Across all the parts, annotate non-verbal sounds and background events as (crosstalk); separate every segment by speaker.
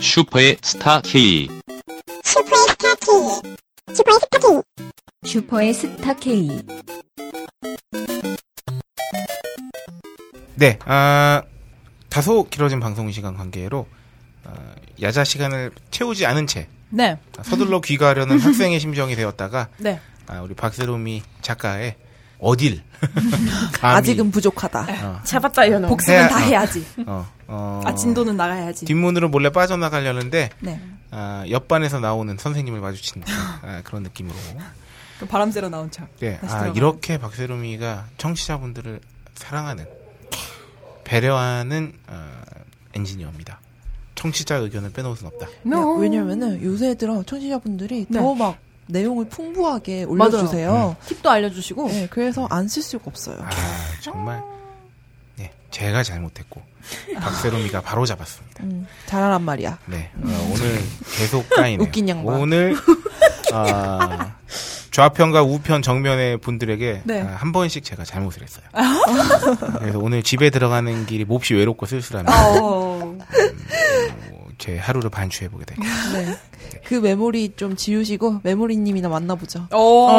Speaker 1: 슈퍼의 스타 K.
Speaker 2: 슈퍼의 스타 K. 슈퍼의 스타 K.
Speaker 3: 슈퍼의 스타 K.
Speaker 4: 네, 아, 다소 길어진 방송 시간 관계로 아, 야자 시간을 채우지 않은 채
Speaker 5: 네.
Speaker 4: 아, 서둘러 귀가하려는 학생의 심정이 되었다가
Speaker 5: 네.
Speaker 4: 아, 우리 박세롬이 작가의
Speaker 5: (laughs)
Speaker 4: 어딜 감히,
Speaker 5: 아직은 부족하다.
Speaker 4: 어,
Speaker 6: 잡았다 이런 복
Speaker 5: 복습은
Speaker 4: 해야-
Speaker 5: 다
Speaker 4: 어.
Speaker 5: 해야지.
Speaker 4: 어, 어,
Speaker 5: 아 진도는 나가야지.
Speaker 4: 뒷문으로 몰래 빠져나가려는데
Speaker 5: 네.
Speaker 4: 아, 옆반에서 나오는 선생님을 마주친 아, 그런 느낌으로
Speaker 5: 그 바람 쐬러 나온 차.
Speaker 4: 네,
Speaker 5: 다시
Speaker 4: 아,
Speaker 5: 들어가요.
Speaker 4: 이렇게 박세롬이가 청취자분들을 사랑하는 배려하는 어, 엔지니어입니다. 청취자 의견을 빼놓을 순 없다.
Speaker 6: No.
Speaker 4: 음.
Speaker 7: 왜냐면은 요새 애들은 청취자분들이
Speaker 5: 네.
Speaker 7: 더 막 내용을 풍부하게
Speaker 5: 맞아요.
Speaker 7: 올려주세요.
Speaker 5: 팁도 알려주시고.
Speaker 7: 네, 그래서 안 쓸 수가 없어요.
Speaker 4: 아 정말 네 제가 잘못했고 박세롬이가 바로 잡았습니다.
Speaker 7: 음, 잘하란 말이야.
Speaker 4: 네 어, 오늘 계속 까이네요.
Speaker 7: 웃긴 양반.
Speaker 4: 오늘 아, 좌편과 우편 정면의 분들에게
Speaker 5: 네.
Speaker 4: 아, 한 번씩 제가 잘못을 했어요. 그래서 오늘 집에 들어가는 길이 몹시 외롭고 쓸쓸합니다.
Speaker 7: 아.
Speaker 5: (laughs) 어.
Speaker 4: 어, 제 하루를 반추해 보게 되고
Speaker 7: 네. 그 메모리 좀 지우시고 메모리님이나 만나보죠.
Speaker 5: 어,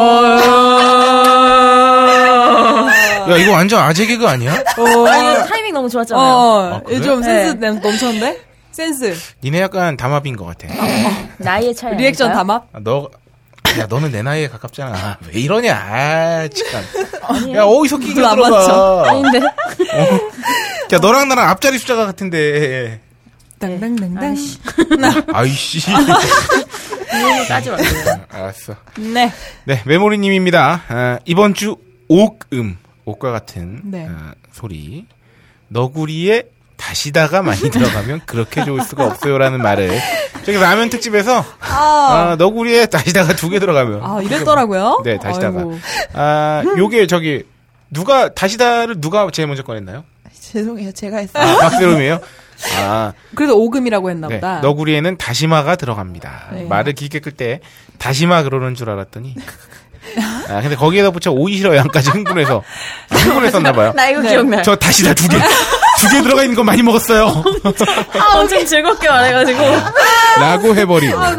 Speaker 4: 야 이거 완전 아재 개그 아니야?
Speaker 6: 아니, 타이밍 너무
Speaker 5: 어.
Speaker 6: 좋았잖아요.
Speaker 5: 어.
Speaker 4: 그래요?
Speaker 5: 좀 센스
Speaker 6: 네.
Speaker 5: 넘쳤는데? 센스.
Speaker 4: 니네 약간 담합인 것 같아.
Speaker 6: 나이의 차이.
Speaker 5: 리액션
Speaker 6: 아닐까요?
Speaker 5: 담합.
Speaker 4: 아, 너, 야, 너는 내 나이에 가깝잖아. (laughs) 아, 왜 이러냐, 아, 참. 야, 어디서 끼기
Speaker 5: 안
Speaker 4: 들어가.
Speaker 6: 아닌데.
Speaker 4: 야, 너랑 나랑 앞자리 숫자가 같은데. 네.
Speaker 5: 당당당당.
Speaker 4: 아이씨.
Speaker 6: 이거는 따지 마세요.
Speaker 4: 알았어.
Speaker 5: 네.
Speaker 4: 네, 메모리님입니다. 아, 이번 주 옥음, 옥과 같은
Speaker 5: 네.
Speaker 4: 아, 소리. 너구리에 다시다가 많이 들어가면 그렇게 좋을 수가 없어요라는 말을. 저기 라면 특집에서
Speaker 5: 아.
Speaker 4: 아, 너구리에 다시다가 두 개 들어가면.
Speaker 5: 아 이랬더라고요.
Speaker 4: 네, 다시다가.
Speaker 5: 아이고.
Speaker 4: 아, 요게 저기 누가 다시다를 누가 제일 먼저 꺼냈나요?
Speaker 7: 죄송해요, 제가 했어요.
Speaker 4: 아, 박세롬이에요. 아,
Speaker 5: 그래도 오금이라고 했나
Speaker 4: 네.
Speaker 5: 보다.
Speaker 4: 너구리에는 다시마가 들어갑니다.
Speaker 6: 네.
Speaker 4: 말을 길게 끌 때 다시마 그러는 줄 알았더니.
Speaker 6: (laughs)
Speaker 4: 아, 근데 거기에다 붙여 오이시러
Speaker 6: (laughs)
Speaker 4: 양까지 흥분해서 아, 흥분했었나 봐요.
Speaker 6: 나
Speaker 7: 네.
Speaker 6: 이거 기억나요.
Speaker 4: 저 다시다 두 개. 두 개 들어가 있는 거 많이 먹었어요.
Speaker 6: 아, 엄청 즐겁게 말해가지고.
Speaker 4: 라고 해버리고.
Speaker 7: 아,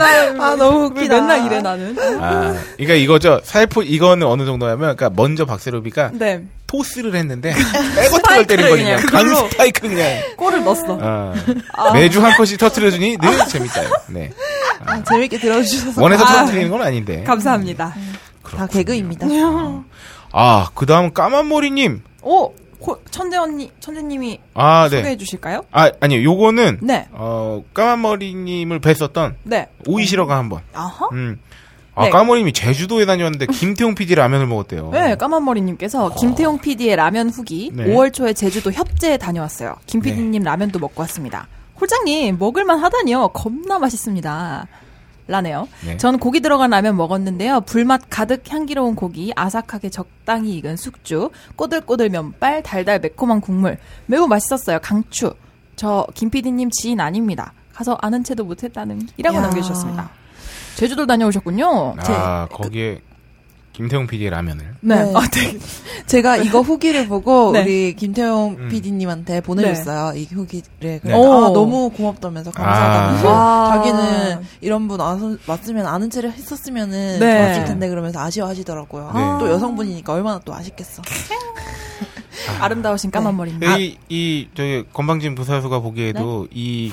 Speaker 7: 너무
Speaker 5: 왜
Speaker 7: 웃기다.
Speaker 5: 맨날 이래 나는.
Speaker 4: 아, 그러니까 이거죠. 살포, 이거는 어느 정도냐면, 그러니까 먼저 박세로비가
Speaker 5: 네.
Speaker 4: 토스를 했는데, 빼고 탁을 때린 거냐.
Speaker 6: 그 그냥
Speaker 4: 강 스파이크 그냥.
Speaker 5: 골을 넣었어.
Speaker 4: 아, 매주 한 컷씩 터트려주니 늘 재밌다요. 네.
Speaker 7: 아, 재밌게 들어주셔서
Speaker 4: 원해서
Speaker 5: 아.
Speaker 4: 터트리는 건 아닌데.
Speaker 5: 감사합니다.
Speaker 7: 다 개그입니다.
Speaker 4: 아, 그 다음 까만머리님.
Speaker 5: 오 고- 어, 천재 언니 천재님이
Speaker 4: 아, 네.
Speaker 5: 소개해 주실까요?
Speaker 4: 아, 아니요. 요거는,
Speaker 5: 네.
Speaker 4: 어, 까만머리님을 뵀었던
Speaker 5: 네.
Speaker 4: 오이시러가 한 번.
Speaker 5: 아하.
Speaker 4: 음. 아,
Speaker 5: 네.
Speaker 4: 까만머리님이 제주도에 다녔는데 김태용 PD 라면을 먹었대요.
Speaker 5: 네, 까만머리님께서 김태용 PD의 라면 후기
Speaker 4: 어. 네.
Speaker 5: 5월 초에 제주도 협재에 다녀왔어요. 김
Speaker 4: 네.
Speaker 5: PD님 라면도 먹고 왔습니다. 홀장님 먹을만 하다니요. 겁나 맛있습니다. 라네요.
Speaker 4: 네.
Speaker 5: 전 고기 들어간 라면 먹었는데요. 불맛 가득 향기로운 고기, 아삭하게 적당히 익은 숙주, 꼬들꼬들 면발, 달달 매콤한 국물. 매우 맛있었어요. 강추. 저 김 PD님 지인 아닙니다. 가서 아는 채도 못했다는 이라고
Speaker 7: 야.
Speaker 5: 남겨주셨습니다. 제주도 다녀오셨군요.
Speaker 4: 아, 거기에 김태용 PD의 라면을.
Speaker 5: 네.
Speaker 7: 네.
Speaker 5: 아, 되게-
Speaker 7: 제가
Speaker 5: (laughs)
Speaker 7: 이거 후기를 보고
Speaker 5: 네.
Speaker 7: 우리
Speaker 4: 음. 네.
Speaker 7: 김태용 PD님한테 보내줬어요. 이 후기를. 그래서
Speaker 5: 오.
Speaker 7: 아, 너무 고맙다면서 감사하다면서
Speaker 5: 아.
Speaker 7: (laughs) 자기는 이런 분 아, 맞으면 아는 채를 했었으면은
Speaker 5: 네.
Speaker 7: 좋았을 텐데 그러면서 아쉬워하시더라고요.
Speaker 4: 네.
Speaker 7: 또 여성분이니까 얼마나 또 아쉽겠어.
Speaker 5: 음. 아름다우신 네. 까만머리입니다.
Speaker 4: 이, 이, 저기, 건방진 부사수가 보기에도 이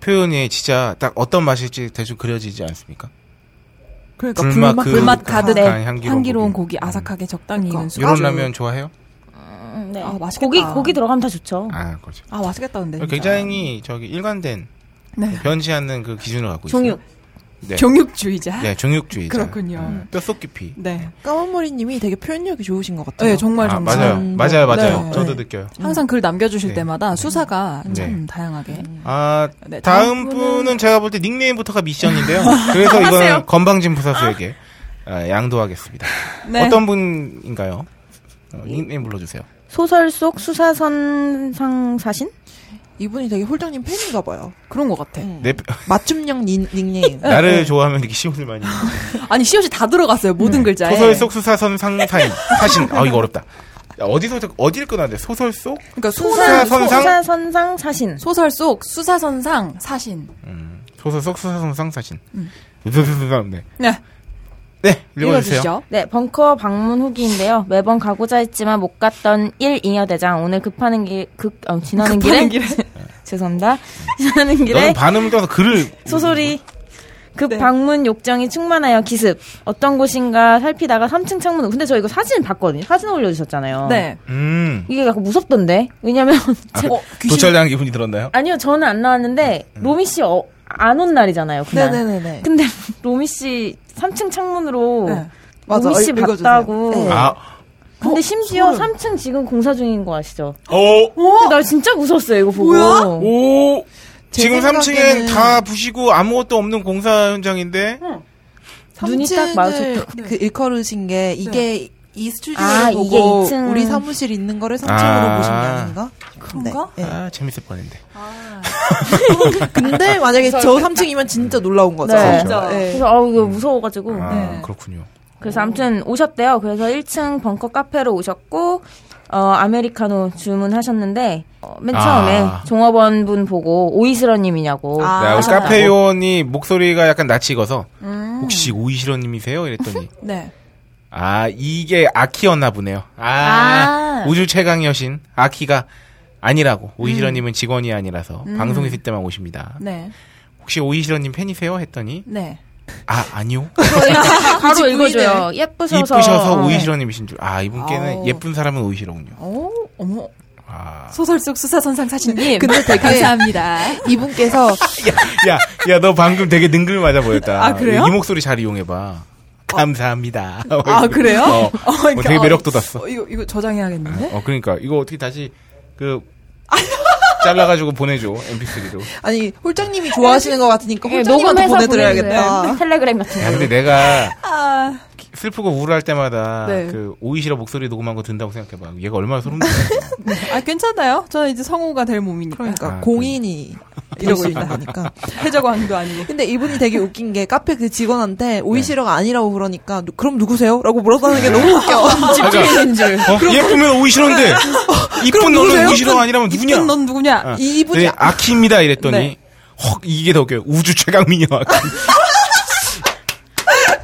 Speaker 4: 표현이 진짜 딱 어떤 맛일지 대충 그려지지 않습니까?
Speaker 7: 그러니까
Speaker 4: 불맛 그-
Speaker 5: 불맛 가득
Speaker 4: 네.
Speaker 5: 의
Speaker 4: 향기로운
Speaker 5: 향기로운
Speaker 4: 고기. 그러니까.
Speaker 5: 고기 아삭하게 적당히 익은 수.
Speaker 4: 이런 라면 좋아해요?
Speaker 6: 음, 네.
Speaker 5: 아, 맛있겠다.
Speaker 6: 고기, 고기 들어가면 다 좋죠.
Speaker 4: 아, 그렇죠.
Speaker 5: 아 맛있겠다 근데. 진짜.
Speaker 4: 굉장히 저기 일관된
Speaker 5: 네.
Speaker 4: 변치 않는 그 기준을 갖고
Speaker 6: 종육.
Speaker 4: 있어요. 네.
Speaker 5: 종육주의자.
Speaker 4: 네, 종육주의자. 음.
Speaker 5: 그렇군요.
Speaker 4: 뼛속 깊이.
Speaker 5: 네.
Speaker 7: 까만머리님이 되게 표현력이 좋으신 것 같아요.
Speaker 5: 네, 정말
Speaker 4: 아,
Speaker 5: 정말.
Speaker 4: 맞아요.
Speaker 7: 음,
Speaker 4: 맞아요. 맞아요.
Speaker 5: 네.
Speaker 4: 저도 느껴요.
Speaker 5: 항상 글 남겨주실
Speaker 4: 네.
Speaker 5: 때마다 수사가
Speaker 4: 네.
Speaker 5: 참 다양하게.
Speaker 4: 아,
Speaker 5: 네,
Speaker 4: 다음
Speaker 5: 다음 아,
Speaker 4: 분은 제가 볼 때 닉네임부터가
Speaker 5: (laughs)
Speaker 4: 미션인데요. 그래서 이거는 건방진 부사수에게 아, 양도하겠습니다.
Speaker 5: 네.
Speaker 4: 어떤 분인가요? 어, 닉네임 불러주세요.
Speaker 6: 소설 속 수사선상 사신?
Speaker 7: 이분이 되게 홀장님 팬인가 봐요.
Speaker 5: 그런 것 같아.
Speaker 7: 음.
Speaker 4: 내,
Speaker 7: 맞춤형 닉- 닉네임.
Speaker 5: 음.
Speaker 4: 나를 좋아하면 이렇게 시옷을 많이. 입는 거야.
Speaker 5: 아니 시옷이 다 들어갔어요 모든 글자에.
Speaker 4: 네.
Speaker 5: 예.
Speaker 4: 소설 속 수사선 상사인. 사신. 아, 이거 어렵다. 야, 어디서, 어디를 끊어야 돼? 소설 속?
Speaker 5: 그러니까 수사
Speaker 4: 수사선상?
Speaker 6: 수사선상 사신.
Speaker 5: 소설 속 수사선상 사신.
Speaker 4: 음, 소설 속 수사선 상사신.
Speaker 5: 음.
Speaker 4: 네.
Speaker 5: 네.
Speaker 4: 네, 읽어주세요.
Speaker 5: 읽어주시죠.
Speaker 6: 네, 벙커 방문 후기인데요. 매번 가고자 했지만 못 갔던 1, 2여 대장. 오늘 급하는 길, 급, 어, 지나는 길에.
Speaker 5: 급하는 길에.
Speaker 6: (laughs) 죄송합니다. 지나는
Speaker 4: 너는
Speaker 6: 길에
Speaker 4: 반음을 떠서 글을
Speaker 6: 소설이 급
Speaker 5: 네.
Speaker 6: 방문 욕정이 충만하여 기습. 어떤 곳인가 살피다가 3층 창문. 근데 저 이거 사진 봤거든요. 사진 올려주셨잖아요.
Speaker 5: 네.
Speaker 4: 음.
Speaker 6: 이게 약간 무섭던데. 왜냐면
Speaker 4: 아, 도찰당한 기분이 들었나요?
Speaker 6: 아니요, 저는 안 나왔는데
Speaker 4: 음,
Speaker 6: 로미 씨 어, 안 온 날이잖아요. 그날.
Speaker 7: 네네네네.
Speaker 6: 근데 (laughs) 로미 씨 3층 창문으로
Speaker 5: 네.
Speaker 7: 맞아,
Speaker 6: 로미 씨
Speaker 7: 읽- 읽어주세요.
Speaker 6: 봤다고.
Speaker 7: 네.
Speaker 4: 아,
Speaker 6: 근데
Speaker 5: 어,
Speaker 6: 심지어
Speaker 5: 소름.
Speaker 6: 3층 지금 공사 중인 거 아시죠?
Speaker 4: 어, 오,
Speaker 7: 어?
Speaker 6: 근데 나 진짜 무서웠어요 이거 보고.
Speaker 4: 오.
Speaker 7: 제
Speaker 4: 지금
Speaker 7: 생각에는-
Speaker 4: 3층엔 다 부시고 아무것도 없는 공사 현장인데
Speaker 6: 눈이 딱 마주쳤다고.
Speaker 7: 그 일컬으신 게 이게 이 스튜디오를
Speaker 6: 아, 이게
Speaker 7: 보고
Speaker 6: 이 층.
Speaker 7: 우리 사무실 있는 거를 3층으로
Speaker 4: 아.
Speaker 7: 보신 게 아닌가?
Speaker 5: 그런가?
Speaker 7: 네. 네.
Speaker 4: 아, 재밌을 뻔했는데.
Speaker 7: (laughs) 근데 만약에 저 3층이면 진짜 놀라운 거죠.
Speaker 6: 네.
Speaker 4: 진짜.
Speaker 7: 네.
Speaker 6: 그래서 아우 이거 무서워가지고.
Speaker 4: 아, 그렇군요.
Speaker 6: 그래서 아무튼 오셨대요. 그래서 1층 벙커 카페로 오셨고 어 아메리카노 주문하셨는데 어, 맨 처음에
Speaker 4: 아.
Speaker 6: 종업원 분 보고 오이스러님이냐고.
Speaker 7: 아,
Speaker 4: 네, 우리
Speaker 7: 하셨다고.
Speaker 4: 카페 요원이 목소리가 약간 낯익어서 혹시 오이시로님이세요? 이랬더니
Speaker 5: 네.
Speaker 4: 아 이게 아키였나 보네요. 아,
Speaker 6: 아.
Speaker 4: 우주 최강 여신 아키가 아니라고 오이시로님은 직원이 아니라서 방송 있을 때만 오십니다.
Speaker 5: 음. 네.
Speaker 4: 혹시 오이시로님 팬이세요? 했더니
Speaker 5: 네.
Speaker 4: 아 아니요
Speaker 6: 바로 읽어줘요. 예쁘셔서.
Speaker 4: 이쁘셔서
Speaker 6: 어.
Speaker 4: 오이시로님이신 줄. 아 이분께는
Speaker 5: 네. 아우.
Speaker 4: 예쁜 사람은 오이시로군요.
Speaker 5: 오, 어머.
Speaker 4: 아.
Speaker 5: 소설 속 수사선상 사신님.
Speaker 7: 근데 되게-
Speaker 5: (laughs) 감사합니다.
Speaker 7: 이분께서
Speaker 4: 야야 너 방금 되게 능글맞아 보였다.
Speaker 5: 아, 그래요? 어.
Speaker 4: 이 목소리 잘 이용해봐. 감사합니다.
Speaker 5: 아, 그래요?
Speaker 4: 어,
Speaker 5: (laughs) 어, 네?
Speaker 4: 어, 되게 매력 돋았어.
Speaker 5: 어, 이거, 이거 저장해야겠는데?
Speaker 4: 어, 그러니까 이거 어떻게 다시 그
Speaker 5: 아.
Speaker 4: 잘라가지고 보내줘 MP3로.
Speaker 7: 아니 홀장님이 좋아하시는 것 같으니까
Speaker 6: 예,
Speaker 7: 홀장님한테
Speaker 6: 녹음해서
Speaker 7: 보내드려야겠다.
Speaker 6: 보내드려요. 아. 텔레그램 같은
Speaker 4: 야,
Speaker 6: 거.
Speaker 4: 근데 내가
Speaker 5: 아,
Speaker 4: 슬프고 우울할 때마다
Speaker 5: 네.
Speaker 4: 그 오이시러 목소리 녹음한 거 든다고 생각해봐. 얘가 얼마나 소름
Speaker 7: (laughs)
Speaker 4: 돋아.
Speaker 5: 아, 괜찮아요. 저는 이제 성우가 될 몸이니까.
Speaker 7: (laughs) 그러니까
Speaker 4: 아, 네.
Speaker 7: 공인이 이러고 있는 거니까.
Speaker 5: 해적왕도 아니고.
Speaker 7: 근데 이분이 되게 웃긴 게 카페 그
Speaker 4: 네.
Speaker 7: 직원한테 오이시러가 아니라고 그러니까 누- 그럼 누구세요? 라고 물어보는 게
Speaker 4: (laughs)
Speaker 7: 너무 웃겨.
Speaker 4: 집중인
Speaker 7: 줄.
Speaker 4: 어? 예쁘면 오이시러인데 (laughs) 이쁜
Speaker 7: 네. 그럼
Speaker 4: 너는
Speaker 7: 누구세요?
Speaker 4: 오이시러가 아니라면 누구냐?
Speaker 5: 이쁜 넌 누구냐?
Speaker 4: 아,
Speaker 7: 이분이
Speaker 4: 네, 아키입니다 이랬더니
Speaker 5: 네.
Speaker 4: 헉 이게 더 웃겨요. 우주 최강 미녀 아키. (laughs)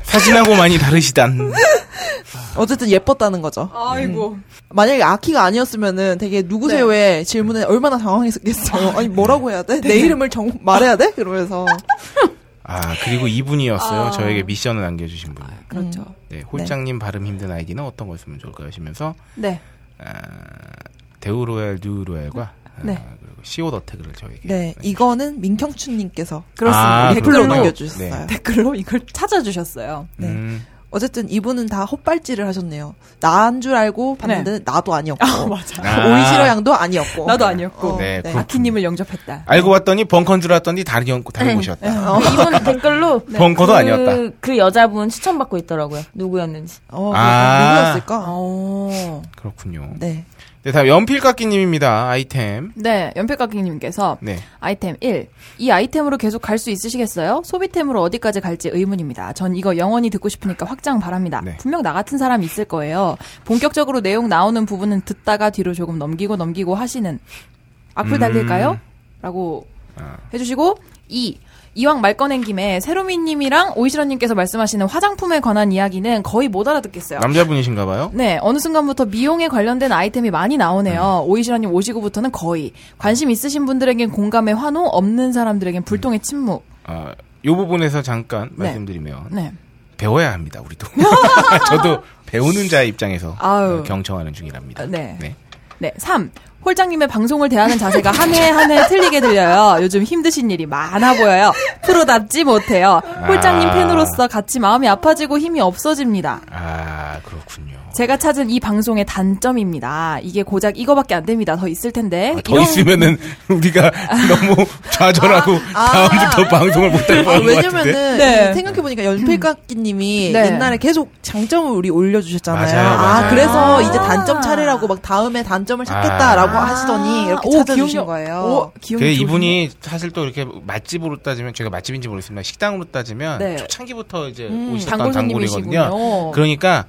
Speaker 4: 사진하고 많이 다르시단.
Speaker 7: (laughs) 어쨌든 예뻤다는 거죠.
Speaker 4: 음.
Speaker 5: 아이고. 음.
Speaker 7: 만약에 아키가 아니었으면은 되게
Speaker 5: 네.
Speaker 7: 누구세요의 질문에 얼마나 당황했겠어요. 아니 뭐라고 해야
Speaker 5: 네.
Speaker 7: 돼? 내 이름을 정 말해야 돼? 이러면서
Speaker 4: 아 그리고 이분이었어요.
Speaker 7: 아.
Speaker 4: 저에게 미션을 남겨주신 분.
Speaker 5: 그렇죠.
Speaker 7: 음.
Speaker 4: 네, 홀장님 발음 힘든 아이디는 어떤 걸 쓰면 좋을까요? 하시면서
Speaker 5: 네.
Speaker 4: 데우로얄 뉴로얄과
Speaker 5: 네.
Speaker 4: 아, 그리고 시오 더태그를 저에게
Speaker 7: 네 이거는 민경춘님께서
Speaker 5: 그렇습니다. 네,
Speaker 4: 아,
Speaker 5: 댓글로,
Speaker 7: 댓글로
Speaker 5: 네.
Speaker 4: 그렇군요.
Speaker 7: 남겨주셨어요.
Speaker 5: 댓글로 이걸 찾아주셨어요.
Speaker 7: 네.
Speaker 4: 음,
Speaker 7: 어쨌든 이분은 다 헛발질을 하셨네요. 나인 줄 알고 봤는데 나도 아니었고
Speaker 5: 네. 맞아.
Speaker 4: 아.
Speaker 7: 오이시러 양도 아니었고
Speaker 5: 나도 아니었고.
Speaker 7: 어,
Speaker 4: 네,
Speaker 7: 네.
Speaker 4: 그-
Speaker 5: 아키님을 영접했다.
Speaker 4: 알고 봤더니 벙커인 줄 알았더니 다른 곳
Speaker 5: 네.
Speaker 4: 다른 곳이었다.
Speaker 6: (laughs)
Speaker 7: 어,
Speaker 6: 이분 댓글로
Speaker 4: 벙커도
Speaker 6: 그,
Speaker 4: 아니었다.
Speaker 6: 그 여자분 추천받고 있더라고요. 누구였는지.
Speaker 7: 어,
Speaker 4: 아.
Speaker 7: 누구였을까?
Speaker 5: 어.
Speaker 4: 그렇군요. 네,
Speaker 7: 네.
Speaker 4: 다음 연필깎이님입니다. 아이템.
Speaker 5: 네, 연필깎이님께서
Speaker 4: 네.
Speaker 5: 아이템 1. 이 아이템으로 계속 갈 수 있으시겠어요? 소비템으로 어디까지 갈지 의문입니다. 전 이거 영원히 듣고 싶으니까 확장 바랍니다.
Speaker 4: 네.
Speaker 5: 분명 나 같은 사람이 있을 거예요. 본격적으로 내용 나오는 부분은 듣다가 뒤로 조금 넘기고 넘기고 하시는
Speaker 4: 음.
Speaker 5: 악플
Speaker 4: 아.
Speaker 5: 달릴까요? 라고 해주시고 2. 이왕 말 꺼낸 김에 세로미님이랑 오이시러님께서 말씀하시는 화장품에 관한 이야기는 거의 못 알아듣겠어요.
Speaker 4: 남자분이신가봐요.
Speaker 5: 네, 어느 순간부터 미용에 관련된 아이템이 많이 나오네요. 오이시라님 오시고부터는 거의 관심 있으신 분들에겐 공감의 환호, 없는 사람들에겐 불통의 침묵.
Speaker 4: 아, 요 부분에서 잠깐
Speaker 5: 네.
Speaker 4: 말씀드리면
Speaker 5: 네,
Speaker 4: 배워야 합니다. 우리도. (laughs) 저도 배우는 자의 입장에서 어,
Speaker 5: 아유.
Speaker 4: 경청하는 중이랍니다.
Speaker 5: 네. 네, 3. 홀장님의 방송을 대하는 자세가 한 해 한 해 틀리게 들려요. 요즘 힘드신 일이 많아 보여요. 프로답지 못해요. 홀장님
Speaker 4: 아.
Speaker 5: 팬으로서 같이 마음이 아파지고 힘이 없어집니다.
Speaker 4: 아 그렇군요.
Speaker 5: 제가 찾은 이 방송의 단점입니다. 이게 고작 이거밖에 안 됩니다. 더 있을 텐데.
Speaker 4: 아, 더 있으면은
Speaker 5: (laughs)
Speaker 4: 우리가 너무 좌절하고
Speaker 5: 아,
Speaker 4: 다음부터 방송을 못할
Speaker 7: 아,
Speaker 4: 뻔한 것 같은데.
Speaker 7: 왜냐면은
Speaker 5: 네.
Speaker 7: 생각해보니까 연필깎이님이
Speaker 5: 네.
Speaker 7: 옛날에 계속 장점을 우리 올려주셨잖아요.
Speaker 4: 맞아요, 맞아요.
Speaker 7: 그래서
Speaker 5: 아.
Speaker 7: 이제 단점 차례라고 막 다음에 단점을 찾겠다라고
Speaker 4: 아.
Speaker 7: 하시더니 이렇게
Speaker 5: 오,
Speaker 7: 찾아주신
Speaker 5: 기억력-
Speaker 7: 거예요.
Speaker 5: 오,
Speaker 4: 그
Speaker 5: 기억력 좋으시네.
Speaker 4: 이분이 사실 또 이렇게 맛집으로 따지면 제가 맛집인지 모르겠습니다. 식당으로 따지면
Speaker 5: 네.
Speaker 4: 초창기부터 이제
Speaker 7: 음,
Speaker 4: 오셨던
Speaker 5: 단골
Speaker 4: 단골이거든요.
Speaker 5: 손님이시군요.
Speaker 4: 그러니까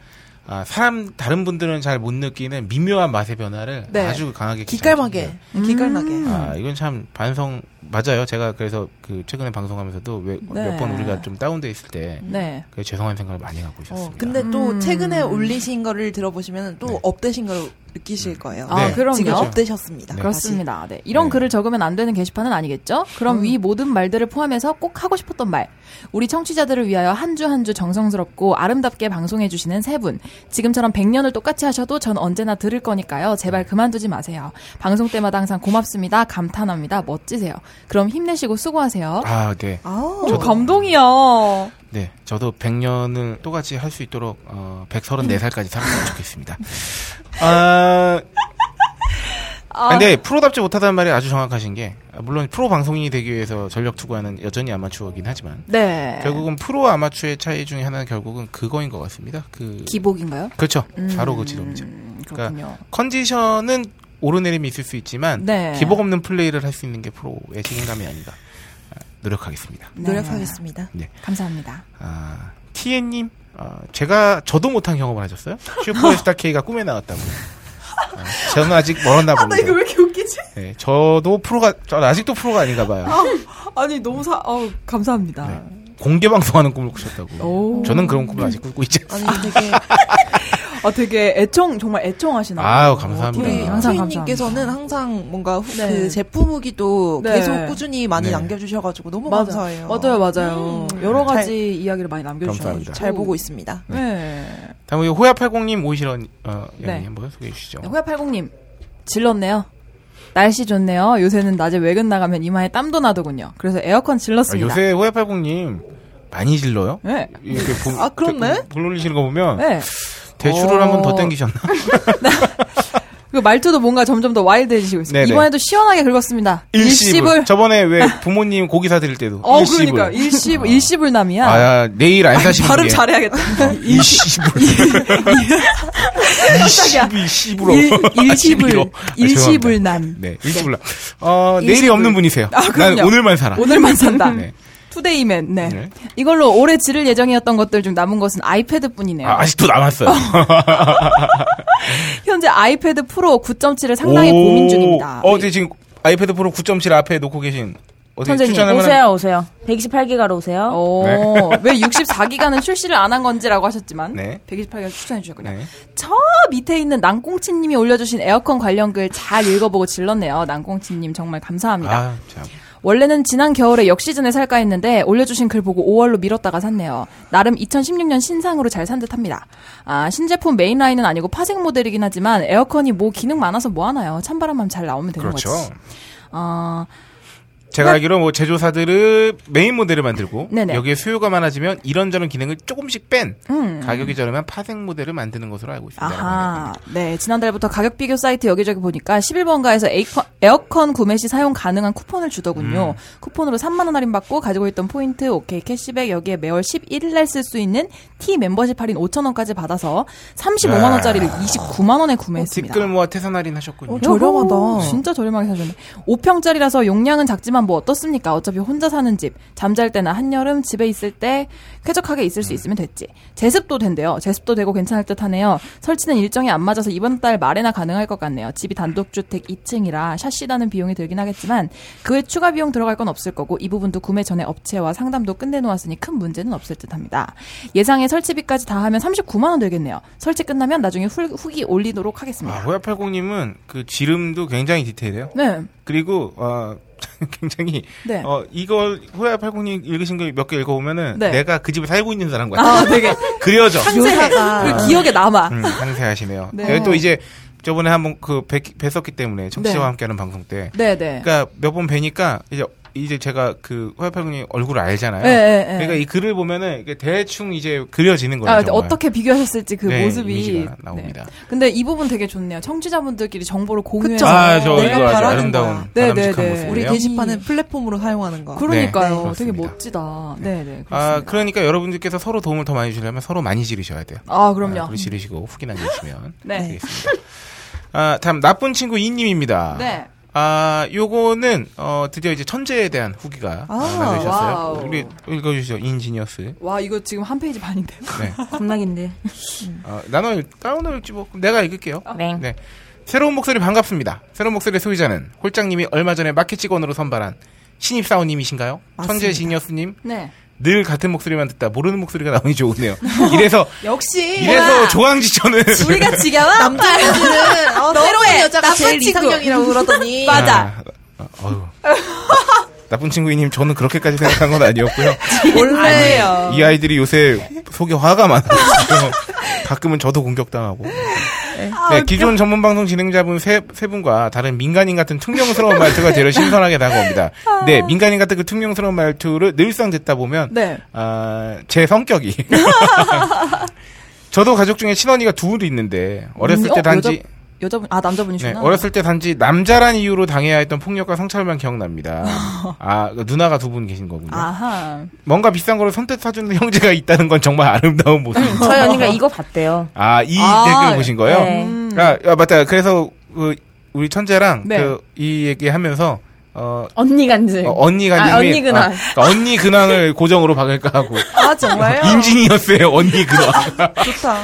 Speaker 4: 아, 사람 다른 분들은 잘 못 느끼는 미묘한 맛의 변화를
Speaker 7: 네.
Speaker 4: 아주 강하게
Speaker 7: 기깔나게 기깔나게 어,
Speaker 5: 음.
Speaker 4: 아, 이건 참 반성 맞아요. 제가 그래서 그 최근에 방송하면서도 몇
Speaker 5: 네.
Speaker 4: 번 우리가 좀 다운돼 있을 때
Speaker 5: 네.
Speaker 4: 그 죄송한 생각을 많이 갖고 있었습니다.
Speaker 7: 어, 근데 또
Speaker 5: 음.
Speaker 7: 최근에 올리신 거를 들어보시면 또
Speaker 4: 네. 음.
Speaker 7: 업되신 걸 느끼실 거예요.
Speaker 5: 아, 네. 그럼요.
Speaker 7: 지금
Speaker 5: 그렇죠.
Speaker 7: 업되셨습니다.
Speaker 4: 네.
Speaker 5: 그렇습니다. 네. 이런
Speaker 4: 네. 음.
Speaker 5: 글을 적으면 안 되는 게시판은 아니겠죠? 그럼 위 모든 말들을 포함해서 꼭 하고 싶었던 말. 우리 청취자들을 위하여 한 주 한 주 정성스럽고 아름답게 방송해주시는 세 분. 지금처럼 100년을 똑같이 하셔도 전 언제나 들을 거니까요. 제발 그만두지 마세요. 방송 때마다 항상 고맙습니다. 감탄합니다. 멋지세요. 그럼 힘내시고 수고하세요.
Speaker 4: 아, 네.
Speaker 7: 아우.
Speaker 5: 오, 감동이요.
Speaker 4: 네. 저도 100년을 똑같이 할 수 있도록 어, 134살까지 (laughs) 살았으면 좋겠습니다. 아, 아, 근데 프로답지 못하다는 말이 아주 정확하신 게 아, 물론 프로 방송인이 되기 위해서 전력 투구하는 여전히 아마추어긴 하지만
Speaker 5: 네.
Speaker 4: 결국은 프로 아마추어의 차이 중에 하나는 결국은 그거인 것 같습니다. 그
Speaker 5: 기복인가요?
Speaker 4: 그렇죠.
Speaker 5: 음,
Speaker 4: 바로 그 지점이죠.
Speaker 5: 그렇군요.
Speaker 4: 컨디션은 오르내림이 있을 수 있지만
Speaker 5: 네.
Speaker 4: 기복 없는 플레이를 할 수 있는 게 프로의 책임감이 아닌가 아, 노력하겠습니다.
Speaker 5: 네.
Speaker 7: 노력하겠습니다.
Speaker 5: 감사합니다.
Speaker 4: 아, TN님, 아, 제가 저도 못한 경험을 하셨어요? 슈퍼스타 K가 꿈에 나왔다고. 아, 저는 아직 멀었나 봅니다.
Speaker 7: 왜 이렇게 웃기지?
Speaker 4: 네, 저도 프로가, 저는 아직도 프로가 아닌가 봐요.
Speaker 5: 아니 너무 사. 어 감사합니다.
Speaker 4: 네. 공개 방송하는 꿈을 꾸셨다고.
Speaker 5: 오.
Speaker 4: 저는 그런 꿈을 아직 꾸고 있지. 않-
Speaker 7: 아니 되게
Speaker 5: 아 되게 애청 정말 애청하시나. 네,
Speaker 4: 아유, 감사합니다.
Speaker 7: 우리
Speaker 5: 항상
Speaker 7: 수인님께서는 항상 뭔가 후-
Speaker 5: 네.
Speaker 7: 그 제품 후기도
Speaker 5: 네.
Speaker 7: 계속 꾸준히 많이
Speaker 4: 네.
Speaker 7: 남겨주셔가지고 너무
Speaker 5: 맞아.
Speaker 7: 감사해요. 음.
Speaker 5: 맞아요, 맞아요. 여러
Speaker 7: 잘-
Speaker 5: 가지 이야기를 많이 남겨주셔서
Speaker 4: 감사합니다.
Speaker 7: 잘 보고 있습니다.
Speaker 5: 네.
Speaker 4: 다음 우리 호야80님 오이시런, 어, 양님
Speaker 5: 네.
Speaker 4: 한번 소개해 주시죠. 아,
Speaker 5: 호야팔공님 질렀네요. 날씨 좋네요. 요새는 낮에 외근 나가면 이마에 땀도 나더군요. 그래서 에어컨
Speaker 4: 아,
Speaker 5: 질렀습니다.
Speaker 4: 요새 호야80님 많이 질러요?
Speaker 5: 네.
Speaker 4: 이렇게 보,
Speaker 7: 아, 그렇네.
Speaker 4: 저, 불 올리시는 거 보면
Speaker 5: 네.
Speaker 4: 대출을
Speaker 5: 어.
Speaker 4: 한 번 더 땡기셨나?
Speaker 5: 그 말투도 뭔가 점점 더 와일드해지시고 있습니다.
Speaker 4: 네네.
Speaker 5: 이번에도 시원하게 긁었습니다.
Speaker 4: 일시불. 저번에 왜 부모님 고기 사드릴 때도
Speaker 5: 어,
Speaker 4: 일시불.
Speaker 5: 그러니까 일시불 일시불남이야.
Speaker 4: 아, 야, 내일 안 사시는
Speaker 5: 발음
Speaker 4: 게
Speaker 5: 잘해야겠다.
Speaker 4: (laughs) 일시불.
Speaker 5: 어, 깜짝이야.
Speaker 4: 일시불.
Speaker 5: 일, 일시불 일시불남.
Speaker 4: 아, 네, 일시불. 어, 내일이
Speaker 5: 일시불.
Speaker 4: 없는 분이세요.
Speaker 5: 아, 그럼요.
Speaker 4: 난 오늘만 살아.
Speaker 5: 오늘만
Speaker 4: (laughs)
Speaker 5: 산다.
Speaker 4: 네.
Speaker 5: 투데이맨. 네.
Speaker 4: 네.
Speaker 5: 이걸로 올해 지를 예정이었던 것들 중 남은 것은 아이패드뿐이네요.
Speaker 4: 아, 아직도 남았어요.
Speaker 5: 현재 아이패드 프로 9.7을 상당히 고민 중입니다.
Speaker 4: 어, 네, 지금 아이패드 프로 9.7 앞에 놓고 계신 어디
Speaker 5: 선생님,
Speaker 4: 추천할 만한
Speaker 6: 오세요, 오세요. 128기가로 오세요.
Speaker 5: 오,
Speaker 4: 네.
Speaker 5: (laughs) 왜 64기가는 출시를 안 한 건지라고 하셨지만
Speaker 4: 네.
Speaker 5: 128기가 추천해 주셨군요.
Speaker 4: 네.
Speaker 5: 저 밑에 있는 난꽁치님이 올려주신 에어컨 관련 글 잘 읽어보고 질렀네요. 난꽁치님 정말 감사합니다.
Speaker 4: 아, 참.
Speaker 5: 원래는 지난 겨울에 역시즌에 살까 했는데 올려주신 글 보고 5월로 미뤘다가 샀네요. 나름 2016년 신상으로 잘 산 듯합니다. 아 신제품 메인 라인은 아니고 파생 모델이긴 하지만 에어컨이 뭐 기능 많아서 뭐 하나요? 찬바람만 잘 나오면 되는
Speaker 4: 그렇죠.
Speaker 5: 거지. 아
Speaker 4: 제가 알기로 뭐 제조사들은 메인 모델을 만들고
Speaker 5: 네네.
Speaker 4: 여기에 수요가 많아지면 이런저런 기능을 조금씩 뺀 가격이 저렴한 파생 모델을 만드는 것으로 알고 있습니다.
Speaker 5: 음. 아하. 네, 지난달부터 가격 비교 사이트 여기저기 보니까 11번가에서 에어컨, 에어컨 구매 시 사용 가능한
Speaker 4: 음.
Speaker 5: 쿠폰을 주더군요. 쿠폰으로 3만 원 할인 받고 가지고 있던 포인트, 오케이 캐시백 여기에 매월 11일 날 쓸 수 있는 T 멤버십 할인 5천 원까지 받아서 35만
Speaker 4: 네.
Speaker 5: 원짜리를 29만 원에 구매했습니다.
Speaker 4: 댓글 모아 어, 태산 할인 하셨군요.
Speaker 7: 어, 저- 저렴하다.
Speaker 5: 요거 진짜 저렴하게 사셨네. 5평짜리라서 용량은 작지만 뭐 어떻습니까? 어차피 혼자 사는 집. 잠잘 때나 한여름 집에 있을 때 쾌적하게 있을
Speaker 7: 음.
Speaker 5: 수 있으면 됐지. 제습도 된대요. 제습도 되고 괜찮을 듯 하네요. 설치는 일정이 안 맞아서 이번 달 말에나 가능할 것 같네요. 집이 단독주택 2층이라 샷시다는 비용이 들긴 하겠지만 그 외 추가 비용 들어갈 건 없을 거고 이 부분도 구매 전에 업체와 상담도 끝내놓았으니 큰 문제는 없을 듯 합니다. 예상에 설치비까지 다 하면 39만원 들겠네요. 설치 끝나면 나중에 후, 후기 올리도록
Speaker 4: 아,
Speaker 5: 하겠습니다.
Speaker 4: 호야팔공님은 그 지름도 굉장히 디테일해요.
Speaker 5: 네.
Speaker 4: 그리고 어, (laughs) 굉장히
Speaker 5: 네.
Speaker 4: 어, 이걸 호야팔공님 읽으신 거 몇 개 읽어보면은
Speaker 5: 네.
Speaker 4: 내가 그 집에 살고 있는 사람 같아.
Speaker 5: 아, 되게
Speaker 4: (laughs) 그려져.
Speaker 5: 상세해. 그 기억에 남아.
Speaker 4: 음, 상세하시네요.
Speaker 5: 네.
Speaker 4: 네, 또 이제 저번에 한번 그 뵀, 뵀었기 때문에 청취자와
Speaker 5: 네.
Speaker 4: 함께하는 방송 때
Speaker 5: 네네.
Speaker 4: 그러니까 몇 번 뵈니까 이제 이제 제가 그 호야팔군님 얼굴을 알잖아요.
Speaker 5: 예, 예, 예.
Speaker 4: 그러니까 이 글을 보면은 이게 대충 이제 그려지는 거예요.
Speaker 5: 아,
Speaker 4: 정말.
Speaker 5: 어떻게 비교하셨을지 그
Speaker 4: 네,
Speaker 5: 모습이
Speaker 4: 이미지가 나옵니다.
Speaker 5: 네. 근데 이 부분 되게 좋네요. 청취자분들끼리 정보를 공유해서
Speaker 4: 아, 저
Speaker 7: 내가
Speaker 4: 이거 아주
Speaker 7: 바라는
Speaker 4: 아름다운
Speaker 7: 거야.
Speaker 5: 네,
Speaker 4: 바람직한
Speaker 5: 네, 네.
Speaker 4: 모습이에요.
Speaker 7: 우리
Speaker 5: 그래요?
Speaker 7: 게시판은 플랫폼으로 사용하는 거.
Speaker 5: 그러니까요.
Speaker 4: 네, 네.
Speaker 5: 되게
Speaker 4: 그렇습니다.
Speaker 5: 멋지다. 네네. 그렇습니다.
Speaker 4: 아, 그러니까 여러분들께서 서로 도움을 더 많이 주려면 서로 많이 지르셔야 돼요.
Speaker 5: 아, 그럼요.
Speaker 4: 아, 그리고
Speaker 7: (laughs)
Speaker 4: 지르시고 후기 남겨주시면
Speaker 5: 네.
Speaker 4: 되겠습니다. 아, 다음 나쁜 친구 이님입니다.
Speaker 5: 네.
Speaker 4: 아, 아, 요거는 어, 드디어 이제 천재에 대한 후기가
Speaker 7: 아,
Speaker 4: 아, 나눠주셨어요.
Speaker 5: 와우.
Speaker 4: 우리 읽어주시죠. 인지니어스.
Speaker 5: 와 이거 지금 한 페이지 반인데요.
Speaker 4: 네.
Speaker 6: 겁나긴데.
Speaker 4: 어, 나눠 다운을 읽지 뭐. 그럼 내가 읽을게요.
Speaker 6: 네.
Speaker 4: 네. 새로운 목소리 반갑습니다. 새로운 목소리의 소유자는 홀장님이 얼마 전에 마켓 직원으로 선발한 신입 사원님이신가요? 천재
Speaker 7: 맞습니다.
Speaker 4: 지니어스님
Speaker 5: 네.
Speaker 4: 늘 같은 목소리만 듣다 모르는 목소리가 나오니
Speaker 5: (laughs)
Speaker 4: 좋으네요. 이래서
Speaker 5: 역시
Speaker 4: 이래서 조항지
Speaker 5: (laughs)
Speaker 4: 저는 (laughs)
Speaker 5: 우리가 지겨워?
Speaker 7: 네. 남자분들은 어, 새로운 여자가
Speaker 5: 나쁜
Speaker 7: 제일
Speaker 5: 친구.
Speaker 7: 이상형이라고
Speaker 5: (laughs)
Speaker 7: 그러더니 네.
Speaker 5: 맞아.
Speaker 4: 아, 어, 어휴. 나쁜 친구이님 저는 그렇게까지 생각한 건
Speaker 5: (laughs)
Speaker 4: 아니었고요.
Speaker 5: 네. 원래 요
Speaker 4: 이 아이들이 요새 속에 화가 많아서 가끔은 저도 공격당하고.
Speaker 5: 아,
Speaker 4: 네, 기존 전문 방송 진행자분 세, 세 분과 다른 민간인 같은 퉁명스러운 말투가 되려 신선하게
Speaker 5: (laughs)
Speaker 4: 다가옵니다.
Speaker 5: 아.
Speaker 4: 네, 민간인 같은 그 퉁명스러운 말투를 늘상 듣다 보면
Speaker 5: 네.
Speaker 4: 아, 제 성격이. (laughs) 저도 가족 중에 친언니가 두 분도 있는데 어렸을
Speaker 5: 음,
Speaker 4: 때
Speaker 5: 어,
Speaker 4: 단지
Speaker 5: 여자, 분아
Speaker 4: 네,
Speaker 5: 남자분이시구나.
Speaker 4: 어렸을 때 단지 남자란 이유로 당해야 했던 폭력과 상처만
Speaker 5: (laughs)
Speaker 4: 기억납니다. 아, 누나가 두 분 계신 거군요.
Speaker 5: 아하.
Speaker 4: 뭔가 비싼 거를 선뜻 사주는 (laughs) 형제가 있다는 건 정말 아름다운 모습.
Speaker 6: 저희 언니가 이거 봤대요.
Speaker 4: 아, 이
Speaker 5: 아,
Speaker 4: 댓글 보신 거예요?
Speaker 6: 네.
Speaker 5: 음.
Speaker 4: 아, 아, 맞다. 그래서 그 우리 천재랑
Speaker 5: 네.
Speaker 4: 그, 이 얘기하면서 어,
Speaker 6: 언니 간증.
Speaker 4: 어, 언니가
Speaker 6: 아,
Speaker 4: 님이-
Speaker 6: 언니 근황.
Speaker 4: 아, 그러니까 언니 근황을 고정으로 박을까 하고
Speaker 7: 아 정말요?
Speaker 4: 인지니어스의 언니 근황. 어,
Speaker 7: 좋다.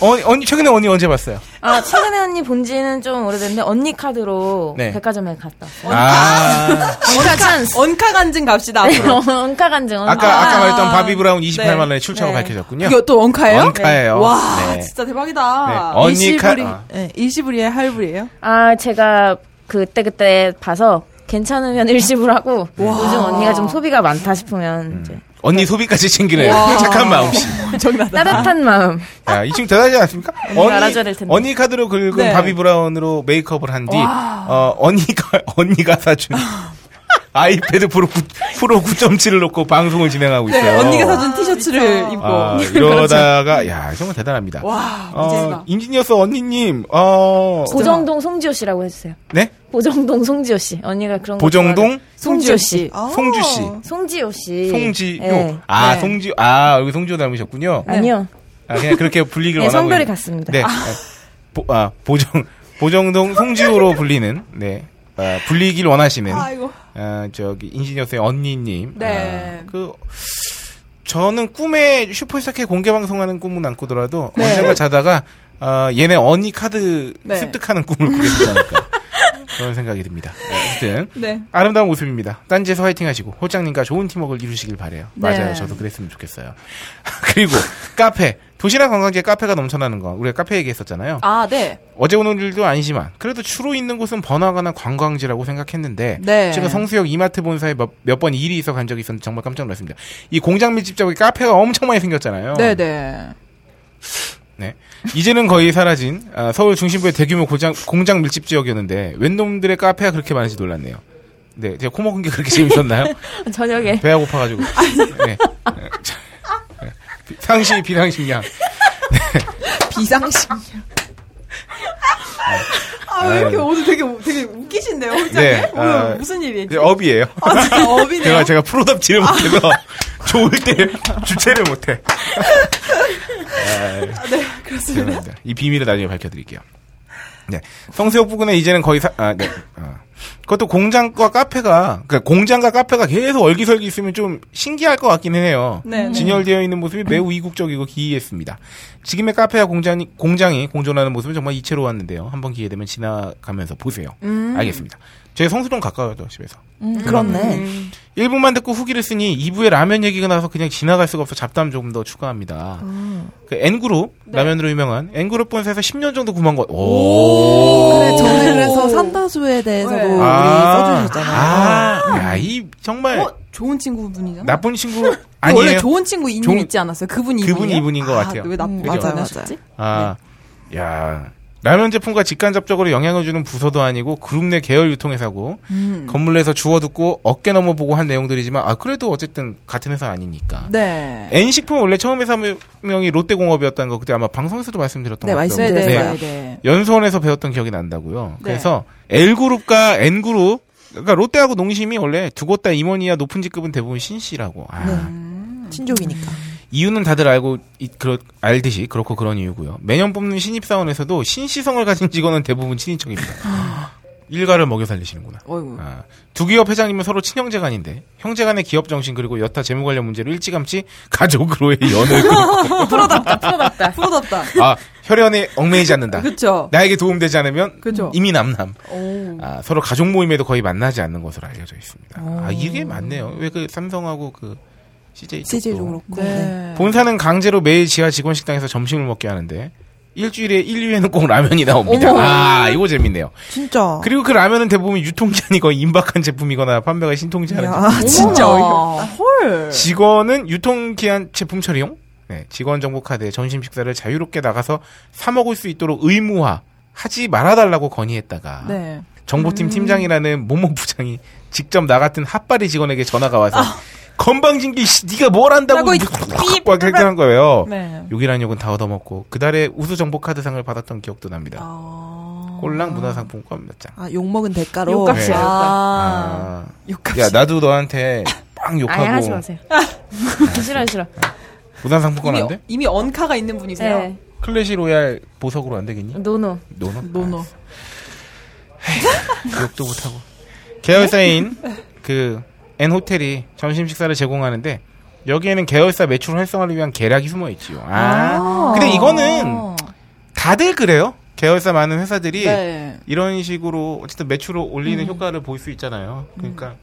Speaker 4: 언니, 언니 최근에 언니 언제 봤어요?
Speaker 6: 아, 최근에 언니 본 지는 좀 오래됐는데, 언니 카드로
Speaker 4: 네.
Speaker 6: 백화점에 갔다 왔어요.
Speaker 4: 아,
Speaker 5: 언카 언카 간증 갑시다.
Speaker 6: 네, 원가 간증. (laughs) 언니.
Speaker 4: 그렇죠. 아까 아까 말했던 바비 브라운
Speaker 5: 네.
Speaker 4: 28만 원의 출처가
Speaker 6: 네.
Speaker 4: 밝혀졌군요.
Speaker 5: 이거 또 언카예요?
Speaker 4: 언카예요.
Speaker 5: 와
Speaker 4: 네.
Speaker 5: 진짜
Speaker 4: 네.
Speaker 5: 대박이다.
Speaker 4: 언니 카
Speaker 7: 일시불이
Speaker 4: 아,
Speaker 7: 네, 일시불이에요, 할불이에요?
Speaker 6: 아, 제가 그때그때 봐서 괜찮으면 일시불 하고, 요즘 언니가 좀 소비가 많다
Speaker 4: 음.
Speaker 6: 싶으면, 이제
Speaker 4: 언니 소비까지 챙기네.
Speaker 5: 와.
Speaker 4: 착한 마음씨.
Speaker 5: 엄청나다.
Speaker 6: 따뜻한 마음.
Speaker 4: 야, 이 친구 대단하지 않습니까? 언니,
Speaker 6: 알아줘야 될 텐데.
Speaker 4: 언니 카드로 긁은
Speaker 5: 네.
Speaker 4: 바비 브라운으로 메이크업을 한 뒤, 어, 언니가, (laughs) 언니가 사준 아이패드 프로, 9, 프로 9.7을 놓고 방송을 진행하고 있어요.
Speaker 5: 네, 언니가 사준 티셔츠를 입고. (laughs) 그렇죠.
Speaker 4: 아, 이러다가, 야, 정말 대단합니다.
Speaker 5: 와
Speaker 4: 어,
Speaker 5: 이제가.
Speaker 4: 인지니어스 언니님, 어,
Speaker 6: 보정동 송지호 씨라고 해주세요.
Speaker 4: 네?
Speaker 6: 보정동 송지호 씨. 언니가 그런 거.
Speaker 4: 보정동,
Speaker 6: 좋아하는- 송지호 씨. 어,
Speaker 7: 아.
Speaker 4: 송주 씨.
Speaker 6: 송지호 씨.
Speaker 4: 송지효.
Speaker 6: 네.
Speaker 4: 아,
Speaker 5: 네.
Speaker 4: 송지, 아, 여기 송지효 닮으셨군요.
Speaker 6: 아니요.
Speaker 4: 아, 그냥 그렇게 불리기를
Speaker 6: 네,
Speaker 4: 원하고
Speaker 6: 성별이
Speaker 4: 있는-
Speaker 6: 같습니다.
Speaker 4: 네. 보, 아, 보정, 보정동
Speaker 6: (laughs)
Speaker 4: 송지호로 불리는, 네. 아, 불리기를 원하시는, 아,
Speaker 5: 아이고.
Speaker 4: 저기, 인지니어스의 언니님.
Speaker 5: 네.
Speaker 4: 아, 그, 저는 꿈에 슈퍼스타 K 공개 방송하는 꿈은 안 꾸더라도,
Speaker 6: 네.
Speaker 4: 언젠가 자다가, 아, 얘네 언니 카드
Speaker 5: 네.
Speaker 4: 습득하는 꿈을 꾸겠지 않을까. (laughs) 그런 생각이 듭니다. 네, 어쨌든.
Speaker 5: 네.
Speaker 4: 아름다운 모습입니다. 딴지에서 화이팅하시고 호장님과 좋은 팀워크를 이루시길 바래요. 맞아요,
Speaker 5: 네.
Speaker 4: 저도 그랬으면 좋겠어요. 그리고 (laughs) 카페 도시락 관광지에 카페가 넘쳐나는 거 우리가 카페 얘기했었잖아요.
Speaker 5: 아 네.
Speaker 4: 어제 오는 일도 아니지만 그래도 주로 있는 곳은 번화가나 관광지라고 생각했는데
Speaker 5: 네.
Speaker 4: 제가 성수역 이마트 본사에 몇 번 일이 있어 간 적이 있었는데 정말 깜짝 놀랐습니다. 이 공장 밀집 지역에 카페가 엄청 많이 생겼잖아요.
Speaker 5: 네네.
Speaker 4: 네. 이제는 거의 사라진 아, 서울 중심부의 대규모 고장, 공장 밀집 지역이었는데 웬 놈들의 카페가 그렇게 많은지 놀랐네요. 네, 제가 코 먹은 게 그렇게 재밌었나요?
Speaker 6: 저녁에.
Speaker 4: 배가 고파가지고. 네. 상시 비상식량.
Speaker 7: 비상식.
Speaker 5: 아왜 이렇게 오늘 되게 우- 되게 웃기신데요, 혼자님?
Speaker 4: 네,
Speaker 5: 오늘
Speaker 4: 아,
Speaker 5: 무슨 일이에요?
Speaker 4: 이제 업이에요.
Speaker 5: 아 진짜 어비네요.
Speaker 4: (laughs)
Speaker 5: 아.
Speaker 4: 제가 제가 프로답지를 못해서 (laughs) 좋을 때 주체를 못해.
Speaker 5: 네 그렇습니다.
Speaker 4: 죄송합니다. 이 비밀을 나중에 밝혀드릴게요. 네, 성수역 부근에 이제는 거의 사, 아, 네. 아. 그것도 공장과 카페가 그러니까 공장과 카페가 계속 얼기설기 있으면 좀 신기할 것 같기는 해요.
Speaker 5: 네.
Speaker 4: 음. 진열되어 있는 모습이 매우 이국적이고 기이했습니다. 지금의 카페와 공장이, 공장이 공존하는 모습은 정말 이채로웠는데요. 한번 기회 되면 지나가면서 보세요. 알겠습니다. 제 성수동 가까워요, 또, 집에서.
Speaker 7: 음. 그렇네.
Speaker 4: 1부만 듣고 후기를 쓰니 2부에 라면 얘기가 나와서 그냥 지나갈 수가 없어 잡담 조금 더 추가합니다.
Speaker 7: 음.
Speaker 4: 그 N그룹,
Speaker 7: 네.
Speaker 4: 라면으로 유명한 N그룹 본사에서 10년 정도 구만 거, 오!
Speaker 7: 그래, 네, 저는 그래서 산다수에 대해서도
Speaker 5: 네.
Speaker 7: 우리
Speaker 5: 음,
Speaker 7: 써주셨잖아요.
Speaker 4: 아, 야, 이, 정말,
Speaker 5: 어 좋은 친구분이잖아.
Speaker 4: 나쁜 친구, 아니에요.
Speaker 5: 원래 좋은 친구 이님
Speaker 4: 좋은-
Speaker 5: 있지 않았어요? 그분이
Speaker 4: 그분이 이분인 것
Speaker 5: 아,
Speaker 4: 같아요.
Speaker 5: 왜 나쁜
Speaker 7: 음,
Speaker 5: 거
Speaker 7: 맞아요,
Speaker 5: 맞아요.
Speaker 4: 아,
Speaker 7: 네.
Speaker 4: 야. 라면 제품과 직간접적으로 영향을 주는 부서도 아니고 그룹 내 계열 유통회사고
Speaker 7: 음.
Speaker 4: 건물 내에서 주워 듣고 어깨 넘어 보고 한 내용들이지만 아 그래도 어쨌든 같은 회사 아니니까.
Speaker 5: 네.
Speaker 4: N식품 원래 처음 회사 명이 롯데공업이었다는 거 그때 아마 방송에서도 말씀드렸던
Speaker 7: 네,
Speaker 4: 것 같아요.
Speaker 5: 네,
Speaker 7: 말씀드렸어요.
Speaker 5: 네,
Speaker 7: 네.
Speaker 5: 네, 네.
Speaker 4: 연수원에서 배웠던 기억이 난다고요.
Speaker 5: 네.
Speaker 4: 그래서 L그룹과 N그룹 그러니까 롯데하고 농심이 원래 두 곳 다 임원이야 높은 직급은 대부분 신씨라고. 아,
Speaker 7: 네. 친족이니까.
Speaker 4: 이유는 다들 알고 있- 그렇, 알듯이 그렇고
Speaker 5: (laughs)
Speaker 4: 그런 이유고요. 매년 뽑는 신입사원에서도 신씨성을 가진 직원은 대부분 친인척입니다. 일가를 먹여 살리시는구나.
Speaker 5: 어이구.
Speaker 4: 아, 두 기업 회장님은 서로 친형제간인데 형제간의 기업 정신 그리고 여타 재무 관련 문제로 일찌감치 가족으로의 연을 끊고
Speaker 5: 프로답다, (laughs) 프로답다.
Speaker 7: 부럽다.
Speaker 4: 아 혈연에 얽매이지 않는다.
Speaker 5: 그쵸.
Speaker 4: 나에게 도움되지 않으면
Speaker 5: 그쵸. 어.
Speaker 4: 이미 남남.
Speaker 5: 오.
Speaker 4: 아, 서로 가족 모임에도 거의 만나지 않는 것으로 알려져 있습니다.
Speaker 5: 오.
Speaker 4: 아 이게 맞네요. 왜 그 삼성하고 그 CJ 쪽도.
Speaker 7: CJ 도
Speaker 5: 네.
Speaker 7: 그렇고.
Speaker 4: 음. 본사는 강제로 매일 지하 직원 식당에서 점심을 먹게 하는데 일주일에 1위에는 꼭 라면이 나옵니다.
Speaker 5: 어머.
Speaker 4: 아 이거 재밌네요.
Speaker 7: 진짜.
Speaker 4: 그리고 그 라면은 대부분 유통기한이 거의 임박한 제품이거나 판매가 신통치 않은 제품.
Speaker 7: 야, 진짜 어이없다.
Speaker 5: 어이없다. 헐.
Speaker 4: 직원은 유통기한 제품 처리용 네, 직원 정보 카드에 점심 식사를 자유롭게 나가서 사 먹을 수 있도록 의무화 하지 말아달라고 건의했다가
Speaker 5: 네.
Speaker 4: 정보팀 팀장이라는 모모 부장이 직접 나 같은 핫바리 직원에게 전화가 와서 건방진기 씨 네가 뭘
Speaker 5: 라고
Speaker 4: 한다고
Speaker 5: 이-
Speaker 4: 막 이렇게 한 거예요.
Speaker 5: 네.
Speaker 4: 욕이란 욕은 다 얻어먹고 그달에 우수 정보 카드상을 받았던 기억도 납니다.
Speaker 5: 아.
Speaker 4: 꼴랑 문화상품권 몇 장.
Speaker 7: 아, 욕먹은 대가로.
Speaker 4: 욕값이야.
Speaker 7: 네.
Speaker 5: 아.
Speaker 4: 아,
Speaker 5: 욕값이.
Speaker 4: 야 나도 너한테 빵 욕하고
Speaker 6: 아니 하지
Speaker 4: (laughs)
Speaker 6: 마세요. 싫어 싫어.
Speaker 4: 문화상품권
Speaker 5: 이미,
Speaker 4: 안
Speaker 5: 어-
Speaker 4: 돼?
Speaker 5: 이미 언카가 있는 분이세요.
Speaker 6: 네.
Speaker 4: 클래시 로얄 보석으로 안 되겠니?
Speaker 6: 음, 노노.
Speaker 4: 노노?
Speaker 5: 노노.
Speaker 4: 아, 욕도 못하고. 계열사인 그 N 호텔이 점심 식사를 제공하는데 여기에는 계열사 매출 활성화를 위한 계략이 숨어 있지요. 아. 근데 이거는 다들 그래요. 계열사 많은 회사들이
Speaker 5: 네.
Speaker 4: 이런 식으로 어쨌든 매출을 올리는
Speaker 5: 음.
Speaker 4: 효과를 볼 수 있잖아요. 그러니까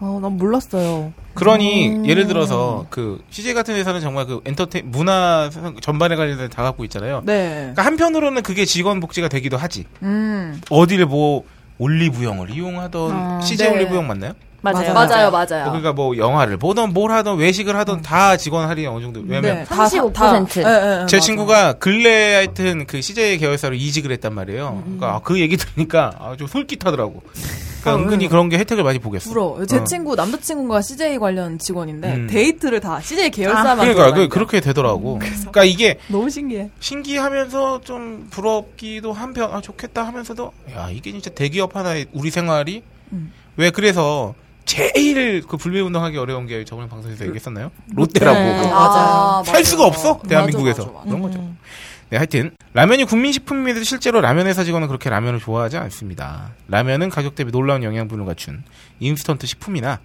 Speaker 7: 어, 난 몰랐어요.
Speaker 4: 그러니
Speaker 5: 음.
Speaker 4: 예를 들어서 그 CJ 같은 회사는 정말 그 엔터테 문화 전반에 관련된 다 갖고 있잖아요.
Speaker 5: 네.
Speaker 4: 그러니까 한편으로는 그게 직원 복지가 되기도 하지.
Speaker 5: 음.
Speaker 4: 어디를 뭐 올리브영을 이용하던
Speaker 6: 아,
Speaker 4: CJ
Speaker 5: 네.
Speaker 4: 올리브영 맞나요?
Speaker 6: 맞아요.
Speaker 5: 맞아요, 맞아요.
Speaker 4: 뭐 그러니까 뭐 영화를 보던 뭘 하던 외식을 하던 다 직원 할인이 어느 정도 왜냐면
Speaker 5: 네.
Speaker 6: 35%.
Speaker 5: 예, 예,
Speaker 4: 제
Speaker 5: 맞아.
Speaker 4: 친구가 근래 하여튼 그 CJ 계열사로 이직을 했단
Speaker 5: 음.
Speaker 4: 말이에요. 그러니까 아, 그 얘기 들으니까 아, 좀 솔깃하더라고. 그러니까 은근히 그런 게 혜택을 많이 보겠어.
Speaker 5: 음. 부러워. 제
Speaker 4: 어.
Speaker 5: 친구 남자친구가 CJ 관련 직원인데
Speaker 4: 음.
Speaker 5: 데이트를 다 CJ 계열사만
Speaker 4: 그러니까 그,
Speaker 5: 돌아다니고.
Speaker 4: 그렇게 되더라고. 그러니까 이게
Speaker 5: 너무 신기해.
Speaker 4: 신기하면서 좀 부럽기도 한편 아 좋겠다 하면서도 야 이게 진짜 대기업 하나의 우리 생활이
Speaker 5: 음.
Speaker 4: 왜 그래서 제일 그 불매 운동하기 어려운 게 저번에 방송에서 얘기했었나요? 롯데라고.
Speaker 6: 네.
Speaker 5: 맞아요.
Speaker 4: 살 수가 없어
Speaker 5: 맞아,
Speaker 4: 대한민국에서
Speaker 5: 맞아, 음. 맞아.
Speaker 4: 그런 거죠. 네, 하여튼 라면이 국민 식품인데도 실제로 라면 회사 직원은 그렇게 라면을 좋아하지 않습니다. 라면은 가격 대비 놀라운 영양분을 갖춘 인스턴트 식품이나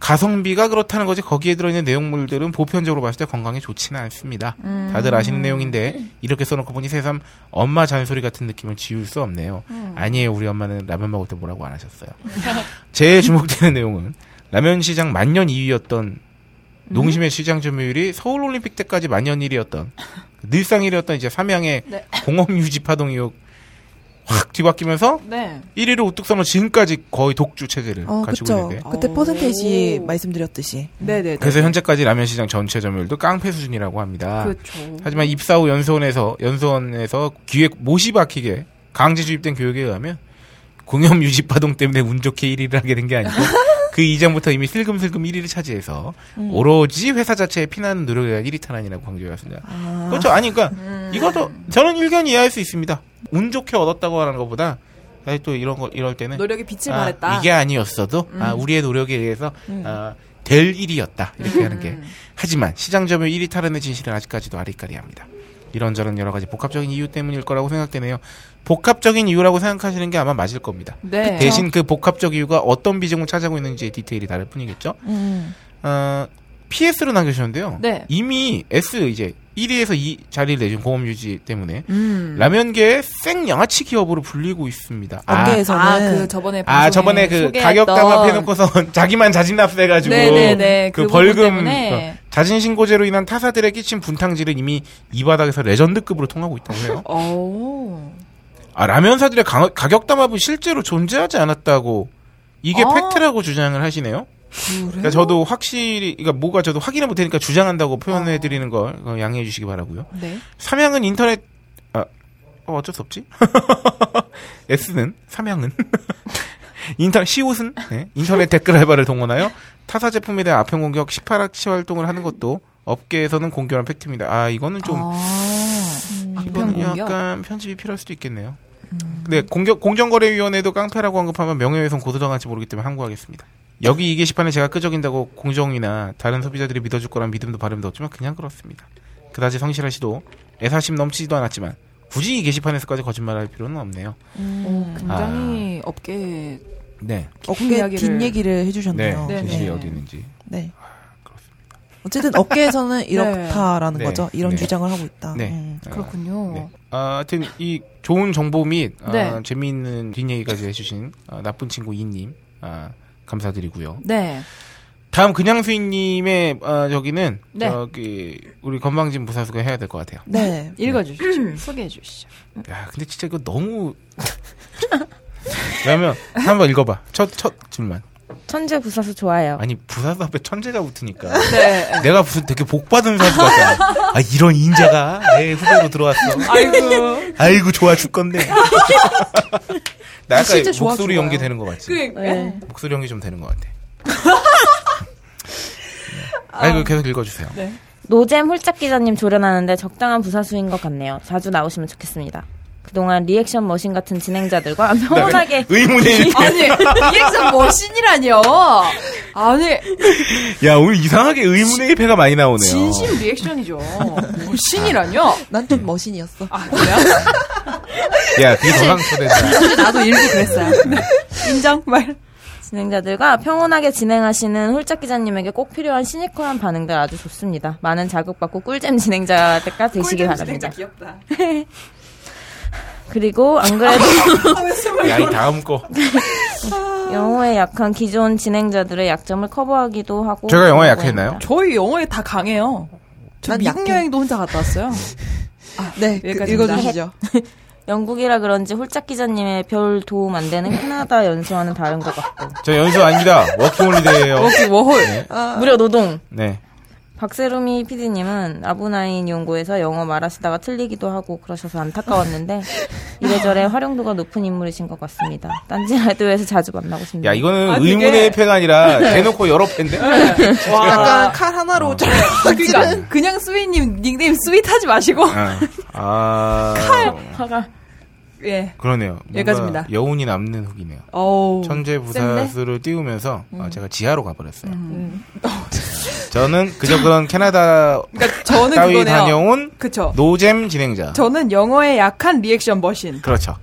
Speaker 4: 가성비가 그렇다는 거지 거기에 들어있는 내용물들은 보편적으로 봤을 때 건강에 좋지는 않습니다. 다들 아시는
Speaker 5: 음.
Speaker 4: 내용인데 이렇게 써놓고 보니 새삼 엄마 잔소리 같은 느낌을 지울 수 없네요.
Speaker 5: 음.
Speaker 4: 아니에요 우리 엄마는 라면 먹을 때 뭐라고 안 하셨어요. (laughs) 제일 주목되는 내용은 라면 시장 만년 2위였던 농심의 시장 점유율이 서울 올림픽 때까지 만년 1위였던 그 늘상 1위였던 이제 삼양의
Speaker 5: (laughs) 네.
Speaker 4: 공업 유지 파동 이후 확 뒤바뀌면서
Speaker 5: 네.
Speaker 4: 1위로 우뚝 서면 지금까지 거의 독주 체제를
Speaker 7: 어,
Speaker 4: 가지고
Speaker 7: 그쵸.
Speaker 4: 있는데
Speaker 7: 그때
Speaker 5: 어.
Speaker 7: 퍼센테이지 말씀드렸듯이.
Speaker 5: 네, 네.
Speaker 4: 그래서 현재까지 라면 시장 전체 점유율도 깡패 수준이라고 합니다.
Speaker 5: 그렇죠.
Speaker 4: 하지만 입사 후 연수원에서 연수원에서 기획 못이 박히게 강제 주입된 교육에 의하면 공연 유지 파동 때문에 운 좋게 1위를 하게 된 게 아니고 그 이전부터 이미 슬금슬금 1위를 차지해서 오로지 회사 자체에 피나는 노력에 의한 1위 탄환이라고 강조해왔습니다. 그렇죠. 아니 그러니까 이것도 저는 일견 이해할 수 있습니다. 운 좋게 얻었다고 하는 것보다 아니, 또 이런 거 이럴 때는
Speaker 5: 노력이 빛을
Speaker 4: 아,
Speaker 5: 발했다. 음.
Speaker 4: 이게 아니었어도 아, 우리의 노력에 의해서 아, 될 일이었다 이렇게 하는
Speaker 5: 음.
Speaker 4: 게 하지만 시장 점유 1위 탈환의 진실은 아직까지도 아리까리합니다. 이런저런 여러 가지 복합적인 이유 때문일 거라고 생각되네요. 복합적인 이유라고 생각하시는 게 아마 맞을 겁니다.
Speaker 5: 네.
Speaker 4: 대신 그 복합적 이유가 어떤 비중을 차지하고 있는지의 디테일이 다를 뿐이겠죠.
Speaker 5: 그렇죠.
Speaker 4: 어, PS로 남겨주셨는데요.
Speaker 5: 네.
Speaker 4: 이미 S 이제 1위에서 2 자리를 내준 공업 유지 때문에
Speaker 5: 음.
Speaker 4: 라면계의 생 양아치 기업으로 불리고 있습니다. 아,
Speaker 7: 업계에서는.
Speaker 5: 아, 그 저번에
Speaker 4: 아 저번에 그 가격
Speaker 5: 납
Speaker 4: 담합해놓고서 (laughs) 자기만 자진 납세해가지고
Speaker 5: 네네네. 그
Speaker 4: 그
Speaker 5: 부분
Speaker 4: 벌금
Speaker 5: 때문에.
Speaker 4: 그 자진 신고제로 인한 타사들의 끼친 분탕질은 이미 이 바닥에서 레전드급으로 통하고 있다고 해요.
Speaker 5: 오.
Speaker 4: 아 라면사들의 가, 가격 담합은 실제로 존재하지 않았다고 이게
Speaker 5: 아.
Speaker 4: 팩트라고 주장을 하시네요. 그러니까 저도 확실히 그러니까 뭐가 저도 확인을 못하니까 주장한다고 표현해 드리는 걸 어, 양해해 주시기 바라고요.
Speaker 5: 네.
Speaker 4: 삼양은 인터넷 아 어, 어쩔 수 없지. (laughs) S는 삼양은 (laughs) 인터넷 시옷은 네, 인터넷 댓글 알바를 동원하여 타사 제품에 대한 아편 공격 18악시 활동을 하는 것도 업계에서는 공교한 팩트입니다. 아 이거는 좀 음.
Speaker 5: 아.
Speaker 4: 이거는
Speaker 5: 악평 공격.
Speaker 4: 약간 편집이 필요할 수도 있겠네요.
Speaker 5: 음.
Speaker 4: 근데 공격, 공정거래위원회도 깡패라고 언급하면 명예훼손 고소당할지 모르기 때문에 항고하겠습니다. 여기 이 게시판에 제가 끄적인다고 공정이나 다른 소비자들이 믿어줄 거란 믿음도 바람도 없지만 그냥 그렇습니다. 그다지 성실한 시도 애사심 넘치지도 않았지만 굳이 이 게시판에서까지 거짓말할 필요는 없네요.
Speaker 5: 음. 어, 굉장히
Speaker 4: 아.
Speaker 5: 업계
Speaker 4: 네,
Speaker 7: 어깨
Speaker 5: 이야기를-
Speaker 7: 뒷 얘기를
Speaker 4: 네,
Speaker 7: 해주셨네요.
Speaker 5: 네네.
Speaker 4: 진실이 어디 있는지
Speaker 7: 네.
Speaker 4: 그렇습니다.
Speaker 7: 어쨌든
Speaker 5: (laughs)
Speaker 7: 어깨에서는 이렇다라는
Speaker 4: 네.
Speaker 7: 거죠. 이런
Speaker 4: 네.
Speaker 7: 주장을 하고 있다.
Speaker 4: 네.
Speaker 7: 음.
Speaker 5: 그렇군요.
Speaker 4: 네. 아, 하여튼 이 좋은 정보 및 아,
Speaker 5: 어. 네.
Speaker 4: 재미있는 뒷얘기까지 해주신 아, 나쁜 친구 이님 아, 감사드리고요.
Speaker 5: 네.
Speaker 4: 다음 그냥 수인님의 아, 저기는
Speaker 5: 네.
Speaker 4: 저기 우리 건방진 부사수가 해야 될 것 같아요.
Speaker 7: 네.
Speaker 5: 읽어 주시죠. 소개해 주시죠.
Speaker 4: 야, 근데 진짜 이거 너무 (laughs) 왜냐면 한번 읽어봐. 첫 첫 줄만.
Speaker 6: 천재 부사수 좋아해요.
Speaker 4: 아니 부사수 앞에 천재가 붙으니까
Speaker 5: 네.
Speaker 4: 내가 무슨 되게 복 받은 사수 같아. 아 이런 인자가 내 후배로 들어왔어.
Speaker 5: 아이고.
Speaker 4: 아이고 좋아 죽 건데.
Speaker 5: (laughs)
Speaker 4: 나 아까
Speaker 5: 아, 진짜 좋아
Speaker 4: 목소리
Speaker 5: 죽어요. 그
Speaker 4: 연기 되는 것 같지.
Speaker 6: 네.
Speaker 4: 목소리 연기 좀 되는
Speaker 5: (laughs)
Speaker 4: 것 같아. 네. 아이고 계속 읽어주세요.
Speaker 5: 네.
Speaker 6: 노잼 홀짝 기자님 조련하는데 적당한 부사수인 것 같네요. 자주 나오시면 좋겠습니다. 그동안 리액션 머신 같은
Speaker 4: (laughs)
Speaker 6: 진행자들과
Speaker 4: 네.
Speaker 6: 평온하게
Speaker 5: (laughs)
Speaker 4: 의문의 일.
Speaker 5: 아니, 리액션 머신이라뇨. 아니,
Speaker 4: 야 오늘 이상하게 의문의 일패가 많이 나오네요.
Speaker 5: 진심 리액션이죠.
Speaker 4: 아.
Speaker 5: 머신이라뇨.
Speaker 7: 난
Speaker 4: 네.
Speaker 7: 좀 머신이었어.
Speaker 5: 아, 그래요?
Speaker 4: 야 그게 더
Speaker 5: (laughs)
Speaker 4: 상처된다.
Speaker 5: 나도 일기 그랬어요. 인정 말.
Speaker 6: 진행자들과 평온하게 진행하시는 홀짝 기자님에게 꼭 필요한 시니컬한 반응들 아주 좋습니다. 많은 자극받고 꿀잼 진행자가 되시길 바랍니다.
Speaker 5: 귀엽다.
Speaker 6: 그리고 안
Speaker 4: (laughs)
Speaker 6: 그래도
Speaker 4: 야이 다음 거.
Speaker 6: 영어에 약한 기존 진행자들의 약점을 커버하기도 하고
Speaker 4: 제가 영어에 약했나요?
Speaker 5: (laughs) 저희 영어에 다 강해요. 저
Speaker 7: 난
Speaker 5: 미국
Speaker 7: 약해.
Speaker 5: 여행도 혼자 갔다 왔어요.
Speaker 7: 네. 그-
Speaker 5: 아, 여기까지입니다.
Speaker 7: 읽어주시죠.
Speaker 6: 영국이라 그런지 홀짝 기자님의 별 도움 안 되는 캐나다 연수와는 다른 것 같고
Speaker 4: 저 연수 아닙니다. 워킹홀리데이예요.
Speaker 5: 워킹 뭐 워홀.
Speaker 7: 네.
Speaker 5: 아,
Speaker 4: 아.
Speaker 6: 무료 노동
Speaker 4: 네.
Speaker 6: 박세롬이 PD님은 아브나인 연구에서 영어 말하시다가 틀리기도 하고 그러셔서 안타까웠는데 이래저래 활용도가 높은 인물이신 것 같습니다. 딴지 라디오에서 자주 만나고 싶네요.
Speaker 4: 야 이거는
Speaker 5: 아, 그게- 네.
Speaker 4: 의문의 패가
Speaker 5: (laughs)
Speaker 4: 아니라 대놓고 여러 패인데.
Speaker 7: 약간 칼
Speaker 4: 어.
Speaker 7: 하나로
Speaker 4: 네.
Speaker 7: 쫙 아,
Speaker 5: 그러니까 그냥 스윗님 닉네임 스윗 하지 마시고
Speaker 4: 아, 아
Speaker 6: 화가
Speaker 5: 예.
Speaker 4: 그러네요. 뭔가
Speaker 5: 여기까지입니다.
Speaker 4: 여운이 남는 후기네요.
Speaker 5: 어우.
Speaker 4: 천재 부사수를 띄우면서
Speaker 5: 음.
Speaker 4: 아, 제가 지하로 가버렸어요. (laughs) 저는 그저 그런 캐나다
Speaker 5: 그러니까 저는
Speaker 4: 따위
Speaker 5: 그거네요.
Speaker 4: 다녀온
Speaker 5: 그쵸.
Speaker 4: 노잼 진행자.
Speaker 5: 저는 영어에 약한 리액션 머신.
Speaker 4: 그렇죠.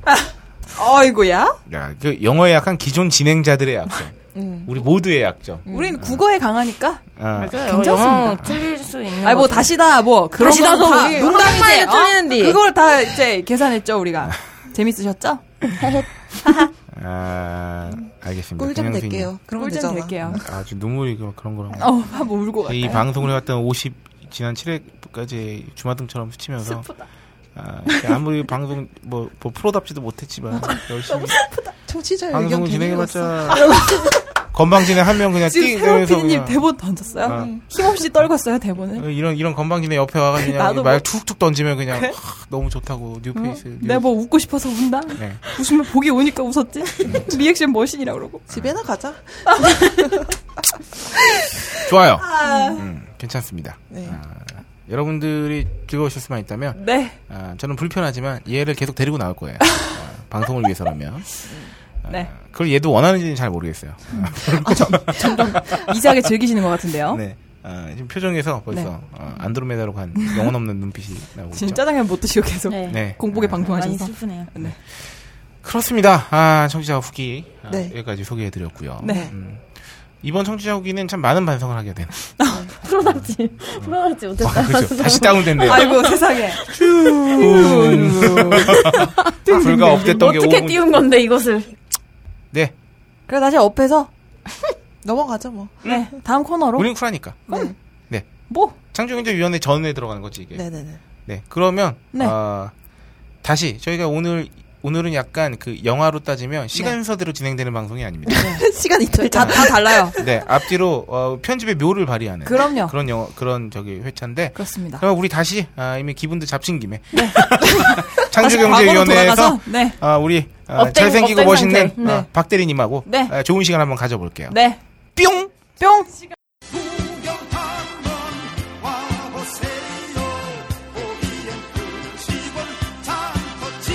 Speaker 5: 어이구야.
Speaker 4: 야, 그 영어에 약한 기존 진행자들의 약점.
Speaker 5: 음.
Speaker 4: 우리 모두의 약점.
Speaker 5: 우리는 국어에 강하니까.
Speaker 4: 아,
Speaker 6: 영어 틀릴 수
Speaker 7: 음.
Speaker 6: 있는
Speaker 5: 아니 뭐
Speaker 6: 거죠.
Speaker 5: 다시다 뭐 그런
Speaker 6: 다시다, 아,
Speaker 5: 거는 다
Speaker 6: 우리
Speaker 5: 농담이지.
Speaker 6: 한판에
Speaker 5: 어?
Speaker 6: 뚫리는디.
Speaker 5: 그걸 다 이제 계산했죠 우리가. 재밌으셨죠?
Speaker 4: 아, 알겠습니다.
Speaker 7: (laughs) 꿀잠
Speaker 4: 그냥
Speaker 7: 될게요. 그런 거
Speaker 5: 꿀잼
Speaker 7: 되잖아.
Speaker 5: 될게요.
Speaker 4: 아주 눈물이 그- 그런 거랑.
Speaker 5: 어, 한번 울고
Speaker 4: 이
Speaker 5: 갈까요?
Speaker 4: 방송을 해왔던 50 지난 7회까지 주마등처럼 스치면서 아, 아무리 방송 뭐, 뭐 프로답지도 못했지만
Speaker 5: (laughs)
Speaker 4: 열심히
Speaker 7: 청취자 의견
Speaker 4: 방송을
Speaker 7: 괜히 읽었어.
Speaker 4: 진행해봤자 (laughs) 건방진에 한 명 그냥
Speaker 5: 지금 새로
Speaker 4: 띵하면서
Speaker 5: 피디님
Speaker 4: 그냥
Speaker 5: 대본 던졌어요. 음.
Speaker 4: 아.
Speaker 5: 힘없이 떨궜어요 대본을.
Speaker 4: 어, 이런 이런 건방진에 옆에 와가지고 그냥
Speaker 5: 나도
Speaker 4: 말
Speaker 5: 뭐-
Speaker 4: 툭툭 던지면 그냥
Speaker 5: 그래?
Speaker 4: 하, 너무 좋다고 뉴페이스 뉴-
Speaker 5: 내가 뭐 웃고 싶어서 운다.
Speaker 4: 네.
Speaker 5: 웃으면 복이
Speaker 4: (laughs)
Speaker 5: 오니까 웃었지. 리액션 머신이라 그러고.
Speaker 7: 집에나
Speaker 5: (laughs)
Speaker 7: 가자.
Speaker 4: 좋아요 음, 괜찮습니다
Speaker 7: 네.
Speaker 4: 아, 여러분들이 즐거우실 수만 있다면
Speaker 5: 네.
Speaker 4: 아, 저는 불편하지만 얘를 계속 데리고 나올 거예요 아, (laughs) 방송을 위해서라면 아.
Speaker 5: 네.
Speaker 4: 그걸 얘도 원하는지는 잘 모르겠어요
Speaker 5: 미세하게 즐기시는 것 같은데요.
Speaker 4: 네. 아, 지금 표정에서 벌써
Speaker 5: 어? 네.
Speaker 4: 아, 안드로메다로 간 영혼 없는 눈빛이 나오고 있죠.
Speaker 5: 지금 짜장면 못 드시고 계속
Speaker 6: 네.
Speaker 4: 네.
Speaker 5: 공복에
Speaker 4: 아,
Speaker 6: 많이
Speaker 5: 방송하셔서.
Speaker 6: 슬프네요.
Speaker 4: 그렇습니다. 아, 청취자 후기 아,
Speaker 7: 네.
Speaker 4: 여기까지 소개해드렸고요.
Speaker 5: 네.
Speaker 4: 음, 이번 청취자 후기는 참 많은 반성을 하게 되는.
Speaker 6: 풀어놨지 풀어놨지
Speaker 4: 와,
Speaker 6: 못했다.
Speaker 4: 그렇죠.
Speaker 6: (laughs)
Speaker 4: 다시 다운됐네요.
Speaker 5: 네.
Speaker 4: 음.
Speaker 5: 아이고 (laughs) 세상에. (laughs)
Speaker 4: 아, 불과 업됐던 게
Speaker 6: 어떻게
Speaker 4: 5분.
Speaker 6: 띄운 건데 이것을
Speaker 4: 네.
Speaker 5: 그래 다시 업해서
Speaker 7: 넘어가자 뭐.
Speaker 5: 네 다음 코너로 (laughs) 네.
Speaker 4: 우린 쿨하니까. 네.
Speaker 5: 뭐
Speaker 4: 창조경제위원회 전에 들어가는 거지 이게. 네.
Speaker 7: 네네네.
Speaker 4: 그러면
Speaker 5: 네.
Speaker 4: 아, 다시 저희가 오늘 오늘은 약간 그 영화로
Speaker 5: 네.
Speaker 4: 따지면 시간서대로 진행되는 방송이 아닙니다.
Speaker 7: 시간 이틀
Speaker 5: 다,
Speaker 7: 다.
Speaker 5: 다 달라요.
Speaker 4: (laughs) 네, 앞뒤로 어, 편집의 묘를 발휘하는
Speaker 5: 그럼요.
Speaker 4: 그런 영어 그런 저기 회차인데
Speaker 5: 그렇습니다. 네.
Speaker 4: 그럼 우리 다시 아, 이미 기분도 잡신 김에 (laughs)
Speaker 5: 다시 과거로
Speaker 4: 창조경제위원회에서
Speaker 5: 돌아가서, 네.
Speaker 4: 아, 우리 아,
Speaker 6: 업된-
Speaker 4: 잘생기고
Speaker 6: 업된
Speaker 4: 멋있는
Speaker 6: 상태.
Speaker 4: 아, 박대리님하고
Speaker 5: 네.
Speaker 4: 아, 좋은 시간 한번 가져볼게요.
Speaker 5: 네.
Speaker 4: 뿅.
Speaker 5: 뿅.
Speaker 1: 글로벌 창조 경제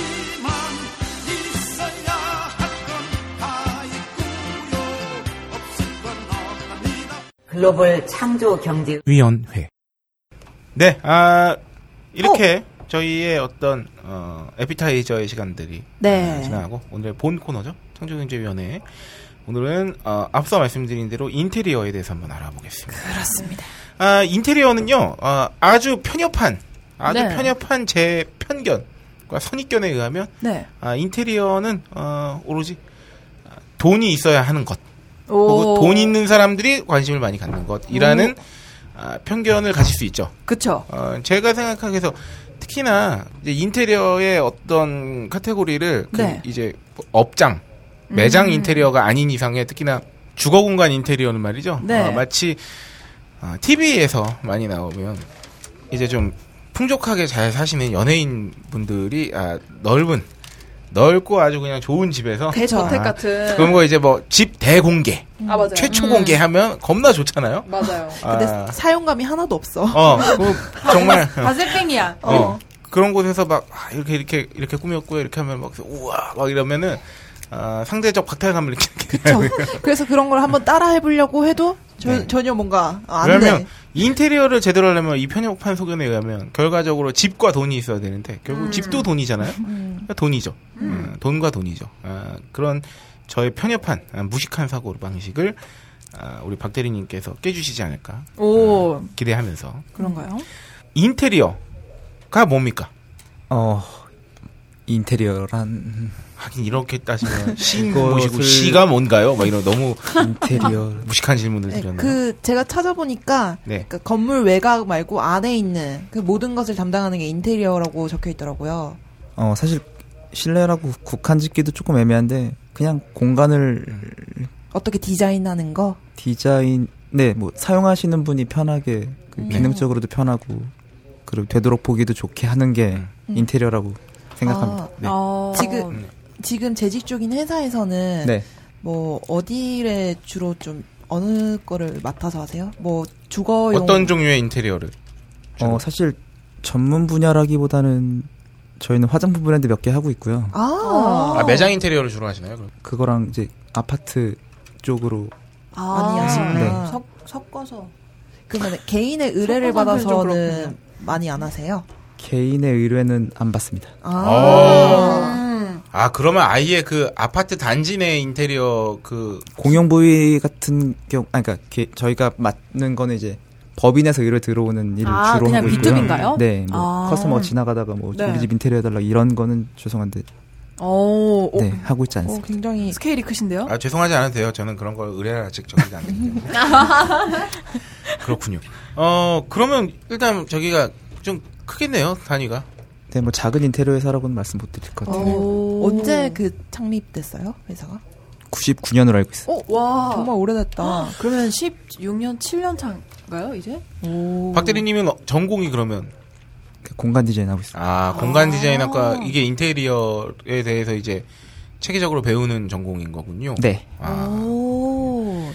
Speaker 4: 위원회. 네, 아 이렇게
Speaker 5: 어.
Speaker 4: 저희의 어떤 어, 에피타이저의 시간들이
Speaker 5: 네.
Speaker 4: 어, 지나가고 오늘의 본 코너죠. 창조경제위원회 오늘은 어, 앞서 말씀드린 대로 인테리어에 대해서 한번 알아보겠습니다.
Speaker 5: 그렇습니다.
Speaker 4: 아, 인테리어는요 아, 아주 편협한 아주
Speaker 5: 네.
Speaker 4: 편협한 제 편견과 선입견에 의하면
Speaker 5: 네.
Speaker 4: 아, 인테리어는 어, 오로지 아, 돈이 있어야 하는 것.
Speaker 5: 오.
Speaker 4: 혹은 돈 있는 사람들이 관심을 많이 갖는 것이라는 아, 편견을 가질 수 있죠.
Speaker 7: 그렇죠.
Speaker 5: 그쵸.
Speaker 4: 어, 제가 생각하기에서 특히나 이제 인테리어의 어떤 카테고리를 그
Speaker 5: 네.
Speaker 4: 이제 업장,
Speaker 7: 음.
Speaker 4: 매장 인테리어가 아닌 이상의 특히나 주거 공간 인테리어는 말이죠.
Speaker 5: 네.
Speaker 4: 어, 마치 TV에서 많이 나오면 이제 좀 풍족하게 잘 사시는 연예인 분들이 아, 넓은 넓고 아주 그냥 좋은 집에서
Speaker 7: 대저택
Speaker 4: 아,
Speaker 7: 같은.
Speaker 4: 그런 거 이제 뭐 집 대공개,
Speaker 7: 아 맞아요. 음.
Speaker 4: 최초 공개하면 겁나 좋잖아요.
Speaker 7: 맞아요.
Speaker 4: 아.
Speaker 7: 근데 사용감이 하나도 없어.
Speaker 4: 어,
Speaker 5: 뭐,
Speaker 4: 그거
Speaker 5: 아,
Speaker 4: 정말
Speaker 5: 바셀팽이야.
Speaker 4: 어. 그런 곳에서 막 아, 이렇게 이렇게 이렇게 꾸몄고요 이렇게 하면 막 우와 막 이러면은 아, 상대적 박탈감을 느끼게
Speaker 5: 아,
Speaker 7: 그쵸. 그래서 그런 걸 한번 따라 해보려고 해도 저-
Speaker 4: 네.
Speaker 7: 전혀 뭔가 안
Speaker 4: 왜냐면
Speaker 7: 돼.
Speaker 4: 인테리어를 제대로 하려면 이 편협한 소견에 의하면 결과적으로 집과 돈이 있어야 되는데
Speaker 5: 음.
Speaker 4: 결국 집도 돈이잖아요 그러니까 돈이죠 음, 돈과 돈이죠 아, 그런 저의 편협한 아, 무식한 사고 방식을 아, 우리 박 대리님께서 깨주시지 않을까
Speaker 5: 오.
Speaker 4: 기대하면서
Speaker 5: 그런가요?
Speaker 4: 인테리어가 뭡니까
Speaker 1: 어 인테리어란
Speaker 4: 하긴 이렇게 따지면 시인
Speaker 1: 이것을-
Speaker 4: 모시고 시가 뭔가요 막 이런 너무
Speaker 1: 인테리어
Speaker 4: 무식한 질문을
Speaker 7: 네,
Speaker 4: 드렸네요.
Speaker 7: 그 제가 찾아보니까
Speaker 4: 네.
Speaker 7: 그 건물 외곽 말고 안에 있는 그 모든 것을 담당하는 게 인테리어라고 적혀 있더라고요.
Speaker 1: 어 사실 실내라고 국한 짓기도 조금 애매한데 그냥 공간을
Speaker 7: 어떻게 디자인하는 거?
Speaker 1: 디자인 네 뭐 사용하시는 분이 편하게 그
Speaker 5: 음.
Speaker 1: 기능적으로도 편하고 그리고 되도록 보기도 좋게 하는 게 인테리어라고 생각합니다.
Speaker 7: 아,
Speaker 4: 네.
Speaker 5: 음. 어.
Speaker 7: 지금 지금 재직 쪽인 회사에서는
Speaker 1: 네.
Speaker 7: 뭐 어디에 주로 좀 어느 거를 맡아서 하세요? 뭐 주거용
Speaker 4: 어떤 종류의 인테리어를?
Speaker 1: 어 사실 전문 분야라기보다는 저희는 화장품 브랜드 몇 개 하고 있고요.
Speaker 7: 아,
Speaker 4: 아, 매장 인테리어를 주로 하시나요? 그럼?
Speaker 1: 그거랑 이제 아파트 쪽으로
Speaker 7: 많이
Speaker 4: 음,
Speaker 7: 하시구나.
Speaker 1: 네.
Speaker 5: 섞, 섞어서.
Speaker 7: 아, 그러면 개인의 의뢰를
Speaker 5: 섞어서 하면 좀
Speaker 7: 받아서는
Speaker 5: 그렇군요.
Speaker 7: 많이 안 하세요?
Speaker 1: 개인의 의뢰는 안 받습니다.
Speaker 4: 어,
Speaker 7: 아.
Speaker 4: 아 그러면 아예 그 아파트 단지 내 인테리어 그
Speaker 1: 공용 부위 같은 경우, 아, 그러니까 게- 저희가 맡는 거는 이제 법인에서 의뢰 들어오는 일을
Speaker 5: 아,
Speaker 1: 주로
Speaker 5: 그냥
Speaker 1: 하고 있고요.
Speaker 5: B2B인가요?
Speaker 1: 네, 뭐
Speaker 5: 아.
Speaker 1: 커스터머 지나가다가 뭐
Speaker 5: 네.
Speaker 1: 우리 집 인테리어 해달라 이런 거는 죄송한데
Speaker 5: 오, 오.
Speaker 1: 네 하고 있지
Speaker 7: 오,
Speaker 1: 않습니다.
Speaker 7: 어, 굉장히
Speaker 5: 스케일이 크신데요?
Speaker 4: 아, 죄송하지 않아도 돼요. 저는 그런 걸 의뢰를 아직 적지 않기 때문에. 그렇군요. 어 그러면 일단 저기가 좀 크겠네요 단위가.
Speaker 1: 네, 뭐 작은 인테리어 회사라고는 말씀 못 드릴 것 같아요.
Speaker 5: 오.
Speaker 7: 언제 그 창립됐어요 회사가?
Speaker 1: 99년으로 알고 있어요.
Speaker 5: 오, 와.
Speaker 7: 정말 오래됐다.
Speaker 5: 아, 그러면 16년, 7년 차인가요, 이제? 오.
Speaker 4: 박 대리님은 어, 전공이 그러면
Speaker 1: 그러니까 공간 디자인 하고 있어요.
Speaker 4: 아 공간 디자인학과 이게 인테리어에 대해서 이제 체계적으로 배우는 전공인 거군요.
Speaker 1: 네,
Speaker 4: 아,
Speaker 5: 오.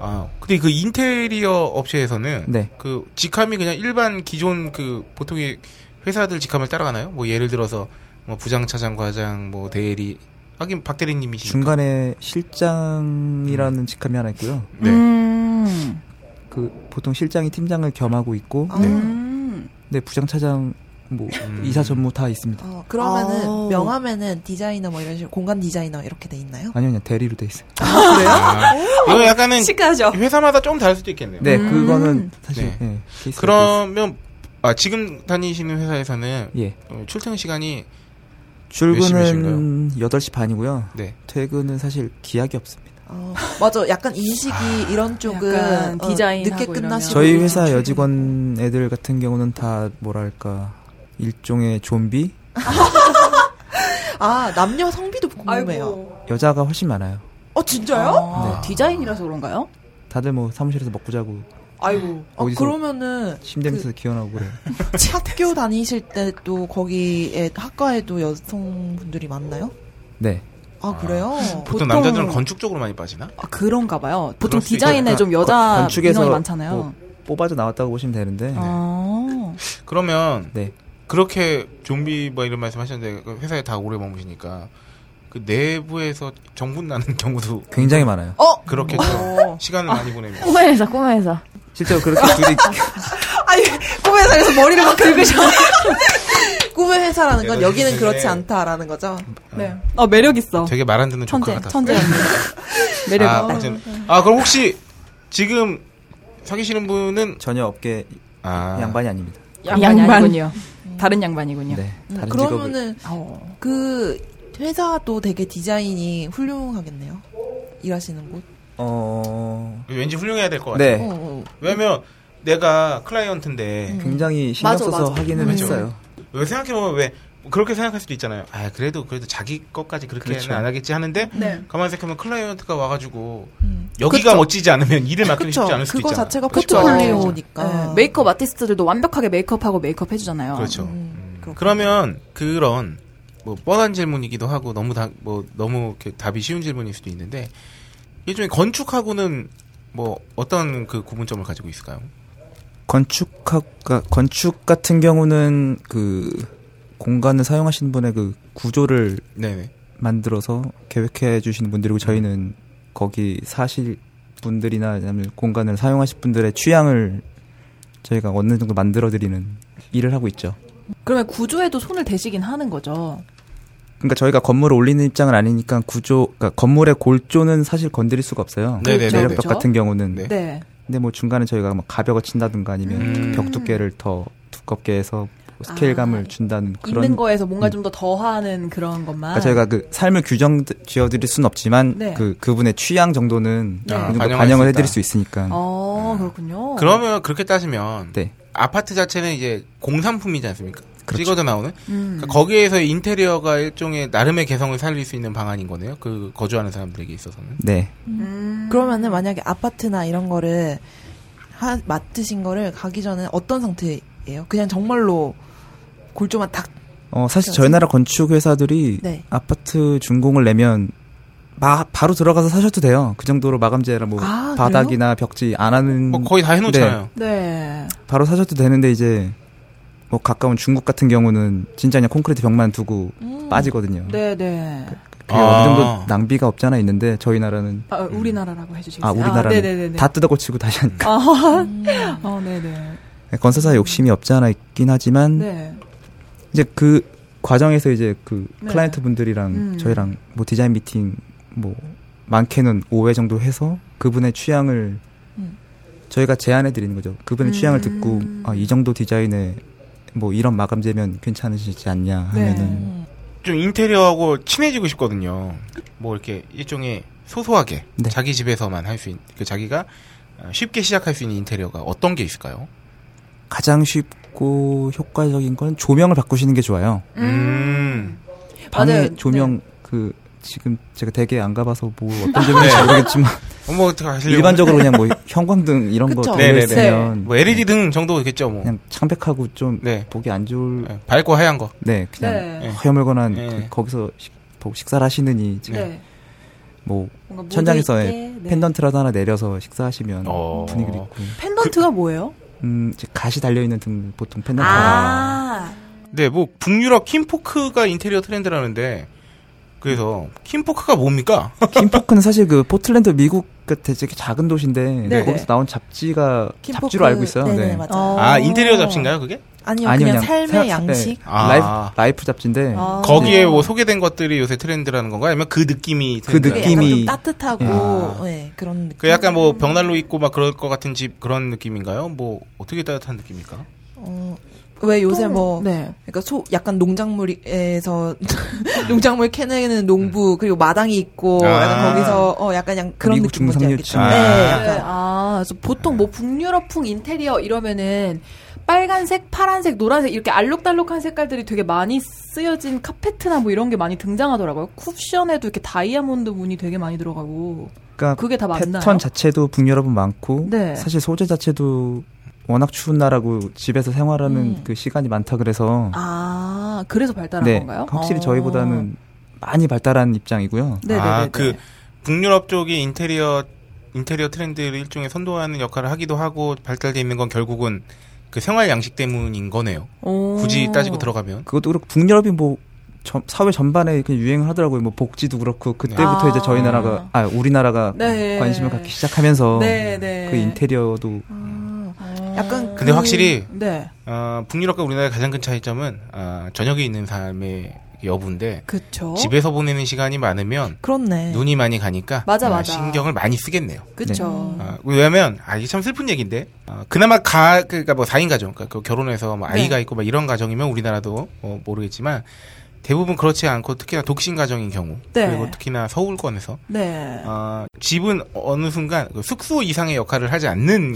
Speaker 4: 아, 근데 그 인테리어 업체에서는
Speaker 1: 네.
Speaker 4: 그 직함이 그냥 일반 기존 그 보통의 회사들 직함을 따라가나요? 뭐 예를 들어서 뭐 부장, 차장, 과장, 뭐 대리. 하긴 박 대리님이시.
Speaker 1: 중간에 실장이라는 직함이 하나 있고요.
Speaker 4: 네.
Speaker 5: 음.
Speaker 1: 그 보통 실장이 팀장을 겸하고 있고,
Speaker 7: 아.
Speaker 5: 음.
Speaker 1: 네 부장 차장 뭐
Speaker 4: 음.
Speaker 1: 이사 전무 다 있습니다.
Speaker 7: 어, 그러면은
Speaker 5: 아우.
Speaker 7: 명함에는 디자이너 뭐 이런 식으로 공간 디자이너 이렇게 돼 있나요?
Speaker 1: 아니요, 그냥 대리로 돼 있어요. 어,
Speaker 4: 아, 이거 약간은
Speaker 5: 시크하죠?
Speaker 4: 회사마다 조금 다를 수도 있겠네요.
Speaker 1: 네,
Speaker 5: 음.
Speaker 1: 그거는 사실
Speaker 4: 네.
Speaker 1: 네, 케이스가
Speaker 4: 그러면 아, 지금 다니시는 회사에서는
Speaker 1: 또 있- 예.
Speaker 4: 어, 출퇴근 시간이
Speaker 1: 출근은 8시 반이고요.
Speaker 4: 네.
Speaker 1: 퇴근은 사실 기약이 없습니다.
Speaker 7: 어, 맞아, 약간 인식이 이런 쪽은
Speaker 5: 약간
Speaker 7: 어,
Speaker 5: 디자인하고
Speaker 7: 늦게
Speaker 5: 이러면.
Speaker 7: 끝나시고
Speaker 1: 저희
Speaker 7: 이제
Speaker 1: 회사
Speaker 7: 출근.
Speaker 1: 여직원 애들 같은 경우는 다 뭐랄까 일종의 좀비
Speaker 7: 아 남녀 성비도 궁금해요.
Speaker 1: 여자가 훨씬 많아요.
Speaker 7: 어 진짜요?
Speaker 5: 아, 디자인이라서 그런가요?
Speaker 1: 다들 뭐 사무실에서 먹고 자고
Speaker 7: 아이고. 어,
Speaker 1: 어디서-
Speaker 7: 그러면은
Speaker 1: 침대 밑에서
Speaker 7: (laughs)
Speaker 1: 기어나고 그래. 요
Speaker 7: 학교 다니실 때 또 거기에 학과에도 여성분들이 많나요?
Speaker 1: 네.
Speaker 7: 아 그래요? (laughs)
Speaker 4: 보통, 남자들은 건축 쪽으로 많이 빠지나?
Speaker 5: 아, 그런가 봐요. 보통
Speaker 4: 그럴 수
Speaker 5: 디자인에
Speaker 1: 있죠.
Speaker 5: 좀
Speaker 1: 건-
Speaker 5: 여자
Speaker 1: 건축에서
Speaker 5: 인원이 많잖아요.
Speaker 1: 뭐 뽑아져 나왔다고 보시면 되는데.
Speaker 7: 어.
Speaker 5: 아.
Speaker 4: 그러면
Speaker 1: 네.
Speaker 4: 그렇게 좀비 뭐 이런 말씀 하셨는데 그 회사에 다 오래 머무시니까 그 내부에서 정분 나는 (laughs) 경우도
Speaker 1: 굉장히
Speaker 7: 어?
Speaker 1: 많아요.
Speaker 4: 그렇게
Speaker 5: 어.
Speaker 4: 좀 시간을
Speaker 5: 아.
Speaker 4: 많이 보냅니다.
Speaker 6: 꼬마 회사, 꼬마 회사.
Speaker 7: (laughs)
Speaker 1: 실제로 그렇게 둘이
Speaker 7: 아니 꿈에서 그래서 머리를 막 긁으셔. 꿈의 회사라는 건
Speaker 4: 내가
Speaker 7: 여기는
Speaker 4: 지금
Speaker 7: 그렇지
Speaker 4: 되게-
Speaker 7: 않다라는 거죠.
Speaker 5: 네. 어 매력 있어.
Speaker 4: 되게 말 안 듣는 조카
Speaker 5: 천재,
Speaker 4: 같았어.
Speaker 5: 천재입니다. 매력.
Speaker 4: 아,
Speaker 5: 있어.
Speaker 4: 박재민. 아, 그럼 혹시 지금 사귀시는 분은
Speaker 1: 전혀 업계
Speaker 4: 아,
Speaker 1: 양반이 아닙니다.
Speaker 5: 양반이 아니군요. 다른 양반이군요.
Speaker 1: 네. 다른 직업을
Speaker 7: 음, 그러면은
Speaker 5: 어.
Speaker 7: 그 회사도 되게 디자인이 훌륭하겠네요. 일하시는 곳.
Speaker 1: 어
Speaker 4: 왠지 훌륭해야 될 것 같아요.
Speaker 1: 네.
Speaker 7: 어, 어.
Speaker 4: 왜냐면 내가
Speaker 5: 음.
Speaker 4: 클라이언트인데
Speaker 1: 굉장히 신경
Speaker 7: 맞아,
Speaker 1: 써서
Speaker 7: 맞아.
Speaker 1: 하기는
Speaker 4: 그렇죠.
Speaker 1: 했어요.
Speaker 4: 왜 생각해 보면 왜 그렇게 생각할 수도 있잖아요. 아 그래도 그래도 자기 것까지 그렇게는
Speaker 1: 그렇죠.
Speaker 4: 안 하겠지 하는데
Speaker 5: 네.
Speaker 4: 가만히 생각하면 클라이언트가 와가지고
Speaker 7: 음.
Speaker 4: 여기가 멋지지 않으면 일을 맡기기
Speaker 7: 그쵸.
Speaker 4: 쉽지 않을 수도
Speaker 7: 그거
Speaker 4: 있잖아.
Speaker 7: 자체가
Speaker 1: 네.
Speaker 5: 그쵸.
Speaker 7: 포트폴리오니까.
Speaker 5: 네, 메이크업 아티스트들도 완벽하게 메이크업하고 메이크업 해주잖아요.
Speaker 4: 그렇죠.
Speaker 7: 음,
Speaker 4: 음.
Speaker 7: 그렇구나.
Speaker 4: 그러면 그런 뭐 뻔한 질문이기도 하고 너무 다 뭐 너무 이렇게 답이 쉬운 질문일 수도 있는데 일종의 건축하고는 뭐 어떤 그 구분점을 가지고 있을까요?
Speaker 1: 건축학과 건축 같은 경우는 그 공간을 사용하시는 분의 그 구조를
Speaker 4: 네네.
Speaker 1: 만들어서 계획해 주시는 분들이고 저희는 거기 사실 분들이나 아니면 공간을 사용하실 분들의 취향을 저희가 어느 정도 만들어 드리는 일을 하고 있죠.
Speaker 5: 그러면 구조에도 손을 대시긴 하는 거죠.
Speaker 1: 그러니까 저희가 건물을 올리는 입장은 아니니까 구조, 그러니까 건물의 골조는 사실 건드릴 수가 없어요.
Speaker 4: 네네네.
Speaker 5: 그렇죠.
Speaker 1: 내력벽 같은 경우는.
Speaker 4: 네.
Speaker 5: 네.
Speaker 1: 근데 뭐 중간에 저희가 막 가벽을 친다든가 아니면
Speaker 4: 음.
Speaker 1: 벽 두께를 더 두껍게 해서 뭐 스케일감을 준다는
Speaker 5: 있는
Speaker 1: 그런.
Speaker 5: 거에서 뭔가
Speaker 1: 음.
Speaker 5: 좀 더 더하는 그런 것만.
Speaker 1: 그러니까 저희가 그 삶을 규정 지어드릴 순 없지만
Speaker 5: 네.
Speaker 1: 그 그분의 취향 정도는
Speaker 5: 네.
Speaker 1: 어느 정도
Speaker 4: 반영할
Speaker 1: 반영을
Speaker 4: 수
Speaker 1: 해드릴
Speaker 4: 있다.
Speaker 1: 수 있으니까.
Speaker 5: 어 그렇군요.
Speaker 4: 그러면 그렇게 따지면
Speaker 1: 네.
Speaker 4: 아파트 자체는 이제 공산품이지 않습니까?
Speaker 1: 그렇죠.
Speaker 4: 찍어져 나오는.
Speaker 5: 음.
Speaker 4: 그러니까 거기에서 인테리어가 일종의 나름의 개성을 살릴 수 있는 방안인 거네요. 그 거주하는 사람들에게 있어서는.
Speaker 1: 네.
Speaker 5: 음.
Speaker 7: 그러면은 만약에 아파트나 이런 거를 하, 맡으신 거를 가기 전에 어떤 상태예요? 그냥 정말로 골조만 딱
Speaker 1: 어, 사실 저희 나라 건축 회사들이
Speaker 7: 네.
Speaker 1: 아파트 준공을 내면 마, 바로 들어가서 사셔도 돼요. 그 정도로 마감재라 뭐
Speaker 7: 아,
Speaker 1: 바닥이나 벽지 안 하는
Speaker 4: 뭐 거의 다 해놓잖아요.
Speaker 5: 네.
Speaker 1: 바로 사셔도 되는데 이제 뭐 가까운 중국 같은 경우는 진짜 그냥 콘크리트 벽만 두고 빠지거든요.
Speaker 5: 네, 네.
Speaker 1: 그게
Speaker 4: 아.
Speaker 1: 어느 정도 낭비가 없잖아 있는데 저희 나라는
Speaker 5: 아, 우리나라라고 해주시겠어요?
Speaker 1: 아
Speaker 5: 네,
Speaker 1: 우리나라는
Speaker 5: 네, 네, 네.
Speaker 1: 다 뜯어 고치고 다시 하니까
Speaker 5: 아, 어, 네, 네.
Speaker 1: 건설사의 욕심이 없지 않아 있긴 하지만
Speaker 5: 네.
Speaker 1: 이제 그 과정에서 이제 그
Speaker 5: 네.
Speaker 1: 클라이언트 분들이랑
Speaker 5: 음.
Speaker 1: 저희랑 뭐 디자인 미팅 뭐 많게는 5회 정도 해서 그분의 취향을
Speaker 7: 음.
Speaker 1: 저희가 제안해 드리는 거죠.
Speaker 5: 음.
Speaker 1: 그분의 취향을 듣고 아, 이 정도 디자인에 뭐 이런 마감재면 괜찮으시지 않냐 하면은
Speaker 5: 네.
Speaker 4: 좀 인테리어하고 친해지고 싶거든요. 뭐 이렇게 일종의 소소하게
Speaker 1: 네.
Speaker 4: 자기 집에서만 할 수 있는 그 자기가 어, 쉽게 시작할 수 있는 인테리어가 어떤 게 있을까요?
Speaker 1: 가장 쉽고 효과적인 건 조명을 바꾸시는 게 좋아요.
Speaker 4: 음.
Speaker 1: 방의
Speaker 5: 맞아요.
Speaker 1: 조명 그 지금 제가 되게 안 가봐서 뭐 어떤
Speaker 4: 네.
Speaker 1: 조명인지
Speaker 4: (laughs)
Speaker 1: 모르겠지만
Speaker 4: 뭐 어떻게 하시려고?
Speaker 1: 일반적으로 그냥 뭐 형광등 이런 거
Speaker 7: 그쵸.
Speaker 1: 들어
Speaker 4: 네네네.
Speaker 1: 있으면
Speaker 4: 뭐 LED 등 정도겠죠 뭐.
Speaker 1: 그냥 창백하고 좀
Speaker 4: 네.
Speaker 1: 보기 안 좋을
Speaker 4: 예, 밝고 하얀 거.
Speaker 1: 네 그냥
Speaker 5: 네.
Speaker 4: 예.
Speaker 1: 허여물건한
Speaker 4: 네.
Speaker 1: 그 거기서 식- 보고 식사를 하시느니 지금
Speaker 5: 네.
Speaker 1: 뭐
Speaker 5: 뭔가 모두
Speaker 1: 천장에서 예,
Speaker 5: 있게, 네.
Speaker 1: 펜던트라도 하나 내려서 식사하시면
Speaker 4: 어.
Speaker 1: 분위기도 있고
Speaker 5: 펜던트가 뭐예요?
Speaker 1: 음 이제 가시 달려 있는 등 보통 펜던트
Speaker 5: 아.
Speaker 4: 네, 뭐 북유럽 킴포크가 인테리어 트렌드라는데 그래서 킴포크가 뭡니까?
Speaker 1: 킴포크는 사실 그 포틀랜드 미국 그 되게 작은 도시인데
Speaker 5: 네네.
Speaker 1: 거기서 나온 잡지가
Speaker 7: 킴포크- 그-
Speaker 1: 잡지로 알고 있어요.
Speaker 7: 네네,
Speaker 1: 네.
Speaker 7: 맞아요.
Speaker 5: 어.
Speaker 4: 아 인테리어 잡지인가요 그게?
Speaker 7: 아니요,
Speaker 1: 아니요,
Speaker 7: 그냥, 네.
Speaker 1: 그냥
Speaker 7: 삶의
Speaker 1: 사- 네.
Speaker 7: 양식. 네.
Speaker 4: 아.
Speaker 1: 라이프, 라이프 잡지인데
Speaker 5: 아.
Speaker 4: 거기에 뭐 소개된 것들이 요새 트렌드라는 건가? 요 아니면 그 느낌이
Speaker 1: 그
Speaker 4: 트렌드라는
Speaker 1: 느낌.
Speaker 4: 건가요?
Speaker 7: 약간
Speaker 1: 느낌이-
Speaker 7: 좀 따뜻하고
Speaker 4: 아.
Speaker 7: 네, 그런 느낌.
Speaker 4: 그 약간 뭐 벽난로 있고 막 그럴 것 같은 집 그런 느낌인가요? 뭐 어떻게 따뜻한 느낌입니까?
Speaker 7: 어, 왜 요새 뭐
Speaker 5: 네.
Speaker 7: 그러니까 소 약간 농작물에서 (laughs) 농작물 캐내는 농부 그리고 마당이 있고
Speaker 4: 네. 아.
Speaker 7: 약간 거기서 어 약간 양- 그런
Speaker 1: 미국
Speaker 7: 느낌 뭔지 알겠죠?
Speaker 1: 중상류층.
Speaker 7: 네,
Speaker 4: 아.
Speaker 5: 네.
Speaker 7: 약간
Speaker 5: 아, 그래서 보통 뭐 북유럽풍 인테리어 이러면은 빨간색, 파란색, 노란색 이렇게 알록달록한 색깔들이 되게 많이 쓰여진 카페트나 뭐 이런 게 많이 등장하더라고요. 쿠션에도 이렇게 다이아몬드 문이 되게 많이 들어가고.
Speaker 1: 그러니까
Speaker 5: 그게 다 맞나요?
Speaker 1: 패턴 자체도 북유럽은 많고
Speaker 5: 네.
Speaker 1: 사실 소재 자체도 워낙 추운 나라고 집에서 생활하는 그 시간이 많다 그래서
Speaker 5: 음. 아, 그래서 발달한
Speaker 1: 네
Speaker 5: 건가요?
Speaker 1: 확실히
Speaker 5: 어.
Speaker 1: 저희보다는 많이 발달한 입장이고요.
Speaker 5: 네네네.
Speaker 4: 아, 그 북유럽 쪽이 인테리어 인테리어 트렌드를 일종의 선도하는 역할을 하기도 하고 발달돼 있는 건 결국은 그 생활 양식 때문인 거네요. 굳이 따지고 들어가면.
Speaker 1: 그것도 그렇고 북유럽이 뭐 전- 사회 전반에 그냥 유행을 하더라고요. 뭐 복지도 그렇고 그때부터
Speaker 5: 아.
Speaker 1: 이제 저희 나라가 아 우리나라가
Speaker 5: 네.
Speaker 4: 어.
Speaker 1: 관심을 갖기 시작하면서
Speaker 5: 네, 네.
Speaker 1: 그 인테리어도
Speaker 7: 아. 약간
Speaker 4: 그 근데
Speaker 7: 그-
Speaker 4: 확실히
Speaker 5: 네.
Speaker 4: 어, 북유럽과 우리나라의 가장 큰 차이점은 아, 저녁에 있는 삶의 여부인데
Speaker 5: 그쵸.
Speaker 4: 집에서 보내는 시간이 많으면
Speaker 7: 그렇네.
Speaker 4: 눈이 많이 가니까
Speaker 5: 맞아,
Speaker 4: 아,
Speaker 5: 맞아. 음.
Speaker 4: 신경을 많이 쓰겠네요.
Speaker 5: 그쵸.
Speaker 4: 아, 왜냐면 아 이게 참 슬픈 얘기인데 아, 그나마 가 그러니까 뭐 4인 가정 그러니까 그 결혼해서
Speaker 5: 네.
Speaker 4: 뭐 아이가 있고 막 이런 가정이면 우리나라도 뭐 모르겠지만 대부분 그렇지 않고 특히나 독신 가정인 경우
Speaker 5: 네.
Speaker 4: 그리고 특히나 서울권에서
Speaker 5: 네.
Speaker 4: 아, 집은 어느 순간 그 숙소 이상의 역할을 하지 않는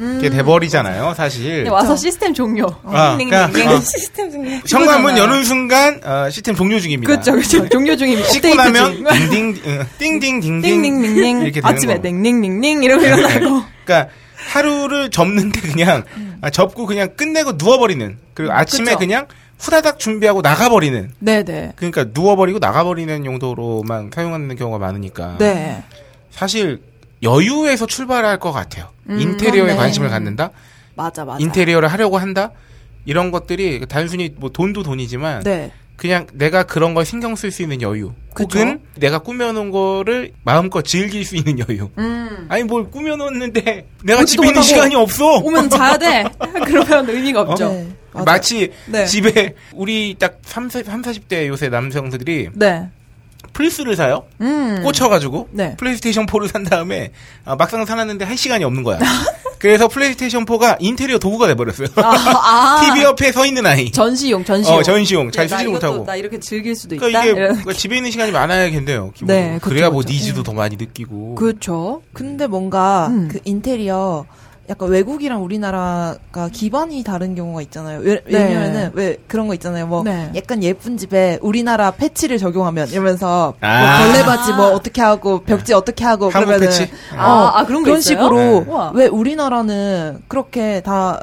Speaker 5: 음.
Speaker 4: 게 돼버리잖아요 사실
Speaker 5: 근데 네, 와서 시스템 종료.
Speaker 4: 아, 그러니까, 어,
Speaker 6: 시스템 중에
Speaker 4: 현관문 여는 순간 어, 시스템 종료 중입니다
Speaker 5: 그쵸, 그쵸. 종료 중입니다.
Speaker 4: 씻고
Speaker 5: 업데이트
Speaker 4: 나면
Speaker 5: 중.
Speaker 4: 딩딩 어, 띵띵딩딩
Speaker 5: (laughs) 띵띵띵띵.
Speaker 4: (laughs) 이렇게 되는 네.
Speaker 5: 아침에
Speaker 4: 거.
Speaker 5: 띵띵띵띵 이러고 일어나고.
Speaker 4: 그러니까 하루를 접는데 그냥 아, 접고 그냥 끝내고 누워버리는 그리고 아침에
Speaker 5: 음. 그쵸.
Speaker 4: 그냥 후다닥 준비하고 나가버리는
Speaker 5: 네네.
Speaker 4: 그러니까 누워버리고 나가버리는 용도로만 사용하는 경우가 많으니까
Speaker 5: 네.
Speaker 4: 사실 여유에서 출발할 것 같아요
Speaker 5: 음,
Speaker 4: 인테리어에
Speaker 5: 맞네.
Speaker 4: 관심을 갖는다
Speaker 5: 맞아, 맞아.
Speaker 4: 인테리어를 하려고 한다 이런 것들이 단순히 뭐 돈도 돈이지만
Speaker 5: 네.
Speaker 4: 그냥 내가 그런 걸 신경 쓸 수 있는 여유
Speaker 5: 그쵸.
Speaker 4: 혹은 내가 꾸며놓은 거를 마음껏 즐길 수 있는 여유
Speaker 5: 음.
Speaker 4: 아니 뭘 꾸며놓는데 (laughs) 내가
Speaker 5: 오지도
Speaker 4: 집에 있는
Speaker 5: 못하고
Speaker 4: 시간이 없어 어?
Speaker 5: 오면 자야 돼. (laughs) 그러면 의미가 없죠.
Speaker 7: 네, 맞아요.
Speaker 4: 마치
Speaker 5: 네.
Speaker 4: 집에 우리 딱 30, 40대 요새 남성들이
Speaker 5: 네.
Speaker 4: 플스를 사요. (laughs)
Speaker 5: 음.
Speaker 4: 꽂혀가지고
Speaker 5: 네.
Speaker 4: 플레이스테이션 4를 산 다음에 아, 막상 사놨는데 할 시간이 없는
Speaker 5: (laughs)
Speaker 4: 거야. 그래서 플레이스테이션 4가 인테리어 도구가 돼버렸어요.
Speaker 5: 아,
Speaker 4: (laughs)
Speaker 5: 아.
Speaker 4: TV 옆에 서 있는 아이.
Speaker 5: 전시용, 전시용.
Speaker 4: 어, 전시용. 잘
Speaker 5: 네, 나
Speaker 4: 쓰지도
Speaker 5: 이것도-
Speaker 4: 못하고.
Speaker 5: 나 이렇게 즐길 수도 있다.
Speaker 4: 그러니까 이게
Speaker 5: 이런.
Speaker 4: 그러니까 집에 있는 시간이 많아야겠네요. 기본적으로.
Speaker 5: 네, 그쵸,
Speaker 4: 그래야 뭐
Speaker 5: 그쵸.
Speaker 4: 니즈도 더 많이 느끼고.
Speaker 5: 그렇죠.
Speaker 7: 근데 뭔가
Speaker 5: 음.
Speaker 7: 그 인테리어 약간 외국이랑 우리나라가 기반이 다른 경우가 있잖아요. 왜,
Speaker 5: 네.
Speaker 7: 왜냐면은 왜 그런 거 있잖아요. 뭐
Speaker 5: 네.
Speaker 7: 약간 예쁜 집에 우리나라 패치를 적용하면 이러면서
Speaker 4: 아.
Speaker 7: 뭐 벌레 바지 뭐 어떻게 하고 벽지 어떻게 하고
Speaker 4: 한국
Speaker 7: 그러면은
Speaker 4: 패치?
Speaker 7: 어,
Speaker 5: 아, 아, 그런 게
Speaker 7: 그런
Speaker 5: 있어요?
Speaker 7: 식으로
Speaker 5: 네. 우와.
Speaker 7: 왜 우리나라는 그렇게 다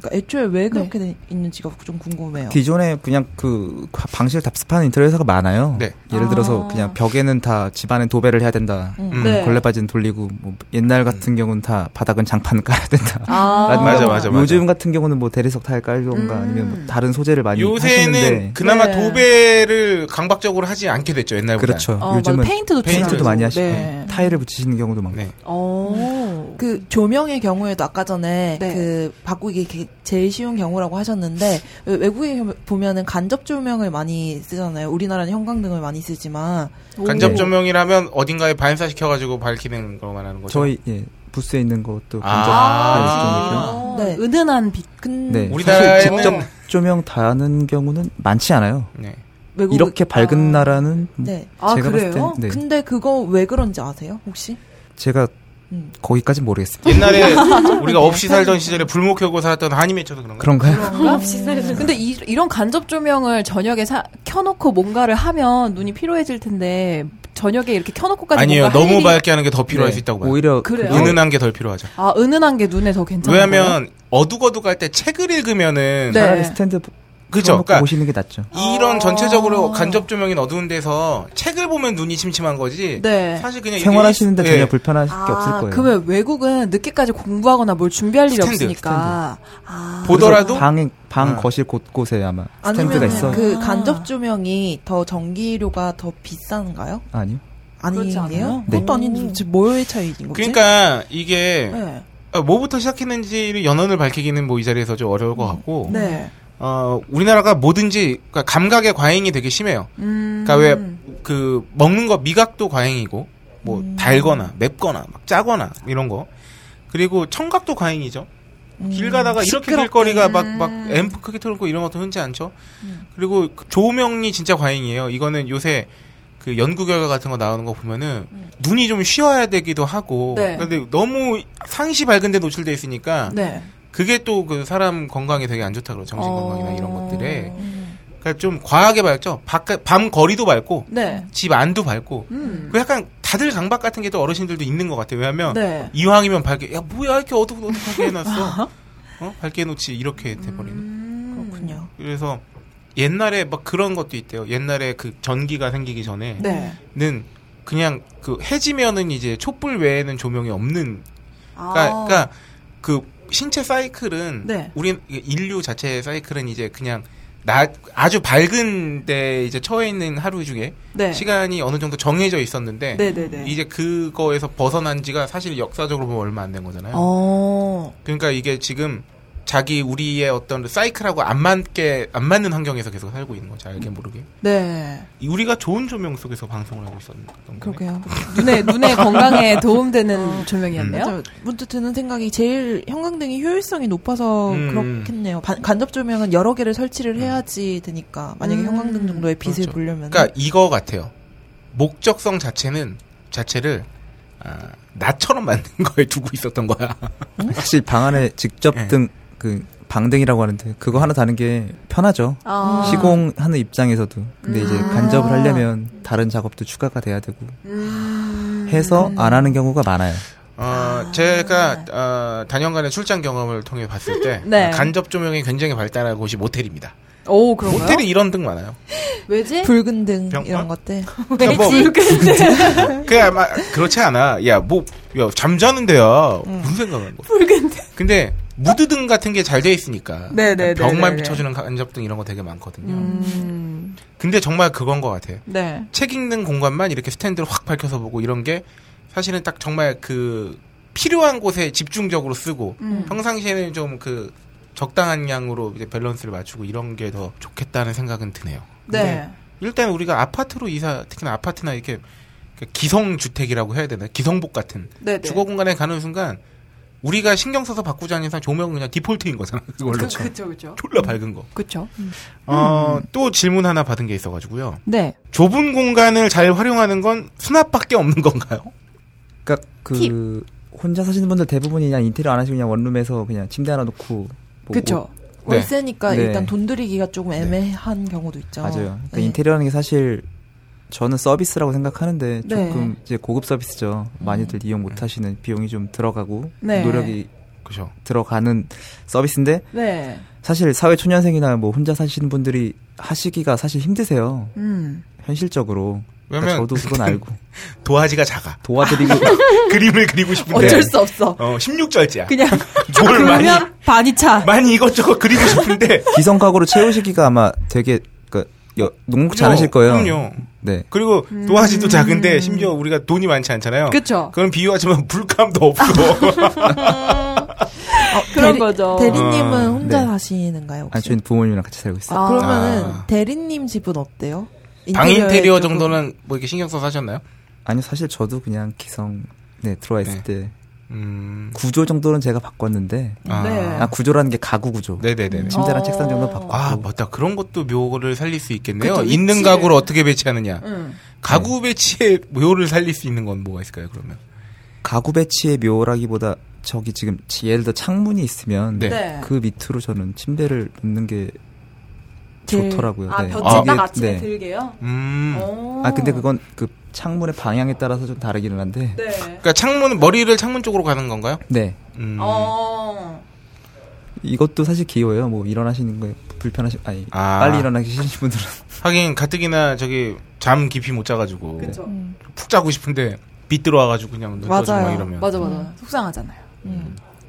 Speaker 7: 그러니까 애초에 왜
Speaker 5: 네.
Speaker 7: 그렇게 돼 있는지가 좀
Speaker 4: 어.
Speaker 7: 궁금해요.
Speaker 1: 기존에 그냥 그 방식을 답습하는 인테리어 회사가 많아요.
Speaker 4: 네.
Speaker 1: 예를 들어서
Speaker 5: 아.
Speaker 1: 그냥 벽에는 다 집안에 도배를 해야 된다.
Speaker 4: 음.
Speaker 5: 네.
Speaker 1: 걸레바지는 돌리고 뭐 옛날 같은 경우는 다 바닥은 장판 깔아야 된다.
Speaker 5: 아.
Speaker 1: 라든가
Speaker 4: 맞아,
Speaker 1: 뭐
Speaker 4: 맞아, 맞아.
Speaker 1: 요즘 같은 경우는 뭐 대리석 타일 깔던가
Speaker 5: 음.
Speaker 1: 아니면 뭐 다른 소재를 많이
Speaker 4: 요새는
Speaker 1: 하시는데
Speaker 4: 그나마
Speaker 5: 네.
Speaker 4: 도배를 강박적으로 하지 않게 됐죠. 옛날보다.
Speaker 1: 그렇죠.
Speaker 5: 어,
Speaker 1: 요즘은
Speaker 5: 맞아. 페인트도
Speaker 4: 페인트도
Speaker 5: 주시고.
Speaker 1: 많이 하시고.
Speaker 5: 네.
Speaker 1: 타일을 붙이시는 경우도 많고.
Speaker 4: 네.
Speaker 5: 어.
Speaker 7: 그 조명의 경우에도 아까 전에
Speaker 5: 네.
Speaker 7: 그 바꾸기 게- 제일 쉬운 경우라고 하셨는데 왜- 외국에 겨- 보면은 간접 조명을 많이 쓰잖아요. 우리나라는 형광등을 많이 쓰지만
Speaker 4: 간접 조명이라면 어딘가에 반사시켜가지고 밝히는 것만 하는 거죠.
Speaker 1: 저희 예, 부스에 있는 것도
Speaker 4: 아.
Speaker 1: 간접
Speaker 5: 아,
Speaker 7: 네.
Speaker 5: 은은한 빛.
Speaker 7: 근
Speaker 1: 네.
Speaker 4: 우리나라에는-
Speaker 1: 사실 직접 조명 다는 경우는 많지 않아요.
Speaker 4: 네.
Speaker 7: 외국
Speaker 1: 이렇게 밝은
Speaker 5: 아.
Speaker 1: 나라는 뭐
Speaker 7: 네.
Speaker 5: 아,
Speaker 1: 제가
Speaker 5: 그래요?
Speaker 1: 봤을 때 네.
Speaker 7: 근데 그거 왜 그런지 아세요? 혹시?
Speaker 1: 제가
Speaker 7: 음.
Speaker 1: 거기까지 모르겠습니다.
Speaker 4: 옛날에 우리가 없이 살던 시절에 불목 켜고 살았던 한인매쳐도 그런 거.
Speaker 1: (laughs) 그런가요?
Speaker 5: 근데 이, 이런 간접 조명을 저녁에 사, 켜놓고 뭔가를 하면 눈이 피로해질 텐데 저녁에 이렇게 켜놓고까지
Speaker 4: 아니에요.
Speaker 5: 뭔가 할
Speaker 4: 너무
Speaker 5: 일이-
Speaker 4: 밝게 하는 게 더 필요할
Speaker 1: 네.
Speaker 4: 수 있다고 봐요.
Speaker 1: 오히려
Speaker 5: 그래요?
Speaker 1: 그게
Speaker 4: 은은한 게 덜 필요하죠.
Speaker 5: 아 은은한 게 눈에 더 괜찮아요.
Speaker 4: 왜냐하면 어둑어둑할 때 책을 읽으면은
Speaker 5: 네.
Speaker 1: 차라리 스탠드
Speaker 4: 그죠.
Speaker 1: 놓고
Speaker 4: 그러니까
Speaker 1: 보시는 게 낫죠.
Speaker 4: 이런 전체적으로 간접 조명인 어두운 데서 책을 보면 눈이 침침한 거지.
Speaker 5: 네.
Speaker 4: 사실 그냥 이게
Speaker 1: 생활하시는데
Speaker 4: 일-
Speaker 1: 전혀
Speaker 4: 예.
Speaker 1: 불편하실 게 아, 없을 거예요.
Speaker 5: 아, 그러면 외국은 늦게까지 공부하거나 뭘 준비할 일이
Speaker 4: 스탠드,
Speaker 5: 없으니까. 아.
Speaker 4: 보- 보더라도?
Speaker 1: 그래서 방에 방
Speaker 4: 아.
Speaker 1: 거실 곳곳에 아마 스탠드가
Speaker 7: 아니면
Speaker 1: 있어.
Speaker 7: 그
Speaker 5: 아.
Speaker 7: 간접 조명이 더 전기료가 더 비싼가요?
Speaker 1: 아니요.
Speaker 5: 그렇지
Speaker 7: 아니에요?
Speaker 5: 않아요?
Speaker 1: 네.
Speaker 7: 그것도 아닌데 지금 뭐의 차이인 거지?
Speaker 4: 그러니까 이게
Speaker 5: 네.
Speaker 4: 어, 뭐부터 시작했는지를 연원을 밝히기는 뭐 이 자리에서 좀 어려울 것 같고.
Speaker 5: 네.
Speaker 4: 어 우리나라가 뭐든지 그러니까 감각의 과잉이 되게 심해요.
Speaker 5: 음.
Speaker 4: 그러니까 왜 그 먹는 거 미각도 과잉이고 뭐
Speaker 7: 음.
Speaker 4: 달거나 맵거나 막 짜거나 이런 거 그리고 청각도 과잉이죠. 길 가다가 이렇게
Speaker 7: 음. 시끄럽게. 음.
Speaker 4: 길거리가 막 막 앰프 크게 틀고 이런 것도 흔치 않죠. 그리고 그 조명이 진짜 과잉이에요. 이거는 요새 그 연구 결과 같은 거 나오는 거 보면은
Speaker 7: 음.
Speaker 4: 눈이 좀 쉬어야 되기도 하고
Speaker 5: 네.
Speaker 4: 근데 너무 상시 밝은 데 노출돼 있으니까
Speaker 5: 네.
Speaker 4: 그게 또 그 사람 건강에 되게 안 좋다 그래요. 정신 건강이나 이런
Speaker 5: 어.
Speaker 4: 것들에 그러니까 좀 과하게 밝죠. 밖에 밤 거리도 밝고
Speaker 5: 네.
Speaker 4: 집 안도 밝고
Speaker 5: 음.
Speaker 4: 그 약간 다들 강박 같은 게 또 어르신들도 있는 것 같아요. 왜냐하면
Speaker 5: 네.
Speaker 4: 이왕이면 밝게 야 뭐야 이렇게 어둑 어둑하게
Speaker 5: (laughs)
Speaker 4: 해놨어. 어 밝게 해놓지 이렇게 돼버리는.
Speaker 5: 음.
Speaker 7: 그렇군요.
Speaker 4: 그래서 옛날에 막 그런 것도 있대요. 옛날에 그 전기가 생기기 전에는
Speaker 5: 네.
Speaker 4: 그냥 그 해지면은 이제 촛불 외에는 조명이 없는.
Speaker 5: 아.
Speaker 4: 그러니까, 그러니까 그 신체 사이클은
Speaker 5: 네.
Speaker 4: 우리 인류 자체의 사이클은 이제 그냥 나 아주 밝은 데 이제 처해 있는 하루 중에
Speaker 5: 네.
Speaker 4: 시간이 어느 정도 정해져 있었는데
Speaker 5: 네네네.
Speaker 4: 이제 그거에서 벗어난 지가 사실 역사적으로 보면 얼마 안 된 거잖아요.
Speaker 7: 어.
Speaker 4: 그러니까 이게 지금 자기 우리의 어떤 사이클하고 안 맞게 안 맞는 환경에서 계속 살고 있는 거죠.
Speaker 5: 음.
Speaker 4: 알게 모르게.
Speaker 7: 네.
Speaker 4: 이 우리가 좋은 조명 속에서 방송을 하고 있었던 거네.
Speaker 7: 그러게요.
Speaker 5: 눈에 눈에 건강에 도움되는
Speaker 4: 음.
Speaker 5: 조명이었네요.
Speaker 7: 맞아요. 문득 드는 생각이 제일 형광등이 효율성이 높아서
Speaker 4: 음.
Speaker 7: 그렇겠네요. 반- 간접 조명은 여러 개를 설치를 해야지 되니까 만약에
Speaker 5: 음.
Speaker 7: 형광등 정도의 빛을
Speaker 4: 그렇죠.
Speaker 7: 보려면
Speaker 4: 그러니까 이거 같아요. 목적성 자체는 자체를 아, 나처럼 만든 (laughs) 거에 두고 있었던 거야.
Speaker 1: 사실 방 안에 직접
Speaker 4: 예.
Speaker 1: 등 그 방등이라고 하는데 그거 하나 다는 게 편하죠.
Speaker 5: 아.
Speaker 1: 시공하는 입장에서도. 근데 이제
Speaker 5: 음.
Speaker 1: 간접을 하려면 다른 작업도 추가가 돼야 되고
Speaker 5: 음.
Speaker 1: 해서 안 하는 경우가 많아요.
Speaker 4: 어, 제가 어, 단연간의 출장 경험을 통해 봤을 때
Speaker 5: (laughs)
Speaker 4: 아,
Speaker 5: 네.
Speaker 4: 간접 조명이 굉장히 발달한 곳이 모텔입니다.
Speaker 5: 오 그런가요?
Speaker 4: 모텔에 이런 등 많아요.
Speaker 5: 왜지?
Speaker 7: 붉은 등
Speaker 4: 병-
Speaker 7: 이런
Speaker 4: 어?
Speaker 5: 네,
Speaker 7: 것들.
Speaker 4: 그러니까 뭐- 그 아마 그렇지 않아. 야, 뭐, 야, 잠자는데야
Speaker 5: 음.
Speaker 4: 무슨 생각하는 거?
Speaker 5: 붉은 데
Speaker 4: 근데 무드등 같은 게 잘 돼 있으니까
Speaker 5: 네, 네, 네,
Speaker 4: 벽만
Speaker 5: 네, 네.
Speaker 4: 비춰주는 간접등 이런 거 되게 많거든요.
Speaker 5: 음.
Speaker 4: 근데 정말 그건 것 같아요.
Speaker 5: 네.
Speaker 4: 책 읽는 공간만 이렇게 스탠드를 확 밝혀서 보고 이런 게 사실은 딱 정말 그 필요한 곳에 집중적으로 쓰고
Speaker 5: 음.
Speaker 4: 평상시에는 좀 그 적당한 양으로 이제 밸런스를 맞추고 이런 게 더 좋겠다는 생각은 드네요.
Speaker 5: 네.
Speaker 4: 근데 일단 우리가 아파트로 이사 특히나 아파트나 이렇게 그 기성 주택이라고 해야 되나 기성복 같은
Speaker 5: 네. 네.
Speaker 4: 주거 공간에 가는 순간 우리가 신경 써서 바꾸지 않는 이상 조명은 그냥 디폴트인 거잖아. 그걸로
Speaker 5: 그, 그쵸 그쵸.
Speaker 4: 졸라 밝은 거.
Speaker 5: 그쵸. 음.
Speaker 4: 어, 또 질문 하나 받은 게 있어가지고요.
Speaker 5: 네.
Speaker 4: 좁은 공간을 잘 활용하는 건 수납밖에 없는 건가요?
Speaker 1: 그러니까 그 혼자 사시는 분들 대부분이 그냥 인테리어 안 하시고 그냥 원룸에서 그냥 침대 하나 놓고 보고
Speaker 5: 그쵸.
Speaker 4: 네.
Speaker 7: 월세니까
Speaker 1: 네.
Speaker 7: 일단 돈 들이기가 조금 애매한 경우도 있죠.
Speaker 1: 맞아요. 그러니까
Speaker 5: 예.
Speaker 7: 네.
Speaker 1: 인테리어라는 게 사실 저는 서비스라고 생각하는데
Speaker 7: 네.
Speaker 1: 조금 이제 고급 서비스죠. 많이들 이용 못 하시는 비용이 좀 들어가고
Speaker 5: 음. 네.
Speaker 1: 노력이
Speaker 4: 그죠.
Speaker 1: 들어가는 서비스인데
Speaker 5: 네.
Speaker 1: 사실 사회 초년생이나 뭐 혼자 사시는 분들이 하시기가 사실 힘드세요.
Speaker 5: 음.
Speaker 1: 현실적으로. 그러니까
Speaker 4: 왜냐면
Speaker 1: 저도 그건 알고
Speaker 4: 도화지가
Speaker 5: (laughs)
Speaker 4: 작아.
Speaker 1: 도와드리고 (laughs)
Speaker 4: 그림을 그리고 싶은데.
Speaker 5: 어쩔 수 없어.
Speaker 4: 어, 16절제야. (laughs)
Speaker 5: 그냥
Speaker 4: 뭘 네. 많이, (laughs)
Speaker 5: 그러면 반이 차.
Speaker 4: 많이 이것저것 그리고 (laughs) 싶은데.
Speaker 1: 기성과거로 채우시기가 아마 되게 그러니까 여- 녹록지 않으실 거예요.
Speaker 4: 어, 그럼요.
Speaker 1: 네.
Speaker 4: 그리고 도화지도 작은데 심지어 우리가 돈이 많지 않잖아요.
Speaker 5: 음. 그쵸.
Speaker 4: 그럼 비유하지만 불감도
Speaker 5: (laughs)
Speaker 4: 없고. 어,
Speaker 5: 그런 거죠.
Speaker 7: 대리님은
Speaker 4: 아,
Speaker 7: 혼자
Speaker 1: 네.
Speaker 7: 사시는가요? 혹시?
Speaker 1: 아니 저는 부모님이랑 같이 살고 있어요.
Speaker 5: 아.
Speaker 7: 그러면은
Speaker 4: 아.
Speaker 7: 대리님 집은 어때요?
Speaker 4: 방
Speaker 7: 인테리어에
Speaker 4: 인테리어
Speaker 7: 조금-
Speaker 4: 정도는 뭐 이렇게 신경 써서 하셨나요?
Speaker 1: 아니요 사실 저도 그냥 기성 네 들어와
Speaker 4: 네.
Speaker 1: 있을 때
Speaker 4: 음.
Speaker 1: 구조 정도는 제가 바꿨는데
Speaker 4: 아.
Speaker 5: 네.
Speaker 1: 아 구조라는 게 가구 구조
Speaker 4: 네네네네.
Speaker 1: 침대랑
Speaker 5: 어.
Speaker 1: 책상 정도 바꿨고
Speaker 4: 아, 맞다. 그런 것도 묘를 살릴 수 있겠네요.
Speaker 5: 뭐. 그쵸,
Speaker 4: 있는
Speaker 5: 위치를.
Speaker 4: 가구를 어떻게 배치하느냐.
Speaker 5: 음.
Speaker 4: 가구 배치에 묘를 살릴 수 있는 건 뭐가 있을까요, 그러면?
Speaker 1: 가구 배치의 묘라기보다 저기 지금 지- 예를 들어 창문이 있으면
Speaker 4: 네.
Speaker 5: 네.
Speaker 1: 그 밑으로 저는 침대를 놓는 게
Speaker 7: 제일-
Speaker 1: 좋더라고요.
Speaker 5: 아,
Speaker 1: 네.
Speaker 5: 볕이 딱
Speaker 1: 이게-
Speaker 5: 아침에
Speaker 1: 네.
Speaker 5: 들게요?
Speaker 4: 음.
Speaker 5: 오.
Speaker 1: 아 근데 그건 그 창문의 방향에 따라서 좀 다르기는 한데 네.
Speaker 5: 네.
Speaker 4: 그러니까 창문 머리를 창문 쪽으로 가는 건가요? 음.
Speaker 5: 어.
Speaker 1: 이것도 사실 기호예요. 뭐 일어나시는 거에 불편하시 아니
Speaker 4: 아.
Speaker 1: 빨리 일어나기 싫으신 분들은
Speaker 4: (laughs) 하긴 가뜩이나 저기 잠 깊이 못 자가지고
Speaker 5: 그쵸.
Speaker 4: 푹 자고 싶은데 빛 들어와가지고 그냥 눈 떠지고 막
Speaker 7: 맞아요.
Speaker 4: 이러면
Speaker 5: 음. 맞아, 맞아.
Speaker 4: 음.
Speaker 5: 속상하잖아요.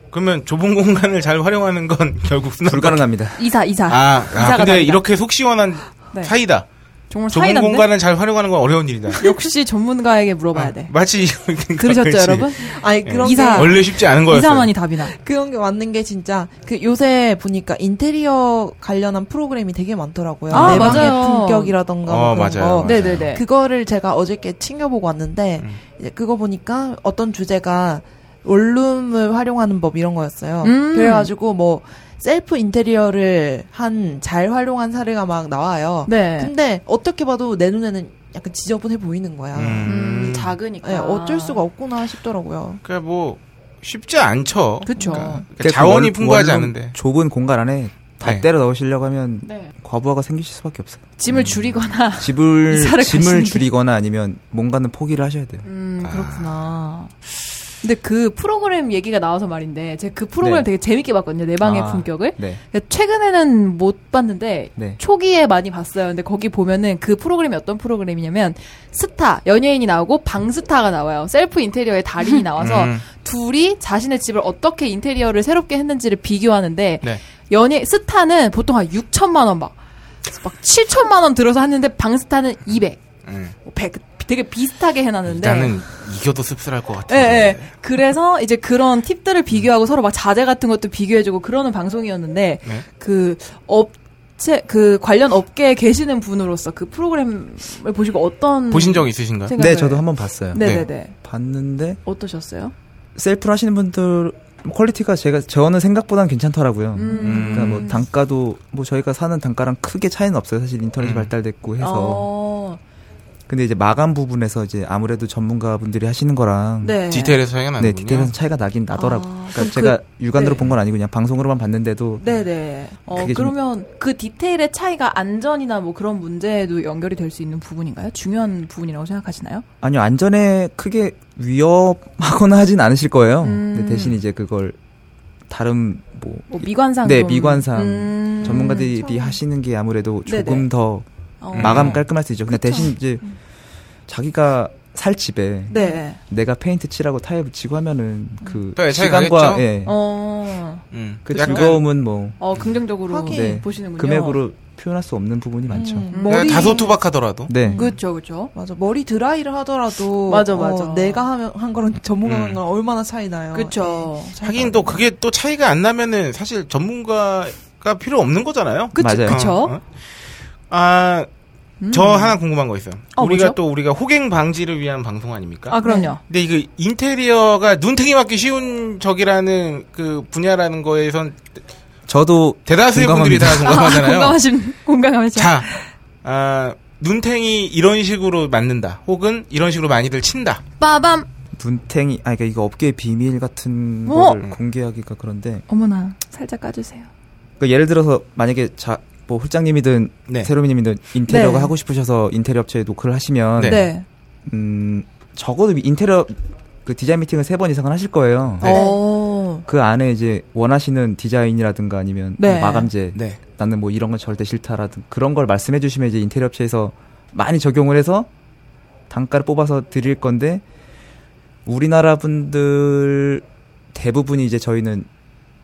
Speaker 4: 그러면 좁은 공간을 잘 활용하는 건 (laughs) 결국 수납
Speaker 1: 불가능합니다.
Speaker 5: 이사, 이사.
Speaker 4: 아, 아
Speaker 5: 이사가
Speaker 4: 근데
Speaker 5: 답이다.
Speaker 4: 이렇게 속 시원한
Speaker 5: 네.
Speaker 4: 사이다
Speaker 5: 정말
Speaker 4: 좁은
Speaker 5: 사이다인데? (laughs)
Speaker 4: 공간을 잘 활용하는 건 어려운 일이다
Speaker 5: 역시 전문가에게 물어봐야 돼.
Speaker 4: 마치
Speaker 5: 네. 들으셨죠,
Speaker 4: 아, 그렇지.
Speaker 5: 여러분?
Speaker 7: 아니
Speaker 4: 예.
Speaker 7: 그런
Speaker 5: 이사.
Speaker 7: 게
Speaker 4: 원래 쉽지 않은 거였어요
Speaker 5: 이사만이 답이다.
Speaker 7: 그런 게 맞는 게 진짜 그 요새 보니까 인테리어 관련한 프로그램이 되게 많더라고요.
Speaker 5: 아,
Speaker 7: 내 방의
Speaker 5: 맞아요.
Speaker 7: 품격이라던가 뭐
Speaker 4: 어,
Speaker 7: 그런
Speaker 4: 맞아요,
Speaker 7: 거.
Speaker 4: 맞아요.
Speaker 5: 네네네.
Speaker 7: 그거를 제가 어저께 챙겨보고 왔는데
Speaker 4: 음.
Speaker 7: 이제 그거 보니까 어떤 주제가 원룸을 활용하는 법 이런 거였어요.
Speaker 5: 음.
Speaker 7: 그래가지고 뭐 셀프 인테리어를 한 잘 활용한 사례가 막 나와요.
Speaker 5: 네.
Speaker 7: 근데 어떻게 봐도 내 눈에는 약간 지저분해 보이는 거야.
Speaker 5: 음, 네,
Speaker 4: 음.
Speaker 5: 작으니까.
Speaker 7: 예,
Speaker 5: 아.
Speaker 7: 어쩔 수가 없구나 싶더라고요.
Speaker 4: 그러니까 뭐 쉽지 않죠
Speaker 5: 그쵸.
Speaker 4: 그러니까 자원이
Speaker 1: 원-
Speaker 4: 풍부하지
Speaker 1: 원룸
Speaker 4: 않은데
Speaker 1: 좁은 공간 안에 다
Speaker 4: 네.
Speaker 1: 때려 넣으시려고 하면
Speaker 5: 네.
Speaker 1: 과부하가 생기실 수밖에 없어요.
Speaker 5: 짐을 줄이거나.
Speaker 1: 집을
Speaker 5: (laughs) 이사를 가시는
Speaker 1: 짐을
Speaker 5: 게-
Speaker 1: 줄이거나 아니면 뭔가는 포기를 하셔야 돼요.
Speaker 5: 음, 그렇구나. 근데 그 프로그램 얘기가 나와서 말인데, 제가 그 프로그램
Speaker 1: 네.
Speaker 5: 되게 재밌게 봤거든요. 내 방의
Speaker 1: 아.
Speaker 5: 품격을.
Speaker 1: 네.
Speaker 5: 그러니까 최근에는 못 봤는데
Speaker 1: 네.
Speaker 5: 초기에 많이 봤어요. 근데 거기 보면은 그 프로그램이 어떤 프로그램이냐면 스타 연예인이 나오고 방스타가 나와요. 셀프 인테리어의 달인이 나와서
Speaker 4: 음.
Speaker 5: 둘이 자신의 집을 어떻게 인테리어를 새롭게 했는지를 비교하는데
Speaker 4: 네.
Speaker 5: 연예 스타는 보통 한 6천만 원 막 막 7천만 원 들어서 하는데 방스타는 200,
Speaker 4: 음.
Speaker 5: 100 되게 비슷하게 해놨는데
Speaker 4: 일단은 이겨도 씁쓸할 것
Speaker 5: 예,
Speaker 4: 같아요.
Speaker 5: 예. 그래서 이제 그런 팁들을 비교하고 서로 막 자재 같은 것도 비교해주고 그러는 방송이었는데
Speaker 4: 네.
Speaker 5: 그 업체 그 관련 업계에 계시는 분으로서 그 프로그램을 보시고 어떤
Speaker 4: 보신 적 있으신가요?
Speaker 5: 생각을-
Speaker 1: 네, 저도 한번 봤어요.
Speaker 5: 네네네
Speaker 1: 봤는데
Speaker 5: 어떠셨어요?
Speaker 1: 셀프를 하시는 분들 퀄리티가 제가 저는 생각보다는 괜찮더라고요.
Speaker 5: 음.
Speaker 1: 그러니까 뭐 단가도 뭐 저희가 사는 단가랑 크게 차이는 없어요. 사실 인터넷이
Speaker 4: 음.
Speaker 1: 발달됐고 해서.
Speaker 5: 어,
Speaker 1: 근데 이제 마감 부분에서 이제 아무래도 전문가분들이 하시는 거랑
Speaker 5: 네.
Speaker 4: 디테일에서 차이가 나는군요.
Speaker 1: 네, 디테일은 차이가 나긴 나더라고요.
Speaker 5: 아,
Speaker 1: 그러니까
Speaker 5: 그럼
Speaker 1: 제가 육안으로
Speaker 5: 네.
Speaker 1: 본 건 아니고 그냥 방송으로만 봤는데도
Speaker 5: 네네. 어,
Speaker 1: 그게 좀-
Speaker 5: 그러면 그 디테일의 차이가 안전이나 뭐 그런 문제에도 연결이 될 수 있는 부분인가요? 중요한 부분이라고 생각하시나요?
Speaker 1: 아니요 안전에 크게 위협하거나 (laughs) 하진 않으실 거예요.
Speaker 5: 음.
Speaker 1: 근데 대신 이제 그걸 다른 뭐,
Speaker 5: 뭐 미관상
Speaker 1: 네,
Speaker 5: 좀-
Speaker 1: 미관상
Speaker 5: 음,
Speaker 1: 전문가들이
Speaker 5: 참.
Speaker 1: 하시는 게 아무래도 조금
Speaker 5: 네네.
Speaker 1: 더
Speaker 5: 어.
Speaker 4: 음.
Speaker 1: 마감 깔끔할 수 있죠. 근데
Speaker 5: 그쵸. 음.
Speaker 1: 대신 이제 자기가 살 집에
Speaker 5: 네. 음.
Speaker 1: 내가 페인트 칠하고 타일 붙이고 하면은 그
Speaker 4: 또 애착이
Speaker 1: 시간과
Speaker 4: 가겠죠?
Speaker 1: 예,
Speaker 5: 어,
Speaker 4: 음.
Speaker 1: 그
Speaker 4: 약간
Speaker 1: 즐거움은 뭐
Speaker 5: 어 긍정적으로
Speaker 7: 확인.
Speaker 1: 네.
Speaker 5: 보시는군요.
Speaker 1: 금액으로 표현할 수 없는 부분이 많죠.
Speaker 7: 음.
Speaker 4: 내가
Speaker 5: 머리-
Speaker 4: 네, 다소 투박하더라도
Speaker 1: 네.
Speaker 5: 그렇죠, 그렇죠.
Speaker 7: 맞아 머리 드라이를 하더라도
Speaker 5: 맞아,
Speaker 7: 어,
Speaker 5: 맞아.
Speaker 7: 내가 하면 한 거랑 전문가가
Speaker 4: 음.
Speaker 7: 한 거랑 얼마나 차이 나요
Speaker 5: 그렇죠.
Speaker 7: 예, 차이가
Speaker 4: 하긴 또 그게 또 차이가 안 나면은 사실 전문가가 필요 없는 거잖아요.
Speaker 5: 그쵸,
Speaker 1: 맞아요.
Speaker 5: 그쵸.
Speaker 4: 어, 어. 아,
Speaker 5: 음.
Speaker 4: 저 하나 궁금한 거 있어요.
Speaker 5: 어,
Speaker 4: 우리가
Speaker 5: 뭐죠?
Speaker 4: 또 우리가 호갱 방지를 위한 방송 아닙니까?
Speaker 5: 아 그럼요.
Speaker 4: 근데 이거 인테리어가 눈탱이 맞기 쉬운 적이라는 그 분야라는 거에선
Speaker 1: 저도
Speaker 4: 대다수의 분들이
Speaker 1: 공감합니다.
Speaker 4: 다 공감하잖아요.
Speaker 5: (laughs) 공감하신 공감하신.
Speaker 4: 자, 아, 눈탱이 이런 식으로 맞는다. 혹은 이런 식으로 많이들 친다.
Speaker 5: 빠밤.
Speaker 1: 눈탱이 아 그러니까 이거 업계의 비밀 같은
Speaker 5: 어?
Speaker 1: 거를 공개하기가 그런데
Speaker 5: 어머나 살짝 까주세요.
Speaker 1: 그러니까 예를 들어서 만약에 자 뭐 홀장님이든
Speaker 4: 네.
Speaker 1: 세로미님이든 인테리어가
Speaker 5: 네.
Speaker 1: 하고 싶으셔서 인테리어 업체에 노크를 하시면
Speaker 4: 네.
Speaker 1: 음 적어도 인테리어 그 디자인 미팅을 세 번 이상은 하실 거예요.
Speaker 4: 네.
Speaker 5: 어.
Speaker 1: 그 안에 이제 원하시는 디자인이라든가 아니면
Speaker 5: 네.
Speaker 1: 뭐 마감재
Speaker 4: 네.
Speaker 1: 나는 뭐 이런 건 절대 싫다라든 그런 걸 말씀해 주시면 이제 인테리어 업체에서 많이 적용을 해서 단가를 뽑아서 드릴 건데 우리나라 분들 대부분이 이제 저희는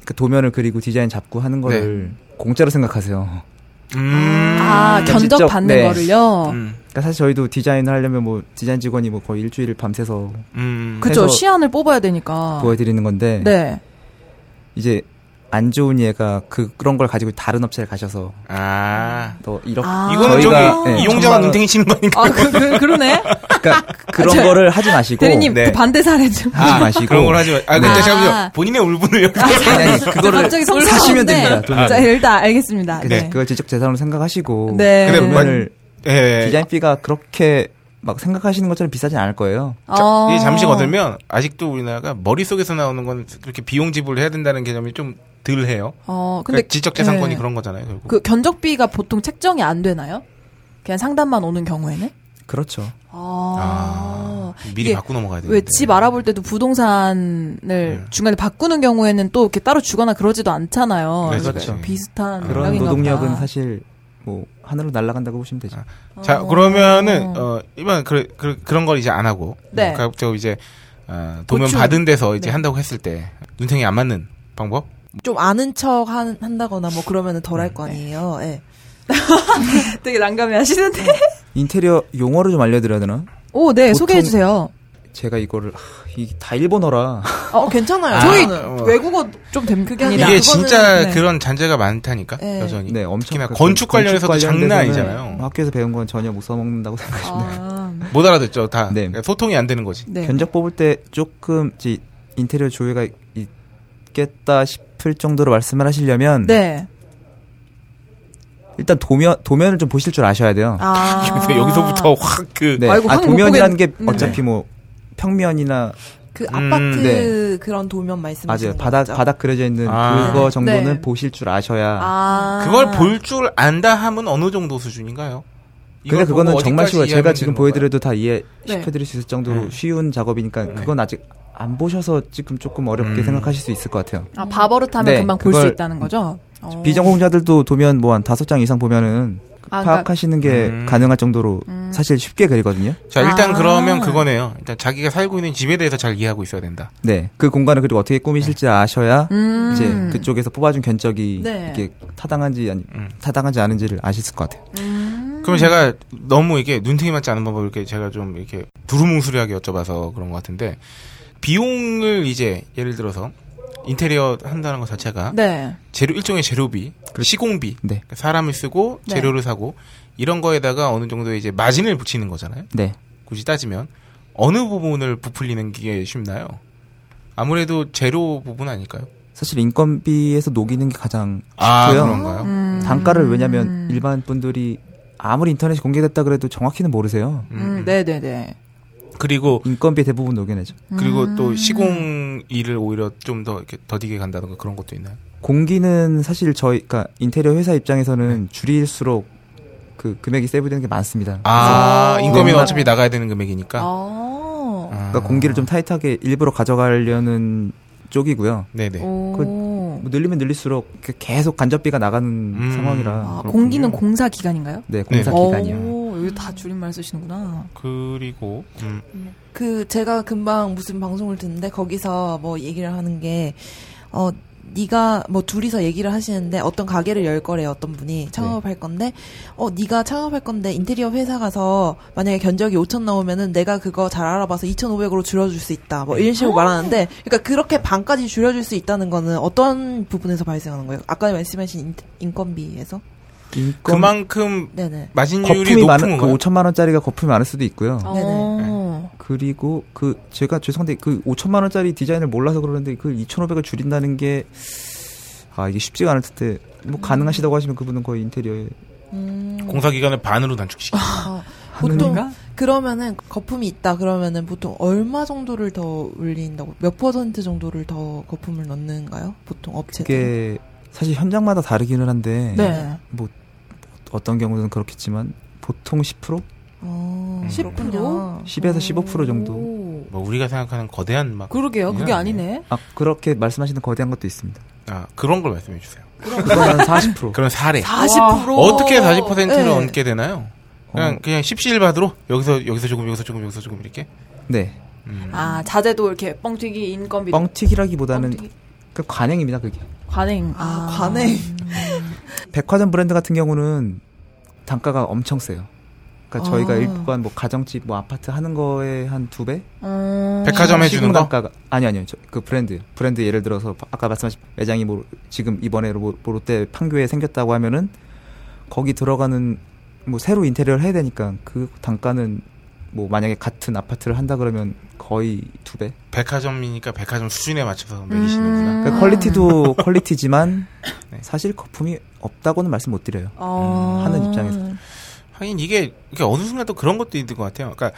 Speaker 1: 그 도면을 그리고 디자인 잡고 하는 거를
Speaker 4: 네.
Speaker 1: 공짜로 생각하세요.
Speaker 4: 음.
Speaker 5: 아 견적
Speaker 1: 직접,
Speaker 5: 받는
Speaker 1: 네.
Speaker 5: 거를요.
Speaker 4: 음.
Speaker 1: 그러니까 사실 저희도 디자인을 하려면 뭐 디자인 직원이 뭐 거의 일주일을 밤새서
Speaker 4: 음.
Speaker 5: 그쵸
Speaker 1: 해서-
Speaker 5: 시안을 뽑아야 되니까.
Speaker 1: 보여드리는 건데
Speaker 5: 네.
Speaker 1: 이제 안 좋은 예가 그, 그런 걸 가지고 다른 업체를 가셔서
Speaker 4: 아.
Speaker 1: 또 이렇게
Speaker 5: 아.
Speaker 4: 이거는
Speaker 1: 저희가,
Speaker 4: 저기
Speaker 1: 네,
Speaker 4: 이용자가
Speaker 1: 천만 원-
Speaker 4: 눈탱이 치는 거 아닌가?
Speaker 5: 아
Speaker 4: (laughs)
Speaker 5: 그, 그, 그러네.
Speaker 1: 그러니까
Speaker 5: (laughs)
Speaker 1: 그런
Speaker 5: 아, 저-
Speaker 1: 거를 하지 마시고
Speaker 5: 대리님
Speaker 4: 네.
Speaker 5: 그 반대 사례 좀.
Speaker 1: 하지 마시고
Speaker 4: 그런 걸 하지 마. 아, 근데
Speaker 5: 네.
Speaker 4: 잠깐만요. 본인의 울분을
Speaker 5: (laughs)
Speaker 4: 여기.
Speaker 1: 아니, 아니, 네. 그거를
Speaker 5: 갑자기
Speaker 1: 사시면
Speaker 5: 성스러운데.
Speaker 1: 됩니다. 돈을.
Speaker 5: 자 일단 알겠습니다.
Speaker 1: 아, 네.
Speaker 5: 네.
Speaker 1: 그걸 지적 재산으로 생각하시고
Speaker 5: 네.
Speaker 4: 근데 뭐-
Speaker 1: 그러면을
Speaker 4: 예.
Speaker 1: 디자인 비가 그렇게 막 생각하시는 것처럼 비싸진 않을 거예요.
Speaker 5: 어.
Speaker 4: 이 잠시 거들면 아직도 우리나라가 머릿속에서 나오는 건 그렇게 비용 지불을 해야 된다는 개념이 좀 덜해요.
Speaker 5: 어 근데
Speaker 4: 그러니까 지적 재산권이
Speaker 5: 네.
Speaker 4: 그런 거잖아요, 결국.
Speaker 5: 그 견적비가 보통 책정이 안 되나요? 그냥 상담만 오는 경우에는?
Speaker 1: 그렇죠.
Speaker 5: 아.
Speaker 4: 아. 네. 미리
Speaker 5: 이게
Speaker 4: 받고 넘어가야 되는데.
Speaker 5: 왜 집 알아볼 때도 부동산을 중간에 바꾸는 경우에는 또 이렇게 따로 주거나 그러지도 않잖아요.
Speaker 4: 네,
Speaker 5: 그래서
Speaker 4: 그렇죠.
Speaker 5: 비슷한
Speaker 1: 아. 그런
Speaker 5: 맥락인가
Speaker 1: 노동력은
Speaker 5: 보다.
Speaker 1: 사실 뭐 하늘로 날아간다고 보시면 되죠.
Speaker 4: 자,
Speaker 5: 어.
Speaker 4: 그러면은 어, 이번 그, 그 그런 걸 이제 안 하고
Speaker 5: 네.
Speaker 4: 각자 이제 어, 도면
Speaker 5: 보충.
Speaker 4: 받은 데서 이제
Speaker 5: 네.
Speaker 4: 한다고 했을 때 눈탱이 안 맞는 방법?
Speaker 7: 좀 아는 척 한, 한다거나 뭐 그러면 덜 할 거 아니에요 예.
Speaker 5: 되게 난감해 하시는데.
Speaker 1: 인테리어 용어를 좀 알려드려야 되나?
Speaker 5: 오, 네,
Speaker 1: 보통-
Speaker 5: 소개해 주세요.
Speaker 1: 제가 이거를 하, 이게 다 일본어라
Speaker 7: 어 괜찮아요
Speaker 4: 아,
Speaker 7: 저희
Speaker 4: 어.
Speaker 7: 외국어 좀 됩니다 그게 아니라
Speaker 4: 이게
Speaker 7: 그거는-
Speaker 4: 진짜
Speaker 7: 네.
Speaker 4: 그런 잔재가 많다니까
Speaker 7: 네.
Speaker 4: 여전히.
Speaker 1: 네 엄청
Speaker 4: 특히나
Speaker 1: 그
Speaker 4: 건축 관련해서도
Speaker 1: 관련돼서는
Speaker 4: 장난 아니잖아요.
Speaker 1: 뭐 학교에서 배운 건 전혀 못 써먹는다고 생각하시면 돼요.
Speaker 5: 아,
Speaker 4: 못 알아듣죠 다.
Speaker 1: 네.
Speaker 4: 그러니까 소통이 안 되는 거지.
Speaker 5: 네.
Speaker 1: 견적 뽑을 때 조금 이 인테리어 조회가 있겠다 싶을 정도로 말씀을 하시려면
Speaker 5: 네.
Speaker 1: 일단 도면 도면을 좀 보실 줄 아셔야 돼요.
Speaker 5: 아.
Speaker 4: (laughs) 근데 그러니까 여기서부터 확 그.
Speaker 1: 네.
Speaker 5: 아이고, 네.
Speaker 1: 아,
Speaker 5: 한국 못
Speaker 1: 도면이라는 게
Speaker 5: 보겠-
Speaker 1: 어차피 뭐 평면이나
Speaker 7: 그
Speaker 4: 음,
Speaker 7: 아파트
Speaker 1: 네.
Speaker 7: 그런 도면 말씀하시는
Speaker 1: 맞아요. 바닥
Speaker 7: 거죠?
Speaker 1: 바닥 그려져 있는
Speaker 4: 아.
Speaker 1: 그거 정도는
Speaker 5: 네.
Speaker 1: 보실 줄 아셔야.
Speaker 5: 아.
Speaker 4: 그걸 볼 줄 안다 함은 어느 정도 수준인가요?
Speaker 1: 근데
Speaker 4: 이걸 보고
Speaker 1: 그거는 정말
Speaker 4: 어디까지
Speaker 1: 쉬워요. 제가
Speaker 4: 이해하면
Speaker 1: 지금
Speaker 4: 되는 건가요?
Speaker 1: 보여드려도 다 이해
Speaker 5: 네.
Speaker 1: 시켜드릴 수 있을 정도로
Speaker 4: 네.
Speaker 1: 쉬운 작업이니까 그건 아직 안 보셔서 지금 조금 어렵게
Speaker 4: 음.
Speaker 1: 생각하실 수 있을 것 같아요.
Speaker 5: 아, 바버릇 하면
Speaker 1: 네,
Speaker 5: 금방 볼 수
Speaker 1: 그걸-
Speaker 5: 있다는 거죠? 어.
Speaker 1: 비전공자들도 도면 뭐 한 다섯 장 이상 보면은
Speaker 5: 아, 그러니까-
Speaker 1: 파악하시는 게
Speaker 4: 음.
Speaker 1: 가능할 정도로 사실 쉽게 그리거든요.
Speaker 4: 자, 일단
Speaker 7: 아.
Speaker 4: 그러면 그거네요. 일단 자기가 살고 있는 집에 대해서 잘 이해하고 있어야 된다.
Speaker 1: 네, 그 공간을 그리고 어떻게 꾸미실지 아셔야
Speaker 5: 음.
Speaker 1: 이제 그쪽에서 뽑아준 견적이
Speaker 5: 네.
Speaker 1: 이게 타당한지 아니
Speaker 4: 음.
Speaker 1: 타당한지 아닌지를 아실 것 같아요.
Speaker 5: 음.
Speaker 4: 그럼 제가 너무 이게 눈탱이 맞지 않은 방법을 이렇게 제가 좀 이렇게 두루뭉술하게 여쭤봐서 그런 것 같은데 비용을 이제 예를 들어서 인테리어 한다는 것 자체가
Speaker 5: 네.
Speaker 4: 재료 일종의 재료비, 시공비,
Speaker 1: 네.
Speaker 4: 그러니까 사람을 쓰고
Speaker 5: 네.
Speaker 4: 재료를 사고 이런 거에다가 어느 정도의 이제 마진을 붙이는 거잖아요.
Speaker 1: 네,
Speaker 4: 굳이 따지면 어느 부분을 부풀리는 게 쉽나요? 아무래도 재료 부분 아닐까요?
Speaker 1: 사실 인건비에서 녹이는 게 가장
Speaker 4: 아
Speaker 1: 그래요?
Speaker 4: 그런가요?
Speaker 5: 음.
Speaker 1: 단가를 왜냐하면 일반 분들이 아무리 인터넷이 공개됐다 그래도 정확히는 모르세요.
Speaker 5: 음, 네네네.
Speaker 4: 그리고
Speaker 1: 인건비 대부분 녹여내죠.
Speaker 4: 그리고
Speaker 5: 음.
Speaker 4: 또 시공 일을 오히려 좀 더 이렇게 더디게 간다던가 그런 것도 있나요?
Speaker 1: 공기는 사실 저희 그러니까 인테리어 회사 입장에서는 줄일수록 그 금액이 세이브되는 게 많습니다.
Speaker 4: 아, 인건비는
Speaker 1: 웬만-
Speaker 4: 어차피 나가야 되는
Speaker 1: 아.
Speaker 4: 금액이니까.
Speaker 5: 어.
Speaker 4: 아.
Speaker 1: 네. 그러니까 공기를 좀 타이트하게 일부러 가져가려는 쪽이고요.
Speaker 4: 네네.
Speaker 5: 오.
Speaker 1: 뭐 늘리면 늘릴수록 이렇게 계속 간접비가 나가는
Speaker 4: 음.
Speaker 1: 상황이라
Speaker 5: 아,
Speaker 1: 그렇군요.
Speaker 5: 공기는 공사 기간인가요?
Speaker 1: 네 공사
Speaker 4: 네.
Speaker 1: 기간이요.
Speaker 5: 오, 여기 다 줄임말 쓰시는구나.
Speaker 4: 그리고 음,
Speaker 7: 그 제가 금방 무슨 방송을 듣는데 거기서 뭐 얘기를 하는 게 어. 네가 뭐 둘이서 얘기를 하시는데 어떤 가게를 열 거래요 어떤 분이 창업할 건데 어 네가 창업할 건데 인테리어 회사 가서 만약에 견적이 5천 나오면은 내가 그거 잘 알아봐서 2,500으로 줄여줄 수 있다 뭐 이런 식으로 말하는데 그러니까 그렇게 반까지 줄여줄 수 있다는 거는 어떤 부분에서 발생하는 거예요 아까 말씀하신 인, 인건비에서
Speaker 1: 인건
Speaker 4: 그만큼
Speaker 7: 네네
Speaker 4: 마진율이
Speaker 1: 거품이
Speaker 4: 높은
Speaker 1: 많은 그
Speaker 4: 건가요?
Speaker 1: 5천만 원짜리가 거품이 많을 수도 있고요.
Speaker 5: 어.
Speaker 1: 그리고 그 제가 죄송한데 그 5천만 원짜리 디자인을 몰라서 그러는데 그 2,500을 줄인다는 게 아 이게 쉽지가 않을 텐데 뭐 가능하시다고 하시면 그분은 거의 인테리어에
Speaker 4: 공사 기간을 반으로 단축시키.
Speaker 5: 아.
Speaker 7: 보통
Speaker 5: 그런가?
Speaker 7: 그러면은 거품이 있다 그러면은 보통 얼마 정도를 더 올린다고 몇 퍼센트 정도를 더 거품을 넣는가요? 보통 업체 들
Speaker 1: 그게 사실 현장마다 다르기는 한데
Speaker 5: 네.
Speaker 1: 뭐 어떤 경우는 그렇겠지만 보통 10%
Speaker 7: 어,
Speaker 5: 10%?
Speaker 7: 그렇구나.
Speaker 1: 10에서 15% 정도
Speaker 5: 오.
Speaker 4: 뭐 우리가 생각하는 거대한 막
Speaker 5: 그러게요. 그게
Speaker 4: 네.
Speaker 5: 아니네.
Speaker 1: 아 그렇게 말씀하시는 거대한 것도 있습니다.
Speaker 4: 아, 그런 걸 말씀해 주세요. (laughs)
Speaker 1: 그거는 40%
Speaker 4: 그런 사례.
Speaker 1: 아,
Speaker 5: 40%.
Speaker 4: 어떻게 40%를
Speaker 5: 네.
Speaker 4: 얹게 되나요? 그냥
Speaker 1: 어.
Speaker 4: 그냥 십시일반으로 여기서 여기서 조금 여기서 조금 여기서 조금 이렇게.
Speaker 1: 네
Speaker 4: 음.
Speaker 5: 아, 자재도 이렇게 뻥튀기 인건비
Speaker 1: 뻥튀기라기보다는
Speaker 5: 뻥튀기.
Speaker 1: 그 관행입니다 그게.
Speaker 5: 관행.
Speaker 7: 아, 관행.
Speaker 1: 백화점 브랜드 같은 경우는 단가가 엄청 세요. 그러니까 저희가
Speaker 7: 아.
Speaker 1: 일반 뭐 가정집 뭐 아파트 하는 거에 한 두 배?
Speaker 5: 음.
Speaker 4: 백화점 해주는 거.
Speaker 1: 단가가 아니 아니요. 저, 그 브랜드 브랜드 예를 들어서 아까 말씀하신 매장이 뭐 지금 이번에 로, 뭐 롯데 판교에 생겼다고 하면은 거기 들어가는 뭐 새로 인테리어를 해야 되니까 그 단가는 뭐 만약에 같은 아파트를 한다 그러면 거의 두 배.
Speaker 4: 백화점이니까 백화점 수준에
Speaker 5: 음.
Speaker 4: 맞춰서 매기시는구나.
Speaker 1: 그러니까 퀄리티도 퀄리티지만
Speaker 4: 네.
Speaker 1: 사실 거품이 없다고는 말씀 못 드려요.
Speaker 5: 어.
Speaker 1: 음, 하는 입장에서.
Speaker 4: 하긴 이게 이게 어느 순간 또 그런 것도 있는 것 같아요. 그러니까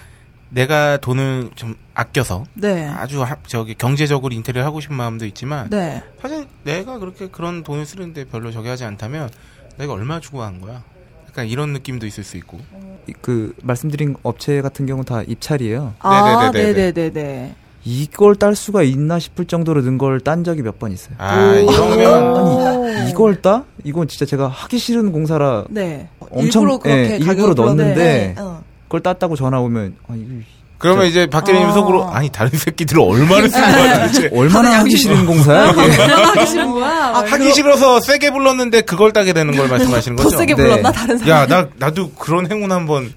Speaker 4: 내가 돈을 좀 아껴서
Speaker 5: 네.
Speaker 4: 아주 하- 저기 경제적으로 인테리어 하고 싶은 마음도 있지만
Speaker 5: 네.
Speaker 4: 사실 내가 그렇게 그런 돈을 쓰는데 별로 저기 하지 않다면 내가 얼마 주고 한 거야. 약간 이런 느낌도 있을 수 있고.
Speaker 1: 이- 그 말씀드린 업체 같은 경우 는다 입찰이에요.
Speaker 5: 아,
Speaker 4: 네네네네.
Speaker 5: 네네네네.
Speaker 1: 이걸 딸 수가 있나 싶을 정도로 는 걸 딴 적이 몇 번 있어요.
Speaker 4: 아
Speaker 5: 오.
Speaker 4: 이러면
Speaker 5: (laughs)
Speaker 1: 아니 이걸 따? 이건 진짜 제가 하기 싫은 공사라
Speaker 5: 네.
Speaker 1: 엄청
Speaker 7: 일부러 그렇게
Speaker 1: 예,
Speaker 7: 가격을
Speaker 1: 일부러 넣었는데 아.
Speaker 7: 끌어내. 어.
Speaker 1: 그걸 땄다고 전화 오면 아, 이거
Speaker 4: 그러면 이제 박 대리님
Speaker 5: 아.
Speaker 4: 속으로 아니 다른 새끼들은 얼마를 쓴
Speaker 5: (laughs)
Speaker 4: 거야 도대체.
Speaker 1: 얼마나 하기 싫은 공사야? 이게?
Speaker 5: 하기 싫은 거야?
Speaker 4: 아, 하기 싫어서 세게 불렀는데 그걸 따게 되는 걸 말씀하시는
Speaker 5: 더
Speaker 4: 거죠?
Speaker 5: 세게
Speaker 1: 네.
Speaker 5: 불렀나? 다른 사람?
Speaker 4: 야, 나 나도 그런 행운 한번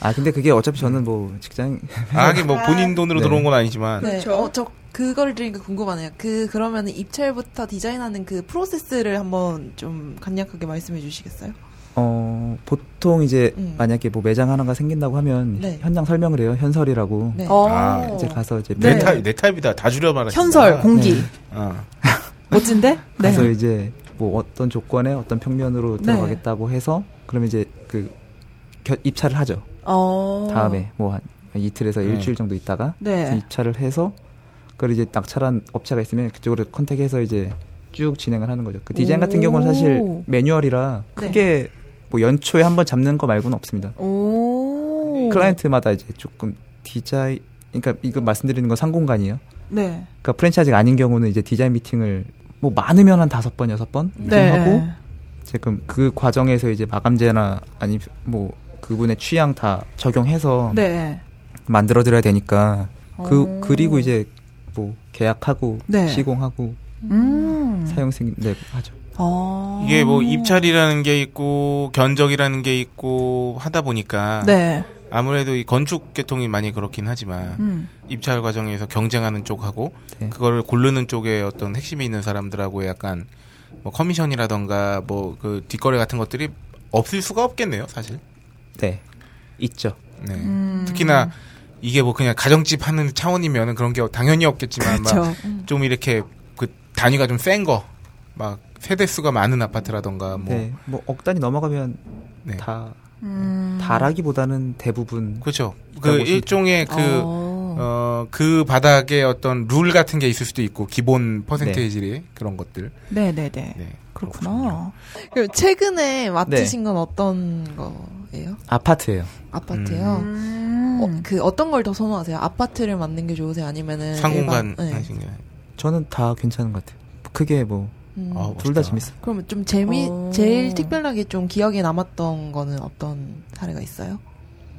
Speaker 1: 아 근데 그게 어차피 저는 뭐 직장
Speaker 4: 아, 하긴 뭐 본인 돈으로
Speaker 1: 네.
Speaker 4: 들어온 건 아니지만
Speaker 7: 네. 어, 저 그걸 드리니까 궁금하네요. 그 그러면 입찰부터 디자인하는 그 프로세스를 한번 좀 간략하게 말씀해 주시겠어요?
Speaker 1: 어 보통 이제
Speaker 7: 음.
Speaker 1: 만약에 뭐 매장 하나가 생긴다고 하면
Speaker 7: 네.
Speaker 1: 현장 설명을 해요 현설이라고
Speaker 7: 네.
Speaker 5: 어.
Speaker 4: 아,
Speaker 1: 이제 가서 이제
Speaker 5: 네.
Speaker 4: 내 타입 내 타입이다 다 줄여봐라. 진짜.
Speaker 5: 현설, 공기.
Speaker 4: 어.
Speaker 5: 멋진데? 네.
Speaker 1: 아, 네. 가서 이제 뭐 어떤 조건에 어떤 평면으로
Speaker 5: 네.
Speaker 1: 들어가겠다고 해서 그러면 이제 그 겨- 입찰을 하죠.
Speaker 5: 어.
Speaker 1: 다음에 뭐 한 이틀에서
Speaker 4: 네.
Speaker 1: 일주일 정도 있다가
Speaker 5: 네.
Speaker 1: 입찰을 해서 그걸 이제 낙찰한 업체가 있으면 그쪽으로 컨택해서 이제 쭉 진행을 하는 거죠. 그 디자인 같은 경우는 사실 매뉴얼이라
Speaker 5: 네.
Speaker 1: 크게 뭐 연초에 한 번 잡는 거 말고는 없습니다.
Speaker 5: 오.
Speaker 1: 클라이언트마다 이제 조금 디자인 그러니까 이거 말씀드리는 건 상공간이에요.
Speaker 5: 네.
Speaker 1: 그러니까 프랜차이즈가 아닌 경우는 이제 디자인 미팅을 뭐 많으면 한 다섯 번 여섯 번
Speaker 5: 네.
Speaker 1: 미팅하고 지금 그 과정에서 이제 마감제나 아니 뭐 그분의 취향 다 적용해서
Speaker 5: 네.
Speaker 1: 만들어드려야 되니까 그
Speaker 5: 어.
Speaker 1: 그리고 이제 뭐 계약하고
Speaker 5: 네.
Speaker 1: 시공하고
Speaker 5: 음.
Speaker 1: 사용 승인 네 하죠.
Speaker 5: 어.
Speaker 4: 이게 뭐 입찰이라는 게 있고 견적이라는 게 있고 하다 보니까
Speaker 5: 네.
Speaker 4: 아무래도 이 건축 계통이 많이 그렇긴 하지만
Speaker 5: 음.
Speaker 4: 입찰 과정에서 경쟁하는 쪽하고
Speaker 1: 네.
Speaker 4: 그거를 고르는 쪽에 어떤 핵심이 있는 사람들하고 약간 뭐 커미션이라던가 뭐 그 뒷거래 같은 것들이 없을 수가 없겠네요, 사실.
Speaker 1: 네 있죠.
Speaker 4: 네.
Speaker 5: 음.
Speaker 4: 특히나 이게 뭐 그냥 가정집 하는 차원이면 그런 게 당연히 없겠지만
Speaker 5: 그렇죠.
Speaker 4: 막 좀 이렇게 그 단위가 좀 센 거. 막 세대 수가 많은 아파트라던가 뭐
Speaker 1: 네 뭐 억 단위 넘어가면
Speaker 4: 네.
Speaker 1: 다
Speaker 5: 음.
Speaker 1: 다라기보다는 대부분
Speaker 4: 그렇죠. 그
Speaker 1: 보시면 돼요.
Speaker 4: 일종의 그
Speaker 5: 어.
Speaker 4: 어, 그 바닥에 어떤 룰 같은 게 있을 수도 있고
Speaker 1: 네.
Speaker 4: 기본 퍼센테이지 그런 것들.
Speaker 5: 네, 네, 네.
Speaker 4: 네.
Speaker 5: 그렇구나.
Speaker 7: 그럼
Speaker 5: 네.
Speaker 7: 최근에 맡으신 건 어떤 거예요?
Speaker 1: 아파트예요.
Speaker 7: 아파트요.
Speaker 5: 음.
Speaker 7: 어, 그 어떤 걸 더 선호하세요? 아파트를 맡는 게 좋으세요? 아니면은
Speaker 4: 상공간
Speaker 7: 일반- 네.
Speaker 4: 하신 게.
Speaker 5: 음.
Speaker 1: 저는 다 괜찮은 것 같아요. 크게 뭐 둘 다
Speaker 7: 음.
Speaker 4: 아,
Speaker 1: 재밌어요.
Speaker 7: 그러면 좀 재미
Speaker 5: 어.
Speaker 7: 제일 특별하게 좀 기억에 남았던 거는 어떤 사례가 있어요?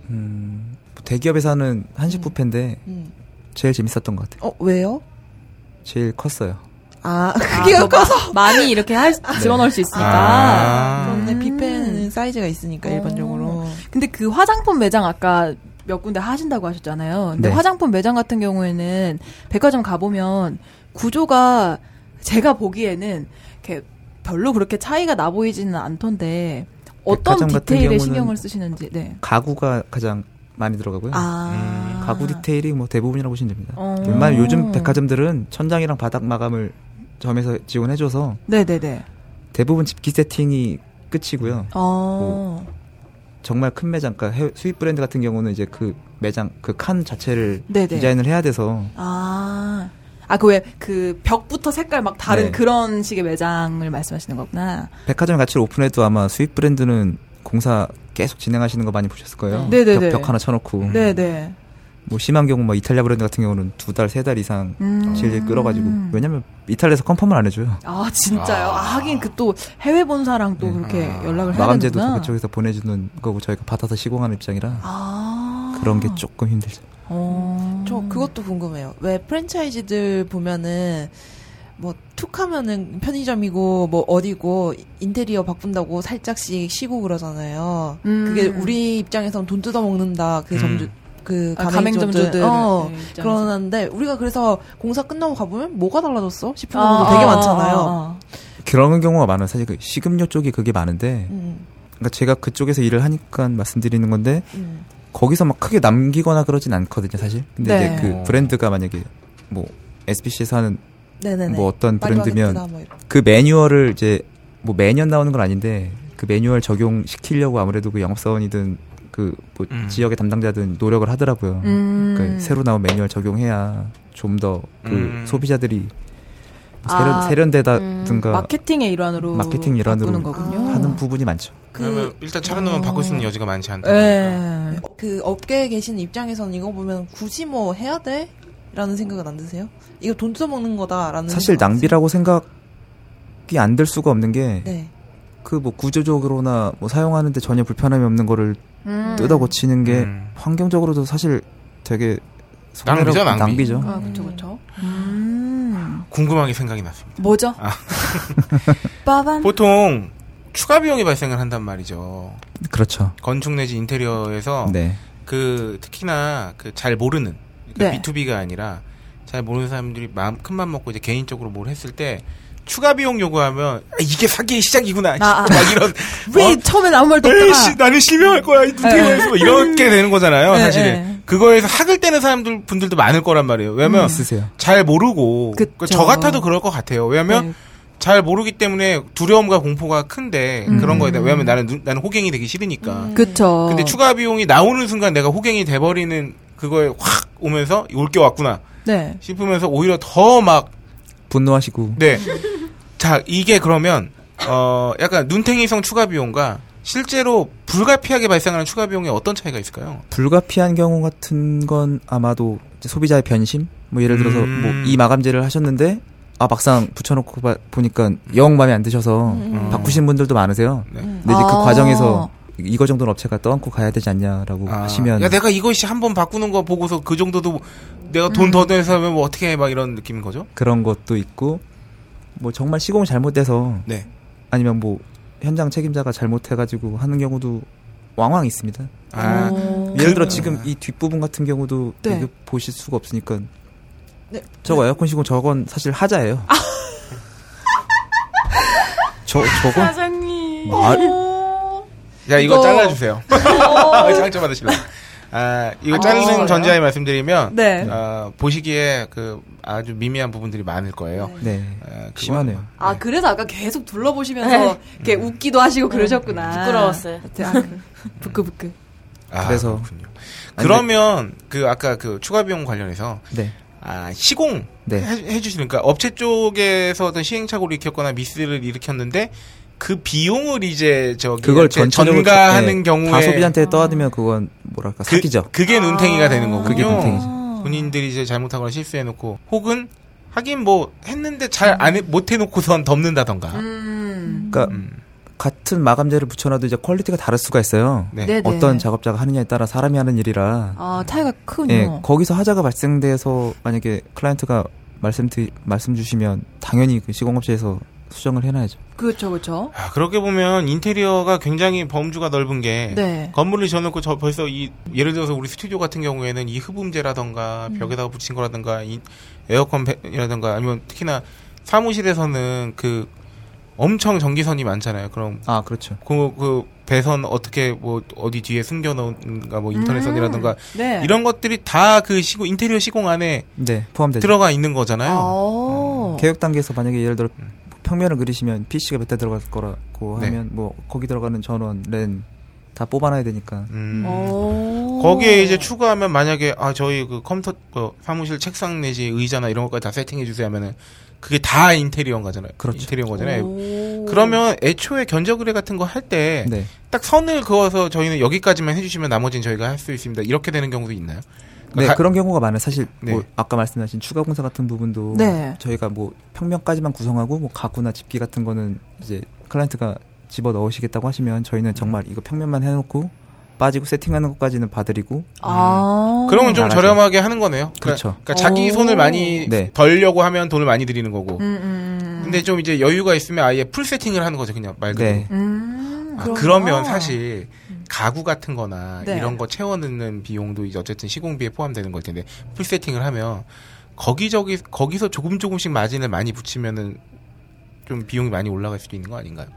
Speaker 1: 음, 대기업에서 하는 한식
Speaker 7: 음.
Speaker 1: 뷔페인데
Speaker 5: 예.
Speaker 7: 음.
Speaker 1: 제일 재밌었던 것 같아요.
Speaker 7: 어 왜요?
Speaker 1: 제일 컸어요.
Speaker 7: 아 (laughs)
Speaker 5: 아,
Speaker 7: 그게
Speaker 5: 더
Speaker 7: 커서
Speaker 5: 마- 많이 이렇게 할, 집어넣을 수 있으니까.
Speaker 4: 아.
Speaker 7: 그런데
Speaker 5: 음. 어.
Speaker 7: 뷔페는 사이즈가 있으니까 일반적으로
Speaker 5: 근데 그 화장품 매장 아까 몇 군데 하신다고 하셨잖아요. 근데
Speaker 1: 네.
Speaker 5: 화장품 매장 같은 경우에는 백화점 가보면 구조가 제가 보기에는 이렇게 별로 그렇게 차이가 나 보이지는 않던데 어떤
Speaker 1: 백화점 같은
Speaker 5: 디테일에
Speaker 1: 경우는
Speaker 5: 신경을 쓰시는지. 네.
Speaker 1: 가구가 가장 많이 들어가고요.
Speaker 5: 아.
Speaker 1: 음, 가구 디테일이 뭐 대부분이라고 보시면 됩니다.
Speaker 5: 어.
Speaker 1: 웬만 요즘 백화점들은 천장이랑 바닥 마감을 점에서 지원해줘서
Speaker 5: 네네네.
Speaker 1: 대부분 집기 세팅이 끝이고요.
Speaker 5: 어.
Speaker 1: 정말 큰 매장, 그러니까 해외- 수입 브랜드 같은 경우는 이제 그 매장 그 칸 자체를
Speaker 5: 네네.
Speaker 1: 디자인을 해야 돼서
Speaker 5: 아. 아, 그 왜, 그 벽부터 색깔 막 다른
Speaker 1: 네.
Speaker 5: 그런 식의 매장을 말씀하시는 거구나.
Speaker 1: 백화점 같이 오픈해도 아마 수입 브랜드는 공사 계속 진행하시는 거 많이 보셨을 거예요.
Speaker 5: 네네네.
Speaker 1: 벽, 벽 하나 쳐놓고
Speaker 5: 네네.
Speaker 1: 뭐 심한 경우 막 이탈리아 브랜드 같은 경우는 두 달 세 달 이상
Speaker 5: 음.
Speaker 1: 질질 끌어가지고 왜냐면 이탈리아에서 컨펌을 안 해줘요.
Speaker 5: 아, 진짜요? 아, 하긴 그 또 해외 본사랑 또 그렇게
Speaker 1: 아,
Speaker 5: 연락을 해야
Speaker 1: 마감제도
Speaker 5: 되는구나.
Speaker 1: 그쪽에서 보내주는 거고 저희가 받아서 시공하는 입장이라
Speaker 5: 아.
Speaker 1: 그런 게 조금 힘들죠.
Speaker 5: 어.
Speaker 7: 저 그것도 궁금해요. 왜 프랜차이즈들 보면은 뭐 툭 하면은 편의점이고 뭐 어디고 인테리어 바꾼다고 살짝씩 쉬고 그러잖아요.
Speaker 5: 음.
Speaker 7: 그게 우리 입장에서는 돈 뜯어 먹는다. 그
Speaker 4: 음.
Speaker 7: 점주 그
Speaker 5: 아,
Speaker 7: 가맹점주들. 어.
Speaker 5: 네, 입장에서.
Speaker 7: 그러는데 우리가 그래서 공사 끝나고 가보면 뭐가 달라졌어 싶은
Speaker 5: 아,
Speaker 7: 경우도 되게
Speaker 5: 아,
Speaker 7: 많잖아요.
Speaker 5: 아,
Speaker 1: 그런 경우가 많아요. 사실 그 식음료 쪽이 그게 많은데
Speaker 7: 음,
Speaker 1: 그러니까 제가 그쪽에서 일을 하니까 말씀드리는 건데
Speaker 7: 음.
Speaker 1: 거기서 막 크게 남기거나 그러진 않거든요, 사실. 근데
Speaker 5: 네.
Speaker 1: 이제 그 브랜드가 만약에 뭐 SBC에서 하는
Speaker 7: 네네네.
Speaker 1: 뭐 어떤 브랜드면
Speaker 7: 파리바게트나 뭐 이런.
Speaker 1: 그 매뉴얼을 이제 뭐 매년 나오는 건 아닌데 그 매뉴얼 적용시키려고 아무래도 그 영업사원이든 그 뭐
Speaker 4: 음.
Speaker 1: 지역의 담당자든 노력을 하더라고요.
Speaker 5: 아. 음.
Speaker 1: 그러니까 새로 나온 매뉴얼 적용해야 좀 더 그
Speaker 4: 음.
Speaker 1: 소비자들이 세련,
Speaker 5: 아,
Speaker 1: 세련되다든가
Speaker 5: 마케팅의 일환으로.
Speaker 1: 마케팅 일환으로
Speaker 5: 바꾸는 거군요.
Speaker 1: 하는 부분이 많죠.
Speaker 4: 그러면
Speaker 7: 그,
Speaker 4: 일단
Speaker 5: 어.
Speaker 4: 차려놓으면 바꿀 수 있는 여지가 많지 않다. 보니까.
Speaker 5: 예.
Speaker 7: 그 업계에 계신 입장에서는 이거 보면 굳이 뭐 해야 돼? 라는 생각은 안 드세요? 이거 돈 뜯어 먹는 거다라는
Speaker 1: 사실
Speaker 7: 생각 안 드세요?
Speaker 1: 낭비라고 생각이 안 들 수가 없는 게 그 뭐
Speaker 7: 네.
Speaker 1: 구조적으로나 뭐 사용하는데 전혀 불편함이 없는 거를
Speaker 5: 음.
Speaker 1: 뜯어 고치는 게
Speaker 4: 음.
Speaker 1: 환경적으로도 사실 되게 손해라고-
Speaker 4: 낭비죠, 낭비.
Speaker 1: 낭비죠.
Speaker 5: 아, 그쵸, 그쵸. 음.
Speaker 4: 궁금하게 생각이 났습니다.
Speaker 5: 뭐죠? (laughs) 빠밤.
Speaker 4: 보통 추가 비용이 발생을 한단 말이죠.
Speaker 1: 그렇죠.
Speaker 4: 건축 내지 인테리어에서
Speaker 1: 네.
Speaker 4: 그 특히나 그 잘 모르는
Speaker 5: 네.
Speaker 4: 그러니까 B2B가 아니라 잘 모르는 사람들이 마음 큰맘 먹고 이제 개인적으로 뭘 했을 때 추가 비용 요구하면 아, 이게 사기의 시작이구나
Speaker 5: 아, 아.
Speaker 4: (laughs) 막 이런
Speaker 5: (laughs) 왜
Speaker 4: 어?
Speaker 5: 처음엔 아무 말도
Speaker 4: 에이,
Speaker 5: 없다가.
Speaker 4: 씨, 나는 실명할 거야 이 인테리어에서 뭐 이렇게 되는 거잖아요
Speaker 5: 네,
Speaker 4: 사실
Speaker 5: 네.
Speaker 4: 은 그거에서 학을 떼는 사람들 분들도 많을 거란 말이에요 왜냐면
Speaker 1: 쓰세요.
Speaker 4: 잘 모르고
Speaker 5: 음. 그쵸.
Speaker 4: 그저 같아도 그럴 것 같아요. 왜냐면
Speaker 5: 네.
Speaker 4: 잘 모르기 때문에 두려움과 공포가 큰데
Speaker 5: 음.
Speaker 4: 그런 거에 대해 왜냐면 나는 눈- 나는 호갱이 되기 싫으니까.
Speaker 5: 그쵸.
Speaker 1: 어.
Speaker 4: 근데 추가 비용이 나오는 순간 내가 호갱이 돼버리는 그거에 확 오면서 올 게 왔구나
Speaker 5: 네.
Speaker 4: 싶으면서 오히려 더 막
Speaker 1: 분노하시고 (laughs)
Speaker 4: 네. 자 이게 그러면 어 약간 눈탱이성 추가 비용과 실제로 불가피하게 발생하는 추가 비용에 어떤 차이가 있을까요?
Speaker 1: 불가피한 경우 같은 건 아마도 이제 소비자의 변심? 뭐 예를 들어서
Speaker 4: 음.
Speaker 1: 뭐 이 마감제를 하셨는데 아 막상 붙여놓고 봐- 보니까 영 마음에 안 드셔서
Speaker 4: 음.
Speaker 1: 바꾸신 분들도 많으세요.
Speaker 4: 네.
Speaker 1: 근데 이제 그
Speaker 5: 아.
Speaker 1: 과정에서 이거 정도는 업체가 떠안고 가야 되지 않냐라고
Speaker 4: 아,
Speaker 1: 하시면
Speaker 4: 야, 내가 이것이 한 번 바꾸는 거 보고서 그 정도도 내가 돈
Speaker 1: 음.
Speaker 4: 더 내서 하면 뭐 어떻게 해 막 이런 느낌인 거죠?
Speaker 1: 그런 것도 있고 뭐 정말 시공이 잘못돼서
Speaker 4: 네.
Speaker 1: 아니면 뭐 현장 책임자가 잘못해가지고 하는 경우도 왕왕 있습니다.
Speaker 4: 아,
Speaker 5: 오.
Speaker 1: 예를 들어 지금 이 뒷부분 같은 경우도
Speaker 5: 그 네.
Speaker 1: 이거 보실 수가 없으니까
Speaker 7: 네.
Speaker 1: 저거 에어컨 시공 저건 사실 하자예요.
Speaker 5: 아.
Speaker 1: (laughs) 저 저건
Speaker 5: 아, 사장님.
Speaker 1: 말-
Speaker 5: 오.
Speaker 4: 야 이거
Speaker 5: 이거- (laughs)
Speaker 4: 잘라주세요. 상처 받으실래? 아 이거 자르는
Speaker 5: 아,
Speaker 4: 전제하에 말씀드리면
Speaker 5: 네.
Speaker 4: 아, 보시기에 그 아주 미미한 부분들이 많을 거예요.
Speaker 1: 네
Speaker 4: 아, 그건-
Speaker 1: 심하네요.
Speaker 5: 아 그래서 아까 계속 둘러보시면서 이렇게 웃기도 하고 그러셨구나.
Speaker 6: 부끄러웠어요.
Speaker 5: 아, 부끄부끄.
Speaker 4: 아,
Speaker 1: 그래서-
Speaker 4: 그렇군요. 그러면 그 아까 그 추가 비용 관련해서
Speaker 1: 네.
Speaker 4: 아, 시공
Speaker 1: 네.
Speaker 4: 해, 주시는 그러니까 업체 쪽에서 어떤 시행착오를 일으켰거나 미스를 일으켰는데 그 비용을 이제 저기
Speaker 1: 그걸
Speaker 4: 이제
Speaker 1: 전체적으로
Speaker 4: 전가하는
Speaker 1: 네,
Speaker 4: 경우에
Speaker 1: 다 소비자한테 떠안으면 그건 뭐랄까
Speaker 4: 그,
Speaker 1: 사기죠.
Speaker 4: 그게 눈탱이가 되는 거군요.
Speaker 1: 그게 눈탱이죠.
Speaker 4: 본인들이 이제 잘못하거나 실수해놓고 혹은 하긴 뭐 했는데 잘 안못 해놓고선 덮는다던가.
Speaker 5: 음.
Speaker 1: 그러니까
Speaker 4: 음.
Speaker 1: 같은 마감재를 붙여놔도 이제 퀄리티가 다를 수가 있어요.
Speaker 4: 네.
Speaker 5: 네네.
Speaker 1: 어떤 작업자가 하느냐에 따라 사람이 하는 일이라
Speaker 5: 아 차이가 크군요.
Speaker 1: 예, 거기서 하자가 발생돼서 만약에 클라이언트가 말씀 드, 말씀 주시면 당연히 그 시공업체에서 수정을 해놔야죠.
Speaker 5: 그렇죠, 그렇죠.
Speaker 4: 아, 그렇게 보면 인테리어가 굉장히 범주가 넓은 게
Speaker 5: 네.
Speaker 4: 건물을 지어놓고 저 벌써 이 예를 들어서 우리 스튜디오 같은 경우에는 이 흡음재라던가 벽에다가 붙인 거라던가 이 에어컨이라던가 아니면 특히나 사무실에서는 그 엄청 전기선이 많잖아요. 그럼
Speaker 1: 아 그렇죠.
Speaker 4: 그, 그 배선 어떻게 뭐 어디 뒤에 숨겨놓은가 뭐 인터넷선이라던가
Speaker 5: 네.
Speaker 4: 이런 것들이 다 그 시공 인테리어 시공 안에
Speaker 1: 네 포함되죠.
Speaker 4: 들어가 있는 거잖아요.
Speaker 5: 아.
Speaker 1: 계획 단계에서 만약에 예를 들어 평면을 그리시면 PC가 몇 대 들어갈 거라고
Speaker 4: 음. 네.
Speaker 1: 하면 뭐 거기 들어가는 전원, 랜 다 뽑아놔야 되니까
Speaker 4: 음.
Speaker 5: 어. 오.
Speaker 4: 거기에 이제 추가하면 만약에 아 저희 그 컴퓨터 어, 사무실 책상 내지 의자나 이런 것까지 다 세팅해 주세요 하면은 그게 다 인테리어인 거잖아요.
Speaker 1: 그렇죠.
Speaker 4: 인테리어인 거잖아요.
Speaker 5: 오.
Speaker 4: 그러면 애초에 견적 의뢰 같은 거 할 때 딱
Speaker 1: 네.
Speaker 4: 선을 그어서 저희는 여기까지만 해주시면 나머지는 저희가 할 수 있습니다. 이렇게 되는 경우도 있나요? 그러니까
Speaker 1: 네,
Speaker 4: 가-
Speaker 1: 그런 경우가 많아요. 사실 뭐
Speaker 4: 네.
Speaker 1: 아까 말씀하신 추가 공사 같은 부분도
Speaker 5: 네.
Speaker 1: 저희가 뭐 평면까지만 구성하고 뭐 가구나 집기 같은 거는 이제 클라이언트가 집어 넣으시겠다고 하시면 저희는 정말 이거 평면만 해놓고 빠지고 세팅하는 것까지는 봐드리고
Speaker 4: 네,
Speaker 5: 아.
Speaker 4: 음. 그런 건 좀
Speaker 1: 잘하죠.
Speaker 4: 저렴하게 하는 거네요.
Speaker 1: 그렇죠.
Speaker 4: 그러니까, 그러니까 자기
Speaker 5: 오.
Speaker 4: 손을 많이
Speaker 1: 네.
Speaker 4: 덜려고 하면 돈을 많이 드리는 거고.
Speaker 5: 음, 음.
Speaker 4: 근데 좀 이제 여유가 있으면 아예 풀 세팅을 하는 거죠, 그냥 말 그대로.
Speaker 1: 네.
Speaker 5: 음.
Speaker 4: 아,
Speaker 5: 그렇구나.
Speaker 4: 그러면 사실 가구 같은 거나
Speaker 5: 음. 네.
Speaker 4: 이런 거 채워 넣는 비용도 이제 어쨌든 시공비에 포함되는 걸 텐데 풀 세팅을 하면 거기저기 거기서 조금 조금씩 마진을 많이 붙이면은 좀 비용이 많이 올라갈 수도 있는 거 아닌가요?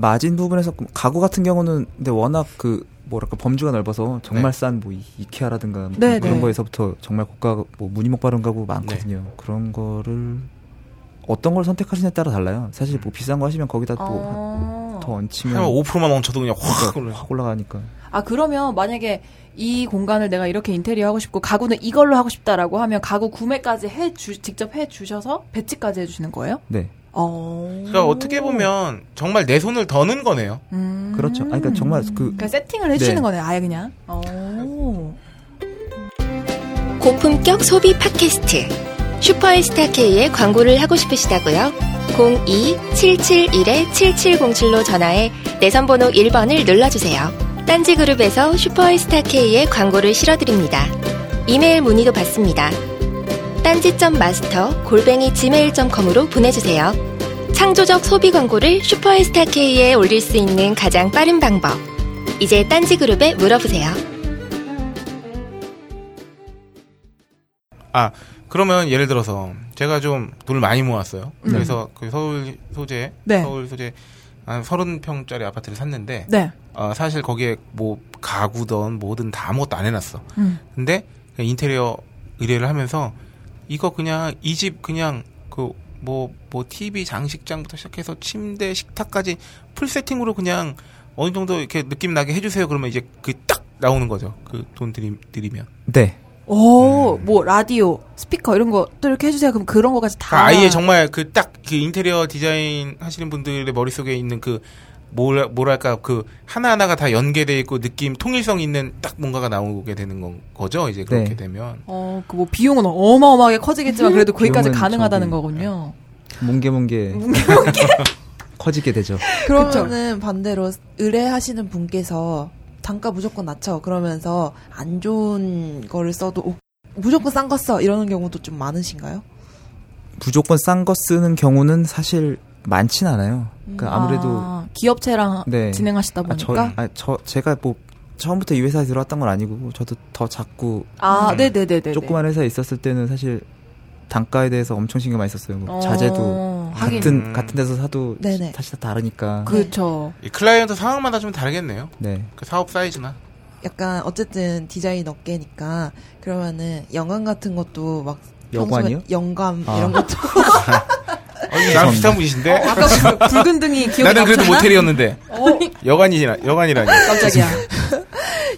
Speaker 1: 마진 부분에서 가구 같은 경우는 근데 워낙 그 뭐랄까 범주가 넓어서 정말
Speaker 4: 네.
Speaker 1: 싼 뭐 이케아라든가 뭐
Speaker 5: 네,
Speaker 1: 그런
Speaker 5: 네.
Speaker 1: 거에서부터 정말 고가 뭐 무늬목 바른 가구 많거든요.
Speaker 4: 네.
Speaker 1: 그런 거를 어떤 걸 선택하시냐에 따라 달라요. 사실
Speaker 4: 음.
Speaker 1: 뭐 비싼 거 하시면 거기다 또 더
Speaker 5: 아.
Speaker 1: 얹히면
Speaker 4: 한 5%만 얹혀도 그냥 확 올라.
Speaker 1: 확 올라가니까.
Speaker 5: 아 그러면 만약에 이 공간을 내가 이렇게 인테리어 하고 싶고 가구는 이걸로 하고 싶다라고 하면 가구 구매까지 해 주, 직접 해 주셔서 배치까지 해 주시는 거예요?
Speaker 1: 네.
Speaker 5: 어.
Speaker 4: 그러니까 어떻게 보면 정말 내 손을 더는 거네요.
Speaker 5: 음.
Speaker 1: 그렇죠. 아니, 그러니까 정말 그
Speaker 5: 그러니까 세팅을 해 주시는
Speaker 1: 네.
Speaker 5: 거네요. 아예 그냥. 어.
Speaker 8: 고품격 소비 팟캐스트 슈퍼에스타K의 광고를 하고 싶으시다고요? 02-771-7707로 전화해 내선번호 1번을 눌러주세요. 딴지그룹에서 슈퍼에스타K의 광고를 실어드립니다. 이메일 문의도 받습니다. 딴지.마스터 골뱅이 gmail.com으로 보내주세요. 창조적 소비 광고를 슈퍼에스타K에 올릴 수 있는 가장 빠른 방법. 이제 딴지그룹에 물어보세요.
Speaker 4: 아 그러면 예를 들어서 제가 좀 돈을 많이 모았어요. 그래서 그 서울 소재
Speaker 5: 음. 네.
Speaker 4: 서울 소재 한 30평짜리 아파트를 샀는데
Speaker 5: 네.
Speaker 4: 어, 사실 거기에 뭐 가구든 뭐든 다 아무것도 안 해놨어.
Speaker 5: 음.
Speaker 4: 근데 그냥 인테리어 의뢰를 하면서 이거 그냥 이 집 그냥 그 뭐 뭐 TV 장식장부터 시작해서 침대 식탁까지 풀 세팅으로 그냥 어느 정도 이렇게 느낌 나게 해주세요. 그러면 이제 그 딱 나오는 거죠. 그 돈 드리, 드리면.
Speaker 1: 네.
Speaker 5: 오,
Speaker 4: 음.
Speaker 5: 뭐 라디오, 스피커 이런 것도 이렇게 해 주세요. 그럼 그런 거까지 다
Speaker 4: 그러니까 아예 정말 그 딱 그 인테리어 디자인 하시는 분들의 머릿속에 있는 그 뭐라, 뭐랄까 그 하나하나가 다 연계돼 있고 느낌 통일성 있는 딱 뭔가가 나오게 되는 건 거죠 이제 그렇게
Speaker 1: 네.
Speaker 4: 되면
Speaker 5: 어, 그 뭐 비용은 음. 어마어마하게 커지겠지만 그래도 거기까지
Speaker 1: 비용은
Speaker 5: 가능하다는 (laughs)
Speaker 1: 저기-
Speaker 5: 거군요.
Speaker 1: 뭉게뭉게.
Speaker 5: 뭉게뭉게.
Speaker 1: (laughs) 커지게 되죠.
Speaker 7: 그러면은 반대로 의뢰하시는 분께서 단가 무조건 낮춰 그러면서 안 좋은 거를 써도 오, 무조건 싼 거 써 이러는 경우도 좀 많으신가요?
Speaker 1: 무조건 싼 거 쓰는 경우는 사실 많진 않아요. 그러니까 아무래도
Speaker 5: 아, 기업체랑
Speaker 1: 네.
Speaker 5: 진행하시다
Speaker 1: 아, 저,
Speaker 5: 그러니까 보니까
Speaker 1: 아, 저 제가 뭐 처음부터 이 회사에 들어왔던 건 아니고 저도 더 작고
Speaker 5: 아,
Speaker 4: 음.
Speaker 5: 네, 네, 네, 네.
Speaker 1: 조그만 회사에 있었을 때는 사실 단가에 대해서 엄청 신경 많이 썼어요. 뭐 자재도
Speaker 5: 하긴
Speaker 1: 같은
Speaker 4: 음.
Speaker 1: 같은 데서 사도
Speaker 7: 네네.
Speaker 1: 사실 다 다르니까.
Speaker 5: 그렇죠.
Speaker 4: 이 클라이언트 상황마다 좀 다르겠네요.
Speaker 1: 네.
Speaker 4: 그 사업 사이즈나.
Speaker 7: 약간 어쨌든 디자인 업계니까 그러면은 영감 같은 것도 막
Speaker 1: 여관이요?
Speaker 7: 평소에 영감
Speaker 1: 아.
Speaker 4: (laughs)
Speaker 7: 이런 것도
Speaker 4: 어, 나랑 비슷한 분이신데.
Speaker 5: 아까 그 붉은 등이 기억이
Speaker 4: 나는 그래도
Speaker 5: (laughs) 남잖아?
Speaker 4: 모텔이었는데. 여관이라 여관이라니.
Speaker 5: 깜짝이야.
Speaker 4: 네.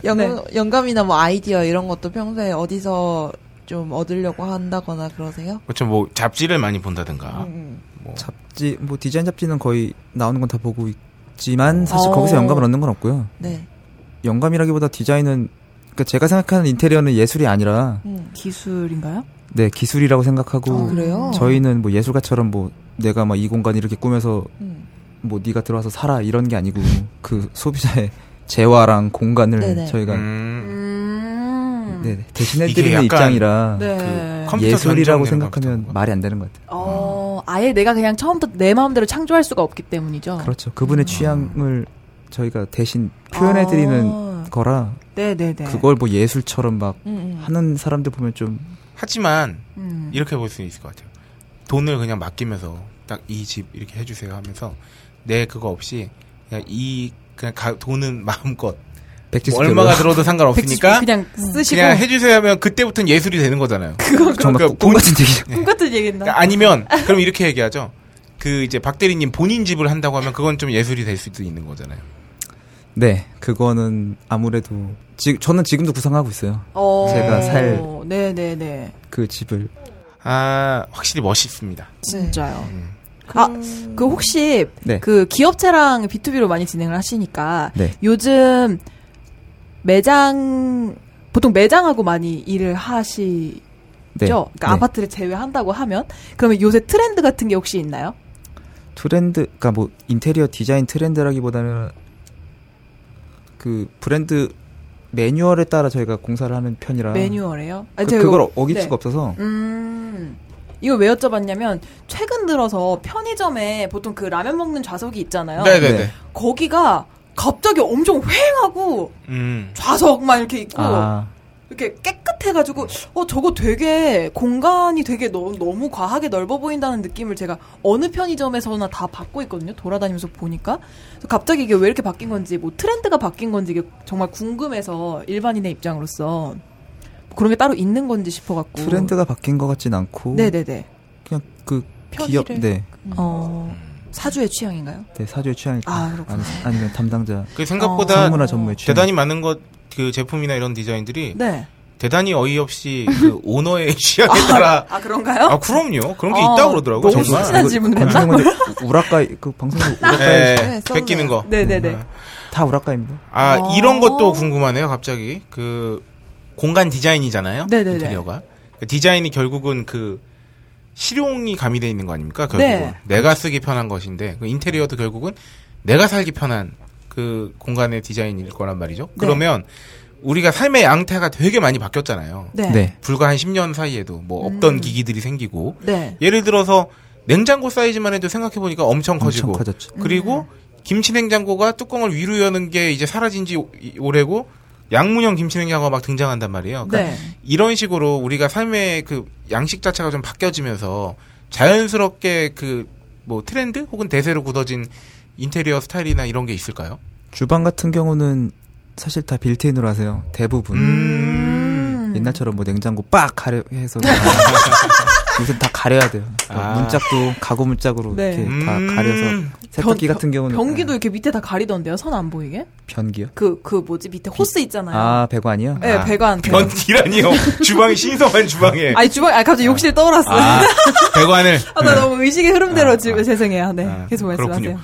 Speaker 7: 영, 영감이나 뭐 아이디어 이런 것도 평소에 어디서 좀 얻으려고 한다거나 그러세요?
Speaker 4: 어쩜 (laughs) 뭐 잡지를 많이 본다든가.
Speaker 7: 음.
Speaker 4: 뭐.
Speaker 1: 잡지 뭐 디자인 잡지는 거의 나오는 건 다 보고 있지만 사실
Speaker 5: 어.
Speaker 1: 거기서 영감을 얻는 건 없고요.
Speaker 7: 네.
Speaker 1: 영감이라기보다 디자인은 그러니까 제가 생각하는 인테리어는 예술이 아니라
Speaker 7: 음.
Speaker 5: 기술인가요?
Speaker 1: 네 기술이라고 생각하고
Speaker 7: 아,
Speaker 4: 음,
Speaker 7: 그래요?
Speaker 1: 저희는 뭐 예술가처럼 뭐 내가 막 이 공간 이렇게 꾸며서
Speaker 7: 음.
Speaker 1: 뭐 네가 들어와서 살아 이런 게 아니고 그 소비자의 재화랑 공간을
Speaker 7: 네네.
Speaker 1: 저희가
Speaker 4: 음,
Speaker 5: 음.
Speaker 1: 네, 그 대신해드리는
Speaker 4: 이게 약간
Speaker 1: 입장이라
Speaker 5: 네.
Speaker 4: 컴퓨터
Speaker 1: 예술이라고
Speaker 4: 전쟁 이런 거
Speaker 1: 생각하면
Speaker 4: 같은 거?
Speaker 1: 말이 안 되는 것 같아요.
Speaker 5: 어, 아예 내가 그냥 처음부터 내 마음대로 창조할 수가 없기 때문이죠.
Speaker 1: 그렇죠.
Speaker 5: 음.
Speaker 1: 그분의 취향을 저희가 대신 표현해드리는
Speaker 7: 아.
Speaker 1: 거라
Speaker 5: 네, 네, 네.
Speaker 1: 그걸 뭐 예술처럼 막
Speaker 7: 음, 음.
Speaker 1: 하는 사람들 보면 좀
Speaker 4: 하지만
Speaker 5: 음.
Speaker 4: 이렇게 볼 수 있을 것 같아요. 돈을 그냥 맡기면서 딱 이 집 이렇게 해주세요 하면서 내 그거 없이 그냥 이 그냥 가- 돈은 (laughs) 마음껏
Speaker 1: 백지수
Speaker 4: 뭐 얼마가
Speaker 1: 별로
Speaker 4: 들어도 (laughs) 상관없으니까
Speaker 5: 그냥 쓰시고
Speaker 4: 그냥 해주세요 하면 그때부터는 예술이 되는 거잖아요.
Speaker 1: (laughs) 정말
Speaker 4: (laughs) 그러니까
Speaker 1: 꿈
Speaker 4: 본-
Speaker 1: 같은 얘기죠.
Speaker 5: 똑같은 얘기나.
Speaker 4: 그러니까 아니면 그럼 이렇게 얘기하죠. 그 이제 박대리님 본인 집을 한다고 하면 그건 좀 예술이 될 수도 있는 거잖아요.
Speaker 1: 네, 그거는 아무래도 지, 저는 지금도 구상하고 있어요.
Speaker 5: 어.
Speaker 1: 제가 살-
Speaker 5: 네, 네, 네.
Speaker 1: 그 집을
Speaker 4: 아 확실히 멋있습니다.
Speaker 5: 진짜요. 아, 그 혹시
Speaker 1: 네.
Speaker 5: 그 기업체랑 B2B로 많이 진행을 하시니까
Speaker 1: 네.
Speaker 5: 요즘 매장 보통 매장하고 많이 일을 하시죠.
Speaker 1: 네.
Speaker 5: 그러니까
Speaker 1: 네.
Speaker 5: 아파트를 제외한다고 하면 그러면 요새 트렌드 같은 게 혹시 있나요?
Speaker 1: 트렌드, 그러니까 뭐 인테리어 디자인 트렌드라기보다는 그 브랜드 매뉴얼에 따라 저희가 공사를 하는 편이라
Speaker 5: 매뉴얼에요? 아니,
Speaker 1: 그,
Speaker 5: 제가
Speaker 1: 그걸
Speaker 5: 이거-
Speaker 1: 어길
Speaker 5: 네.
Speaker 1: 수가 없어서
Speaker 5: 음. 이걸 왜 여쭤봤냐면 최근 들어서 편의점에 보통 그 라면 먹는 좌석이 있잖아요.
Speaker 4: 네네네.
Speaker 1: 네.
Speaker 5: 거기가 갑자기 엄청 휑하고
Speaker 4: 음.
Speaker 5: 좌석만 이렇게 있고
Speaker 1: 아
Speaker 5: 이렇게 깨끗해가지고 어 저거 되게 공간이 되게 너, 너무 과하게 넓어 보인다는 느낌을 제가 어느 편의점에서나 다 받고 있거든요 돌아다니면서 보니까 그래서 갑자기 이게 왜 이렇게 바뀐 건지 뭐 트렌드가 바뀐 건지 이게 정말 궁금해서 일반인의 입장으로서 뭐 그런 게 따로 있는 건지 싶어갖고
Speaker 1: 트렌드가 바뀐 것 같진 않고
Speaker 5: 네네네
Speaker 1: 그냥 그
Speaker 7: 편의를
Speaker 1: 기업 네,
Speaker 5: 어 사주의 취향인가요?
Speaker 1: 네 사주의 취향일까
Speaker 5: 아, 그렇구나.
Speaker 1: 아니, 면 담당자
Speaker 4: 그 생각보다
Speaker 1: 상무나 전무의 취향
Speaker 4: 대단히 많은 것 그 제품이나 이런 디자인들이
Speaker 5: 네.
Speaker 4: 대단히 어이없이
Speaker 5: (laughs)
Speaker 4: 그 오너의 취향에 따라
Speaker 5: 아 그런가요?
Speaker 4: 아 그럼요 그런 게
Speaker 5: 어,
Speaker 4: 있다고 그러더라고
Speaker 5: 너무
Speaker 4: 정말
Speaker 5: 순진한 질문을 했나?
Speaker 1: 방송은
Speaker 5: (laughs)
Speaker 1: 우라카 그 방송 우라카다
Speaker 4: 예,
Speaker 7: 네, 써보세요.
Speaker 4: 뺏기는 거.
Speaker 5: 네네네.
Speaker 1: 우라카입니다.
Speaker 4: 아
Speaker 5: 어.
Speaker 4: 이런 것도 궁금하네요. 갑자기 그 공간 디자인이잖아요.
Speaker 5: 네네네.
Speaker 4: 인테리어가 그 디자인이 결국은 그 실용이 가미돼 있는 거 아닙니까? 결국은
Speaker 5: 네.
Speaker 4: 내가 쓰기 편한 것인데 그 인테리어도 결국은 내가 살기 편한 그 공간의 디자인일 거란 말이죠.
Speaker 5: 네.
Speaker 4: 그러면 우리가 삶의 양태가 되게 많이 바뀌었잖아요.
Speaker 5: 네. 네. 음.
Speaker 1: 네.
Speaker 4: 불과 한 10년 사이에도 뭐 없던 기기들이 생기고
Speaker 5: 네.
Speaker 4: 예를 들어서 냉장고 사이즈만 해도 생각해 보니까 엄청 커지고
Speaker 1: 엄청 커졌죠.
Speaker 4: 그리고
Speaker 5: 음.
Speaker 4: 김치 냉장고가 뚜껑을 위로 여는 게 이제 사라진 지 오- 이- 오래고 양문형 김치 냉장고가 막 등장한단 말이에요. 그러니까
Speaker 5: 네.
Speaker 4: 이런 식으로 우리가 삶의 그 양식 자체가 좀 바뀌어지면서 자연스럽게 그 뭐 트렌드 혹은 대세로 굳어진 인테리어 스타일이나 이런 게 있을까요?
Speaker 1: 주방 같은 경우는 사실 다 빌트인으로 하세요. 대부분
Speaker 4: 음.
Speaker 5: 음.
Speaker 1: 옛날처럼 뭐 냉장고 빡 가려 해서
Speaker 5: (laughs)
Speaker 1: 요새 다 가려야 돼요. 그러니까
Speaker 4: 아.
Speaker 1: 문짝도 가구 문짝으로
Speaker 5: 네.
Speaker 1: 이렇게 다
Speaker 4: 음.
Speaker 1: 가려서 세탁기
Speaker 5: 변-
Speaker 1: 같은 경우는
Speaker 5: 변기도
Speaker 1: 네.
Speaker 5: 이렇게 밑에 다 가리던데요 선 안 보이게?
Speaker 1: 변기요?
Speaker 5: 그 그 뭐지 밑에 호스 있잖아요.
Speaker 1: 아 배관이요?
Speaker 5: 네,
Speaker 4: 아,
Speaker 5: 배관. 배관.
Speaker 4: 변기라니요. 주방이 신성한 주방에
Speaker 5: 아니 주방, 아 갑자기 욕실 떠올랐어요. 아,
Speaker 4: 아,
Speaker 5: (laughs)
Speaker 4: 배관을
Speaker 5: 나 너무 의식의 흐름대로
Speaker 4: 아,
Speaker 5: 지금
Speaker 4: 아.
Speaker 5: 죄송해요. 네,
Speaker 4: 아,
Speaker 5: 계속 말씀하세요.
Speaker 4: 그렇군요.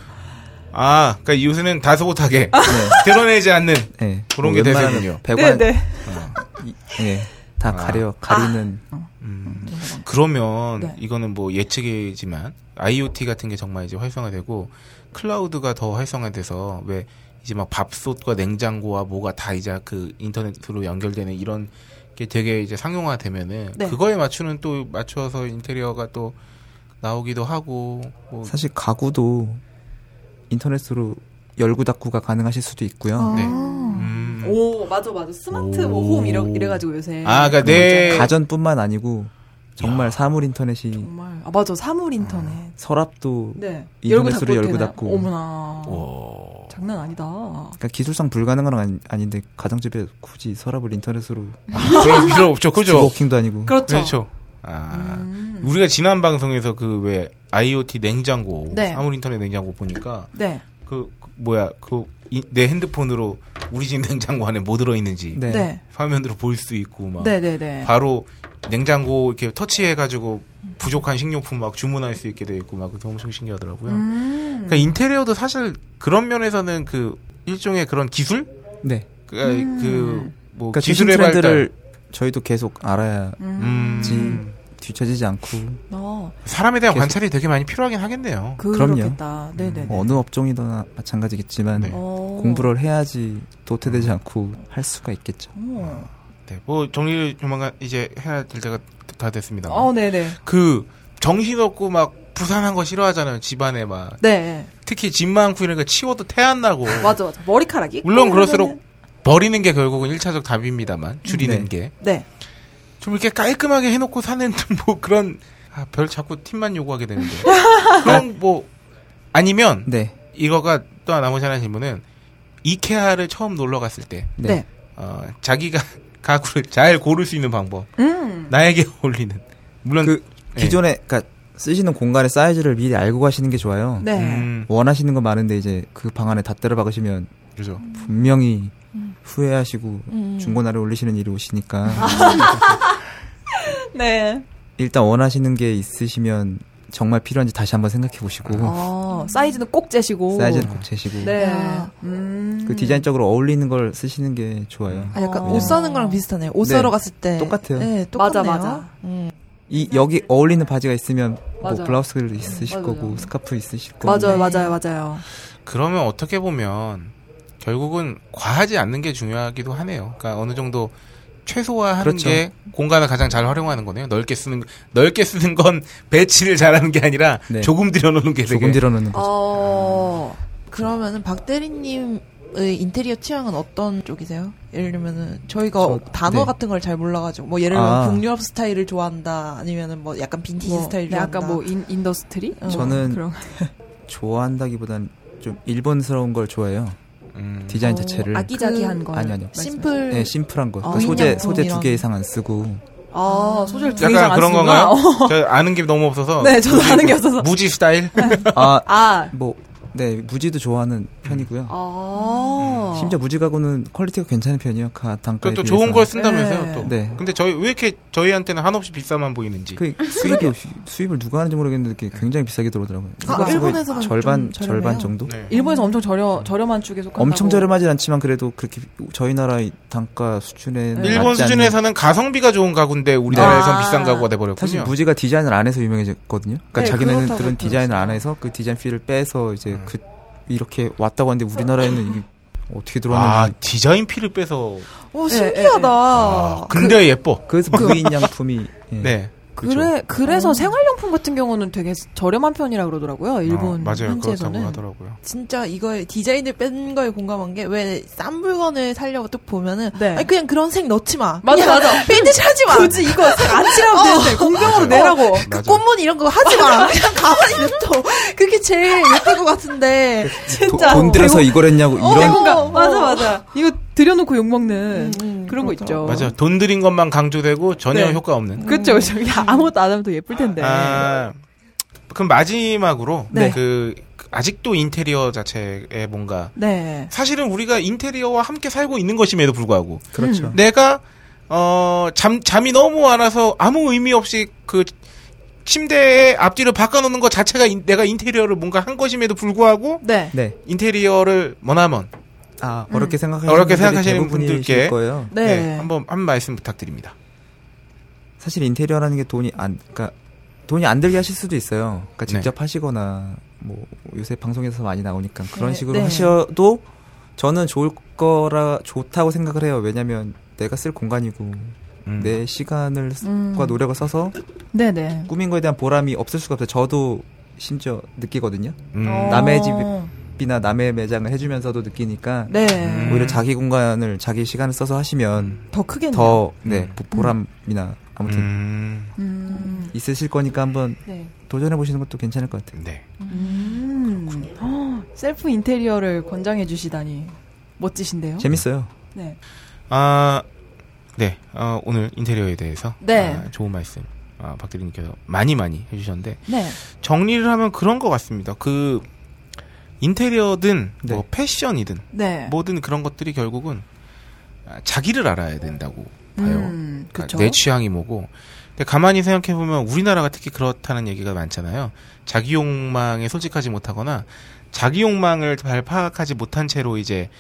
Speaker 4: 아, 그러니까 요새는 다소곳하게
Speaker 5: 아.
Speaker 4: 드러내지 않는
Speaker 1: 네.
Speaker 4: 그런 게
Speaker 1: 웬만하면
Speaker 4: 대세군요.
Speaker 1: 배관
Speaker 5: 네, 네.
Speaker 4: 아.
Speaker 5: 어.
Speaker 1: 이- 예. 다 가려 가리는
Speaker 4: 음. 그러면
Speaker 5: 네.
Speaker 4: 이거는 뭐 예측이지만 IoT 같은 게 정말 이제 활성화되고 클라우드가 더 활성화돼서 왜 이제 막 밥솥과 냉장고와 뭐가 다 이제 그 인터넷으로 연결되는 이런 게 되게 이제 상용화되면은
Speaker 5: 네.
Speaker 4: 그거에 맞추는 또 맞춰서 인테리어가 또 나오기도 하고 뭐
Speaker 1: 사실 가구도 인터넷으로 열구 닫구가 가능하실 수도 있고요.
Speaker 4: 네.
Speaker 5: 아.
Speaker 4: 음.
Speaker 5: 오, 맞아, 맞아. 스마트
Speaker 4: 오.
Speaker 5: 뭐홈 이래, 이래가지고 요새.
Speaker 4: 아, 그러니까 내
Speaker 1: 가전뿐만 아니고 정말 사물 인터넷이
Speaker 5: 정말. 아, 맞아. 사물 인터넷.
Speaker 1: 서랍도
Speaker 5: 네.
Speaker 1: 인터넷으로
Speaker 5: 열고
Speaker 1: 열고
Speaker 5: 되나?
Speaker 1: 닫고.
Speaker 5: 어머나.
Speaker 4: 오.
Speaker 5: 장난 아니다.
Speaker 1: 그러니까 기술상 불가능한 건 아니- 아닌데 가정집에 굳이 서랍을 인터넷으로
Speaker 4: 그럴 필요 없죠,
Speaker 1: (laughs)
Speaker 4: 그죠?
Speaker 1: 워킹도 아니고
Speaker 5: 그렇죠.
Speaker 4: 그렇죠. 아,
Speaker 5: 음.
Speaker 4: 우리가 지난 방송에서 그 왜 IoT 냉장고,
Speaker 5: 네.
Speaker 4: 사물 인터넷 냉장고 보니까
Speaker 5: 네.
Speaker 4: 그, 그 뭐야 그 내 핸드폰으로 우리 집 냉장고 안에 뭐 들어있는지
Speaker 1: 네.
Speaker 5: 네.
Speaker 4: 화면으로 볼 수 있고 막
Speaker 5: 네, 네, 네.
Speaker 4: 어. 바로 냉장고 이렇게 터치해가지고 부족한 식료품 막 주문할 수 있게 돼 있고 막 그거 엄청 신기하더라고요.
Speaker 5: 음.
Speaker 4: 그러니까 인테리어도 사실 그런 면에서는 그 일종의 그런 기술 그, 아,
Speaker 1: 네.
Speaker 4: 그뭐
Speaker 1: 그러니까 최신
Speaker 4: 기술의 발달.
Speaker 1: 트렌드를 저희도 계속 알아야지
Speaker 5: 음.
Speaker 1: 뒤처지지 않고
Speaker 5: 어,
Speaker 4: 사람에 대한
Speaker 1: 계속-
Speaker 4: 관찰이 되게 많이 필요하긴 하겠네요.
Speaker 1: 그럼요.
Speaker 5: 그렇겠다. 네, 네.
Speaker 1: 뭐 어느 업종이든 마찬가지겠지만
Speaker 4: 네.
Speaker 7: 어.
Speaker 4: 음.
Speaker 1: 공부를 해야지 도태되지 않고 할 수가 있겠죠.
Speaker 5: 음.
Speaker 4: 네, 뭐 정리를 조만간 이제 해야 될 때가 다 됐습니다.
Speaker 5: 어, 네, 네.
Speaker 4: 그 정신없고 막 부산한 거 싫어하잖아요. 집안에 막
Speaker 5: 네.
Speaker 4: 특히 집 많고 이런 거 치워도 태 안 나고.
Speaker 5: 맞아, 맞아. 머리카락이?
Speaker 7: 어,
Speaker 4: 물론
Speaker 5: 어, 그러면은-
Speaker 4: 그럴수록 버리는 게 결국은 1차적 답입니다만 줄이는
Speaker 1: 네.
Speaker 4: 게.
Speaker 5: 네.
Speaker 4: 좀 이렇게 깔끔하게 해놓고 사는 (laughs) 뭐 그런 아, 별 자꾸 팁만 요구하게
Speaker 5: (laughs)
Speaker 4: 되는데 그런 뭐 아니면
Speaker 1: 네.
Speaker 4: 이거가 또 하나 나머지 하나 질문은 이케아를 처음 놀러 갔을 때
Speaker 1: 네.
Speaker 5: 네.
Speaker 4: 어, 자기가 (laughs) 가구를 잘 고를 수 있는 방법
Speaker 5: 음.
Speaker 4: 나에게 (laughs) 어울리는 물론
Speaker 1: 그
Speaker 4: 예.
Speaker 1: 기존에 그러니까 쓰시는 공간의 사이즈를 미리 알고 가시는 게 좋아요.
Speaker 5: 네.
Speaker 4: 음,
Speaker 1: 원하시는 건 많은데 이제 그 방 안에 다 때려 박으시면
Speaker 4: 그죠
Speaker 1: 분명히
Speaker 5: 음.
Speaker 1: 후회하시고 중고나를 올리시는 일이 오시니까
Speaker 5: 아. 네.
Speaker 1: 일단 원하시는 게 있으시면 정말 필요한지 다시 한번 생각해 보시고
Speaker 5: 어, 사이즈는 꼭 재시고.
Speaker 1: 사이즈는 꼭 재시고
Speaker 5: 네.
Speaker 7: 야.
Speaker 5: 음.
Speaker 1: 그 디자인적으로 어울리는 걸 쓰시는 게 좋아요.
Speaker 7: 아, 약간
Speaker 5: 어.
Speaker 7: 옷 사는 거랑 비슷하네요. 옷
Speaker 1: 네.
Speaker 7: 사러 갔을 때
Speaker 1: 똑같아요.
Speaker 7: 네,
Speaker 5: 맞아,
Speaker 7: 똑같네요.
Speaker 5: 맞아.
Speaker 7: 음.
Speaker 1: 이 여기 어울리는 바지가 있으면 뭐
Speaker 5: 맞아요.
Speaker 1: 블라우스를 있으실
Speaker 5: 맞아요.
Speaker 1: 거고 스카프 있으실 거고 네.
Speaker 5: 맞아요, 맞아요, 맞아요.
Speaker 4: 그러면 어떻게 보면 결국은 과하지 않는 게 중요하기도 하네요. 그러니까 어느 정도 최소화하는
Speaker 1: 그렇죠.
Speaker 4: 게 공간을 가장 잘 활용하는 거네요. 넓게 쓰는 넓게 쓰는 건 (laughs) 배치를 잘하는 게 아니라
Speaker 1: 네.
Speaker 4: 조금 들여놓는 게 되게
Speaker 1: 조금 들어놓는 그 거죠.
Speaker 5: 어,
Speaker 7: 그러면은 박대리님의 인테리어 취향은 어떤 쪽이세요? 예를 들면은 저희가
Speaker 1: 저-
Speaker 7: 단어
Speaker 1: 네.
Speaker 7: 같은 걸 잘 몰라가지고 뭐 예를 들면
Speaker 1: 아.
Speaker 7: 북유럽 스타일을 좋아한다 아니면은 뭐 약간 빈티지
Speaker 5: 뭐,
Speaker 7: 스타일
Speaker 5: 네,
Speaker 7: 좋아한다.
Speaker 5: 아까 뭐, 인, 인더스트리? 어,
Speaker 1: 저는
Speaker 5: 그런.
Speaker 1: 좋아한다기보단 좀 일본스러운 걸 좋아해요.
Speaker 4: 음.
Speaker 1: 디자인
Speaker 5: 어,
Speaker 1: 자체를
Speaker 5: 아기자기한 거.
Speaker 1: 아니, 아니요.
Speaker 7: 심플
Speaker 1: 네, 심플한 거. 그러니까
Speaker 5: 어,
Speaker 1: 소재
Speaker 7: 인형
Speaker 1: 소재 두
Speaker 7: 이런.
Speaker 1: 개 이상 안 쓰고
Speaker 5: 아, 소재를 두
Speaker 4: 음. 약간
Speaker 5: 개이상 안
Speaker 4: 그런
Speaker 5: 쓰구나.
Speaker 4: 건가요?
Speaker 5: 어.
Speaker 4: 저 아는 게 너무 없어서
Speaker 5: 네, 저도 아는 게 없어서. 네.
Speaker 4: 무지 스타일.
Speaker 1: 아,
Speaker 5: 아,
Speaker 1: 뭐 네, 무지도 좋아하는 편이고요.
Speaker 5: 아.
Speaker 1: 심지어 무지 가구는 퀄리티가 괜찮은 편이에요. 그 단가에
Speaker 4: 또
Speaker 1: 비해서.
Speaker 4: 좋은 걸 쓴다면서요.
Speaker 5: 네.
Speaker 4: 또.
Speaker 1: 네.
Speaker 4: 근데 저희 왜 이렇게 저희한테는 한없이 비싸만 보이는지.
Speaker 1: 그 수입이 수입을 누가 하는지 모르겠는데 이게 굉장히 비싸게 들어오더라고요.
Speaker 7: 아,
Speaker 1: 거의
Speaker 7: 일본에서는 좀
Speaker 1: 절반
Speaker 7: 저렴해요?
Speaker 1: 절반 정도?
Speaker 4: 네.
Speaker 5: 일본에서 엄청 저렴, 저렴한 쪽에 속한다고.
Speaker 1: 엄청 저렴하진 않지만 그래도 그렇게 저희 나라의 단가 수준에
Speaker 4: 일본 수준에서는 가성비가 좋은 가구인데 우리나라에선
Speaker 5: 네.
Speaker 4: 비싼
Speaker 5: 아.
Speaker 4: 가구가 돼버렸군요.
Speaker 1: 사실 무지가 디자인을 안 해서 유명해졌거든요. 그러니까
Speaker 5: 네,
Speaker 1: 자기네들은
Speaker 5: 그렇다고
Speaker 1: 디자인을
Speaker 5: 들었어요.
Speaker 1: 안 해서 그 디자인 피를 빼서 이제
Speaker 4: 음.
Speaker 1: 그 이렇게 왔다고 하는데 우리나라에는 이게 어떻게
Speaker 4: 아
Speaker 1: 들어왔는지
Speaker 4: 디자인 피를 빼서.
Speaker 7: 오 어, 신기하다. 어,
Speaker 4: 아, 근데 예뻐.
Speaker 1: 그래서 무인 양품이 예,
Speaker 4: 네.
Speaker 1: 그죠.
Speaker 5: 그래, 그래서 생활용품 같은 경우는 되게 저렴한 편이라 그러더라고요. 일본
Speaker 4: 아, 맞아요. 그렇다고
Speaker 5: 현지에서는.
Speaker 4: 하더라고요.
Speaker 7: 진짜 이거에 디자인을 뺀 거에 공감한 게 왜 싼 물건을 사려고 딱 보면은
Speaker 5: 네.
Speaker 7: 아니 그냥 그런 색 넣지 마.
Speaker 5: 맞아,
Speaker 7: 그냥
Speaker 5: 맞아.
Speaker 7: (laughs) 페인트 칠하지 마. 아,
Speaker 5: 굳이 이거 안 칠하면 되는데 공병으로
Speaker 4: 맞아요.
Speaker 5: 내라고.
Speaker 7: 그
Speaker 4: 맞아요.
Speaker 7: 꽃무늬 이런 거 하지 마. 그냥 가만히 냅둬. 그게 제일 예쁠 것 같은데. 어,
Speaker 1: 도- 돈
Speaker 5: 어,
Speaker 1: 들여서 이걸 했냐고 이런
Speaker 5: 그러니까 맞아 맞아. 이거 들여놓고 욕 먹는
Speaker 7: 음,
Speaker 5: 그런 거 있죠.
Speaker 4: 맞아. 돈 들인 것만 강조되고 전혀
Speaker 5: 네.
Speaker 4: 효과 없는.
Speaker 5: 그쵸 그쵸. 야, 아무것도 안 하면 더 예쁠 텐데.
Speaker 4: 아, 그럼 마지막으로
Speaker 5: 네.
Speaker 4: 그 아직도 인테리어 자체에 뭔가
Speaker 5: 네.
Speaker 4: 사실은 우리가 인테리어와 함께 살고 있는 것임에도 불구하고
Speaker 1: 그렇죠.
Speaker 4: 내가 어, 잠 잠이 너무 많아서 아무 의미 없이 그 침대에 앞뒤를 바꿔놓는 것 자체가 인- 내가 인테리어를 뭔가 한 것임에도 불구하고
Speaker 5: 네.
Speaker 1: 네.
Speaker 4: 인테리어를 머나먼
Speaker 5: 음.
Speaker 1: 아, 어렵게 생각하시는
Speaker 4: 어렵게
Speaker 1: 분들이
Speaker 4: 생각하시는
Speaker 1: 대부분이실
Speaker 4: 분들께
Speaker 1: 거예요.
Speaker 5: 네.
Speaker 4: 네, 한번 한 말씀 부탁드립니다.
Speaker 1: 사실 인테리어라는 게 돈이 안 그러니까 돈이 안 들게 하실 수도 있어요. 그러니까
Speaker 4: 네.
Speaker 1: 직접 하시거나 뭐 요새 방송에서 많이 나오니까 그런
Speaker 7: 네,
Speaker 1: 식으로
Speaker 7: 네.
Speaker 1: 하셔도 저는 좋을 거라 좋다고 생각을 해요. 왜냐면 내가 쓸 공간이고
Speaker 4: 음.
Speaker 5: 네.
Speaker 1: 내 시간을 쓰-
Speaker 5: 음.
Speaker 1: 과 노력을 써서
Speaker 5: 네네.
Speaker 1: 꾸민 거에 대한 보람이 없을 수가 없어요. 저도 심지어 느끼거든요.
Speaker 4: 음.
Speaker 5: 어.
Speaker 1: 남의 집이나 남의 매장을 해주면서도 느끼니까
Speaker 7: 네.
Speaker 4: 음.
Speaker 1: 오히려 자기 공간을 자기 시간을 써서
Speaker 5: 음.
Speaker 1: 하시면
Speaker 7: 더 크겠네요.
Speaker 1: 더 네,
Speaker 4: 음.
Speaker 1: 보- 보람이나 아무튼
Speaker 4: 음.
Speaker 5: 음.
Speaker 1: 있으실 거니까 한번
Speaker 5: 네.
Speaker 1: 도전해 보시는 것도 괜찮을 것 같아요.
Speaker 4: 네.
Speaker 5: 음. 헉, 셀프 인테리어를 권장해 주시다니 멋지신데요. (laughs)
Speaker 1: 재밌어요.
Speaker 5: 네.
Speaker 4: 아, 네. 어, 오늘 인테리어에 대해서
Speaker 5: 네.
Speaker 4: 아, 좋은 말씀 아, 박대리님께서 많이 많이 해주셨는데
Speaker 5: 네.
Speaker 4: 정리를 하면 그런 것 같습니다. 그 인테리어든 뭐
Speaker 1: 네.
Speaker 4: 패션이든
Speaker 5: 네.
Speaker 4: 뭐든 그런 것들이 결국은 아, 자기를 알아야 된다고 봐요.
Speaker 5: 음,
Speaker 4: 그러니까
Speaker 5: 그렇죠.
Speaker 4: 내 취향이 뭐고. 근데 가만히 생각해 보면 우리나라가 특히 그렇다는 얘기가 많잖아요. 자기 욕망에 솔직하지 못하거나 자기 욕망을 잘 파악하지 못한 채로 이제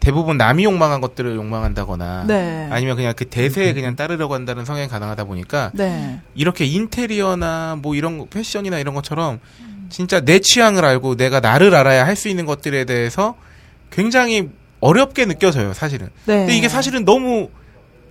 Speaker 4: 대부분 남이 욕망한 것들을 욕망한다거나
Speaker 5: 네. 음.
Speaker 4: 아니면 그냥 그 대세에 그냥 따르려고 한다는 성향이 가능하다 보니까
Speaker 5: 네.
Speaker 4: 이렇게 인테리어나 뭐 이런 거, 패션이나 이런 것처럼 진짜 내 취향을 알고 내가 나를 알아야 할 수 있는 것들에 대해서 굉장히 어렵게 느껴져요, 사실은.
Speaker 5: 네.
Speaker 4: 근데 이게 사실은 너무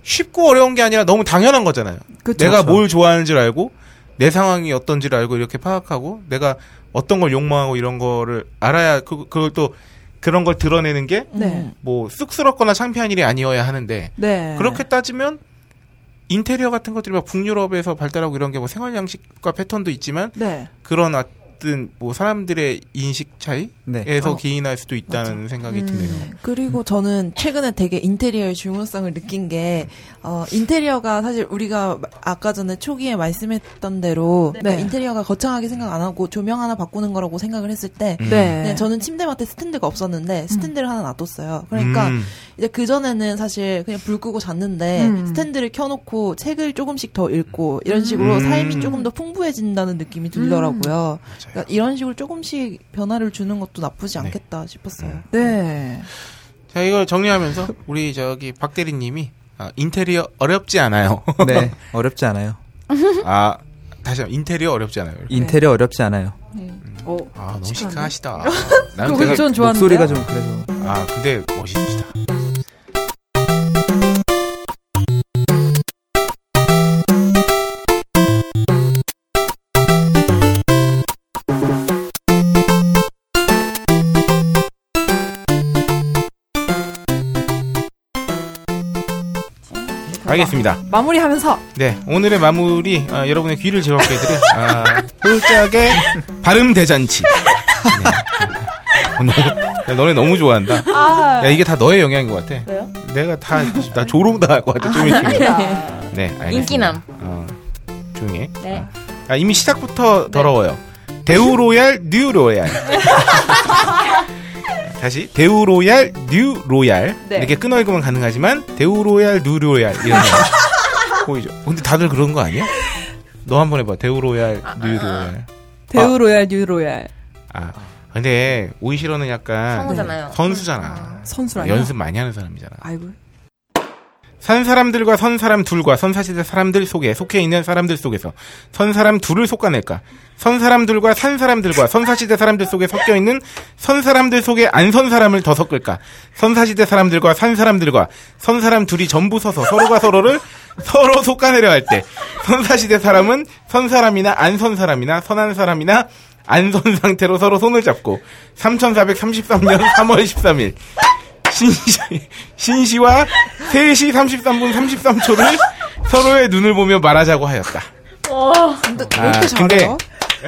Speaker 4: 쉽고 어려운 게 아니라 너무 당연한 거잖아요.
Speaker 5: 그쵸.
Speaker 4: 내가 뭘 좋아하는 줄 알고 내 상황이 어떤지를 알고 이렇게 파악하고 내가 어떤 걸 욕망하고 이런 거를 알아야 그, 그걸 또 그런 걸 드러내는
Speaker 5: 네.
Speaker 4: 게 뭐 쑥스럽거나 창피한 일이 아니어야 하는데
Speaker 5: 네.
Speaker 4: 그렇게 따지면 인테리어 같은 것들이 막 북유럽에서 발달하고 이런 게 뭐 생활 양식과 패턴도 있지만
Speaker 5: 네.
Speaker 4: 그런 어떤 뭐 사람들의 인식 차이에서
Speaker 1: 네.
Speaker 5: 어.
Speaker 4: 기인할 수도 있다는 생각이
Speaker 5: 음.
Speaker 4: 드네요.
Speaker 7: 그리고 저는 최근에 되게 인테리어의 중요성을 느낀 게, 어, 인테리어가 사실 우리가 마- 아까 전에 초기에 말씀했던 대로,
Speaker 5: 네.
Speaker 7: 그러니까 인테리어가 거창하게 생각 안 하고 조명 하나 바꾸는 거라고 생각을 했을 때,
Speaker 4: 음.
Speaker 5: 네. 음.
Speaker 7: 네, 저는 침대맡에 스탠드가 없었는데, 스탠드를 하나 놔뒀어요. 그러니까,
Speaker 4: 음.
Speaker 7: 이제 그전에는 사실 그냥 불 끄고 잤는데,
Speaker 5: 음.
Speaker 7: 스탠드를 켜놓고 책을 조금씩 더 읽고, 이런 식으로
Speaker 4: 음.
Speaker 7: 삶이 조금 더 풍부해진다는 느낌이 들더라고요. 그러니까 이런 식으로 조금씩 변화를 주는 것도 나쁘지 않겠다 싶었어요.
Speaker 5: 네.
Speaker 4: 자 이걸 정리하면서 우리 저기 박 대리님이 아, 인테리어 어렵지 (laughs) 않아요.
Speaker 1: 네, (laughs) 어렵지 않아요.
Speaker 4: 아 다시 한번 인테리어 어렵지 않아요.
Speaker 5: 네.
Speaker 4: 이렇게.
Speaker 1: 인테리어 어렵지 않아요.
Speaker 5: 오.
Speaker 4: 아 너무
Speaker 5: 시크한데?
Speaker 4: 시크하시다. 아,
Speaker 5: 그
Speaker 4: (laughs) 나는
Speaker 5: 건좀 좋았는데.
Speaker 1: 목소리가 좀 그래서
Speaker 4: 아 근데 멋있으시다. 알겠습니다.
Speaker 5: 마무리하면서
Speaker 4: 네, 오늘의 마무리 아, 여러분의 귀를 즐겁게 해드릴 아, 홀짝의 발음 대잔치. 네. 너, 너네 너무 좋아한다.
Speaker 5: 아.
Speaker 4: 야 이게 다 너의 영향인 것 같아. 내가 다 나 조롱 당할 것 같아. 좀 있으면. 네, 알겠습니다.
Speaker 6: 인기남.
Speaker 4: 어, 조용해.
Speaker 6: 네.
Speaker 4: 아, 이미 시작부터 더러워요. 데우로얄
Speaker 6: (laughs)
Speaker 4: 뉴로얄. 다시 데우로얄 뉴로얄
Speaker 5: 네.
Speaker 4: 이렇게 끊어 읽으면 가능하지만 데우로얄 뉴로얄
Speaker 6: (laughs)
Speaker 4: 이런 거 보이죠? 근데 다들 그런 거 아니야? 너 한번 해봐 데우로얄
Speaker 6: 아,
Speaker 4: 뉴로얄.
Speaker 5: 대우 로얄 뉴 로얄
Speaker 4: 아 근데 오이시로는 약간
Speaker 6: 성우잖아요.
Speaker 4: 선수잖아.
Speaker 5: 선수라.
Speaker 4: 연습 많이 하는 사람이잖아.
Speaker 5: 아이고.
Speaker 4: 산 사람들과 선 사람 둘과 선사시대 사람들 속에 속해 있는 사람들 속에서 선 사람 둘을 솎아낼까? 선 사람들과 산 사람들과 선사시대 사람들 속에 섞여 있는 선 사람들 속에 안 선 사람을 더 섞을까? 선사시대 사람들과 산 사람들과 선 사람 둘이 전부 서서 서로가 서로를 (laughs) 서로 솎아내려 할 때 선사시대 사람은 선 사람이나 안 선 사람이나 선한 사람이나 안선 상태로 서로 손을 잡고 3433년 3월 13일 신시, 신시와 3시 33분 33초를 서로의 눈을 보며 말하자고 하였다.
Speaker 7: 근데
Speaker 4: 아,
Speaker 7: 왜 이렇게
Speaker 4: 근데-
Speaker 7: 잘해요?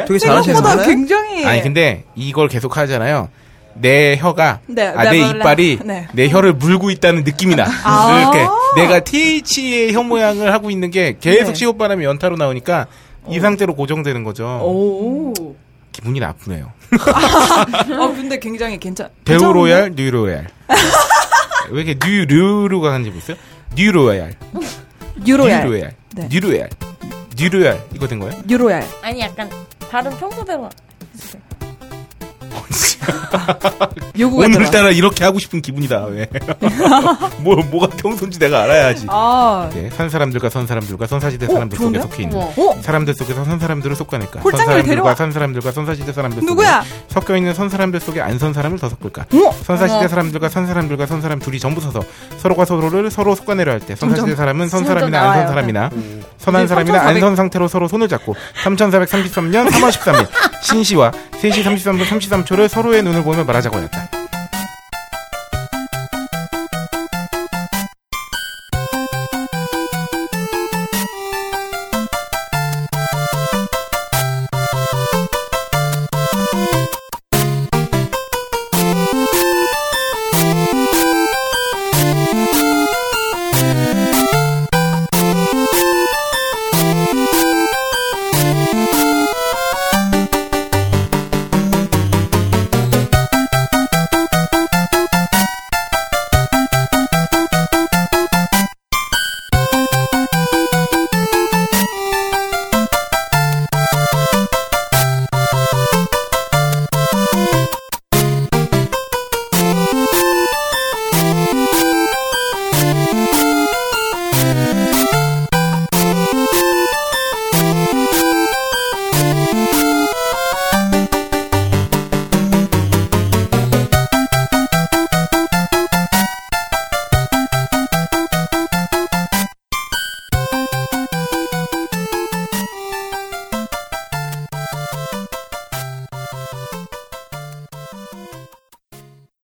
Speaker 1: 되게 잘하시는
Speaker 5: 네? 생각보다
Speaker 1: 거예요.
Speaker 5: 굉장히
Speaker 4: 아니 근데 이걸 계속 하잖아요. 내 혀가
Speaker 5: 네,
Speaker 4: 아, 내
Speaker 5: 네버랜드.
Speaker 4: 이빨이
Speaker 5: 네.
Speaker 4: 내 혀를 물고 있다는 느낌이 나. 이렇게 내가 TH의 혀 모양을 하고 있는 게 계속
Speaker 5: 네.
Speaker 4: 시옷바람이 연타로 나오니까 이 상태로 고정되는 거죠.
Speaker 5: 오.
Speaker 4: 기분이 나쁘네요.
Speaker 5: 어 근데 굉장히 괜찮.
Speaker 4: 배우
Speaker 5: 괜찮은데?
Speaker 4: 로얄, 뉴 로얄. 왜 이렇게 뉴 류루가 하는지 보세요. 뉴 로얄.
Speaker 5: 뉴 로얄.
Speaker 4: 뉴로얄.
Speaker 5: 네.
Speaker 4: 뉴로얄. 뉴로얄. 이거 된 거예요?
Speaker 5: 뉴 로얄.
Speaker 6: 아니 약간 발음 평소대로
Speaker 5: 요구가 들어왔어요.
Speaker 4: 오늘따라 이렇게 하고 싶은 기분이다.
Speaker 5: (laughs)
Speaker 4: 왜? 뭐 뭐가 평소인지 내가 알아야지.
Speaker 5: 아,
Speaker 4: 네, 산 사람들과 선 사람들과 선사시대 사람들 속에
Speaker 5: 좋은데요?
Speaker 4: 속해 있는
Speaker 5: 어?
Speaker 4: 사람들 속에서 선 사람들을 섞어낼까? 선
Speaker 5: 홀장님을
Speaker 4: 사람들과
Speaker 5: 데려와.
Speaker 4: 선 사람들과 선사시대 사람들 속에
Speaker 5: 누구야?
Speaker 4: 섞여 있는 선 사람들 속에 안 선 사람을 더 섞을까?
Speaker 5: 어?
Speaker 4: 선사시대 사람들과 선 사람들과 선 사람 둘이 전부 서서 서로가 서로를 서로 섞어내려 할 때 선사시대 사람은 선
Speaker 6: 점점
Speaker 4: 사람이나 안 선
Speaker 6: 나와요. 네.
Speaker 4: 사람이나 선한 사람이나 안 선 상태로 서로 손을 잡고 (laughs) 3433년 3월 13일 신시와 3시 33분 33초를 서로의 눈을 보며 말하자고 하였다.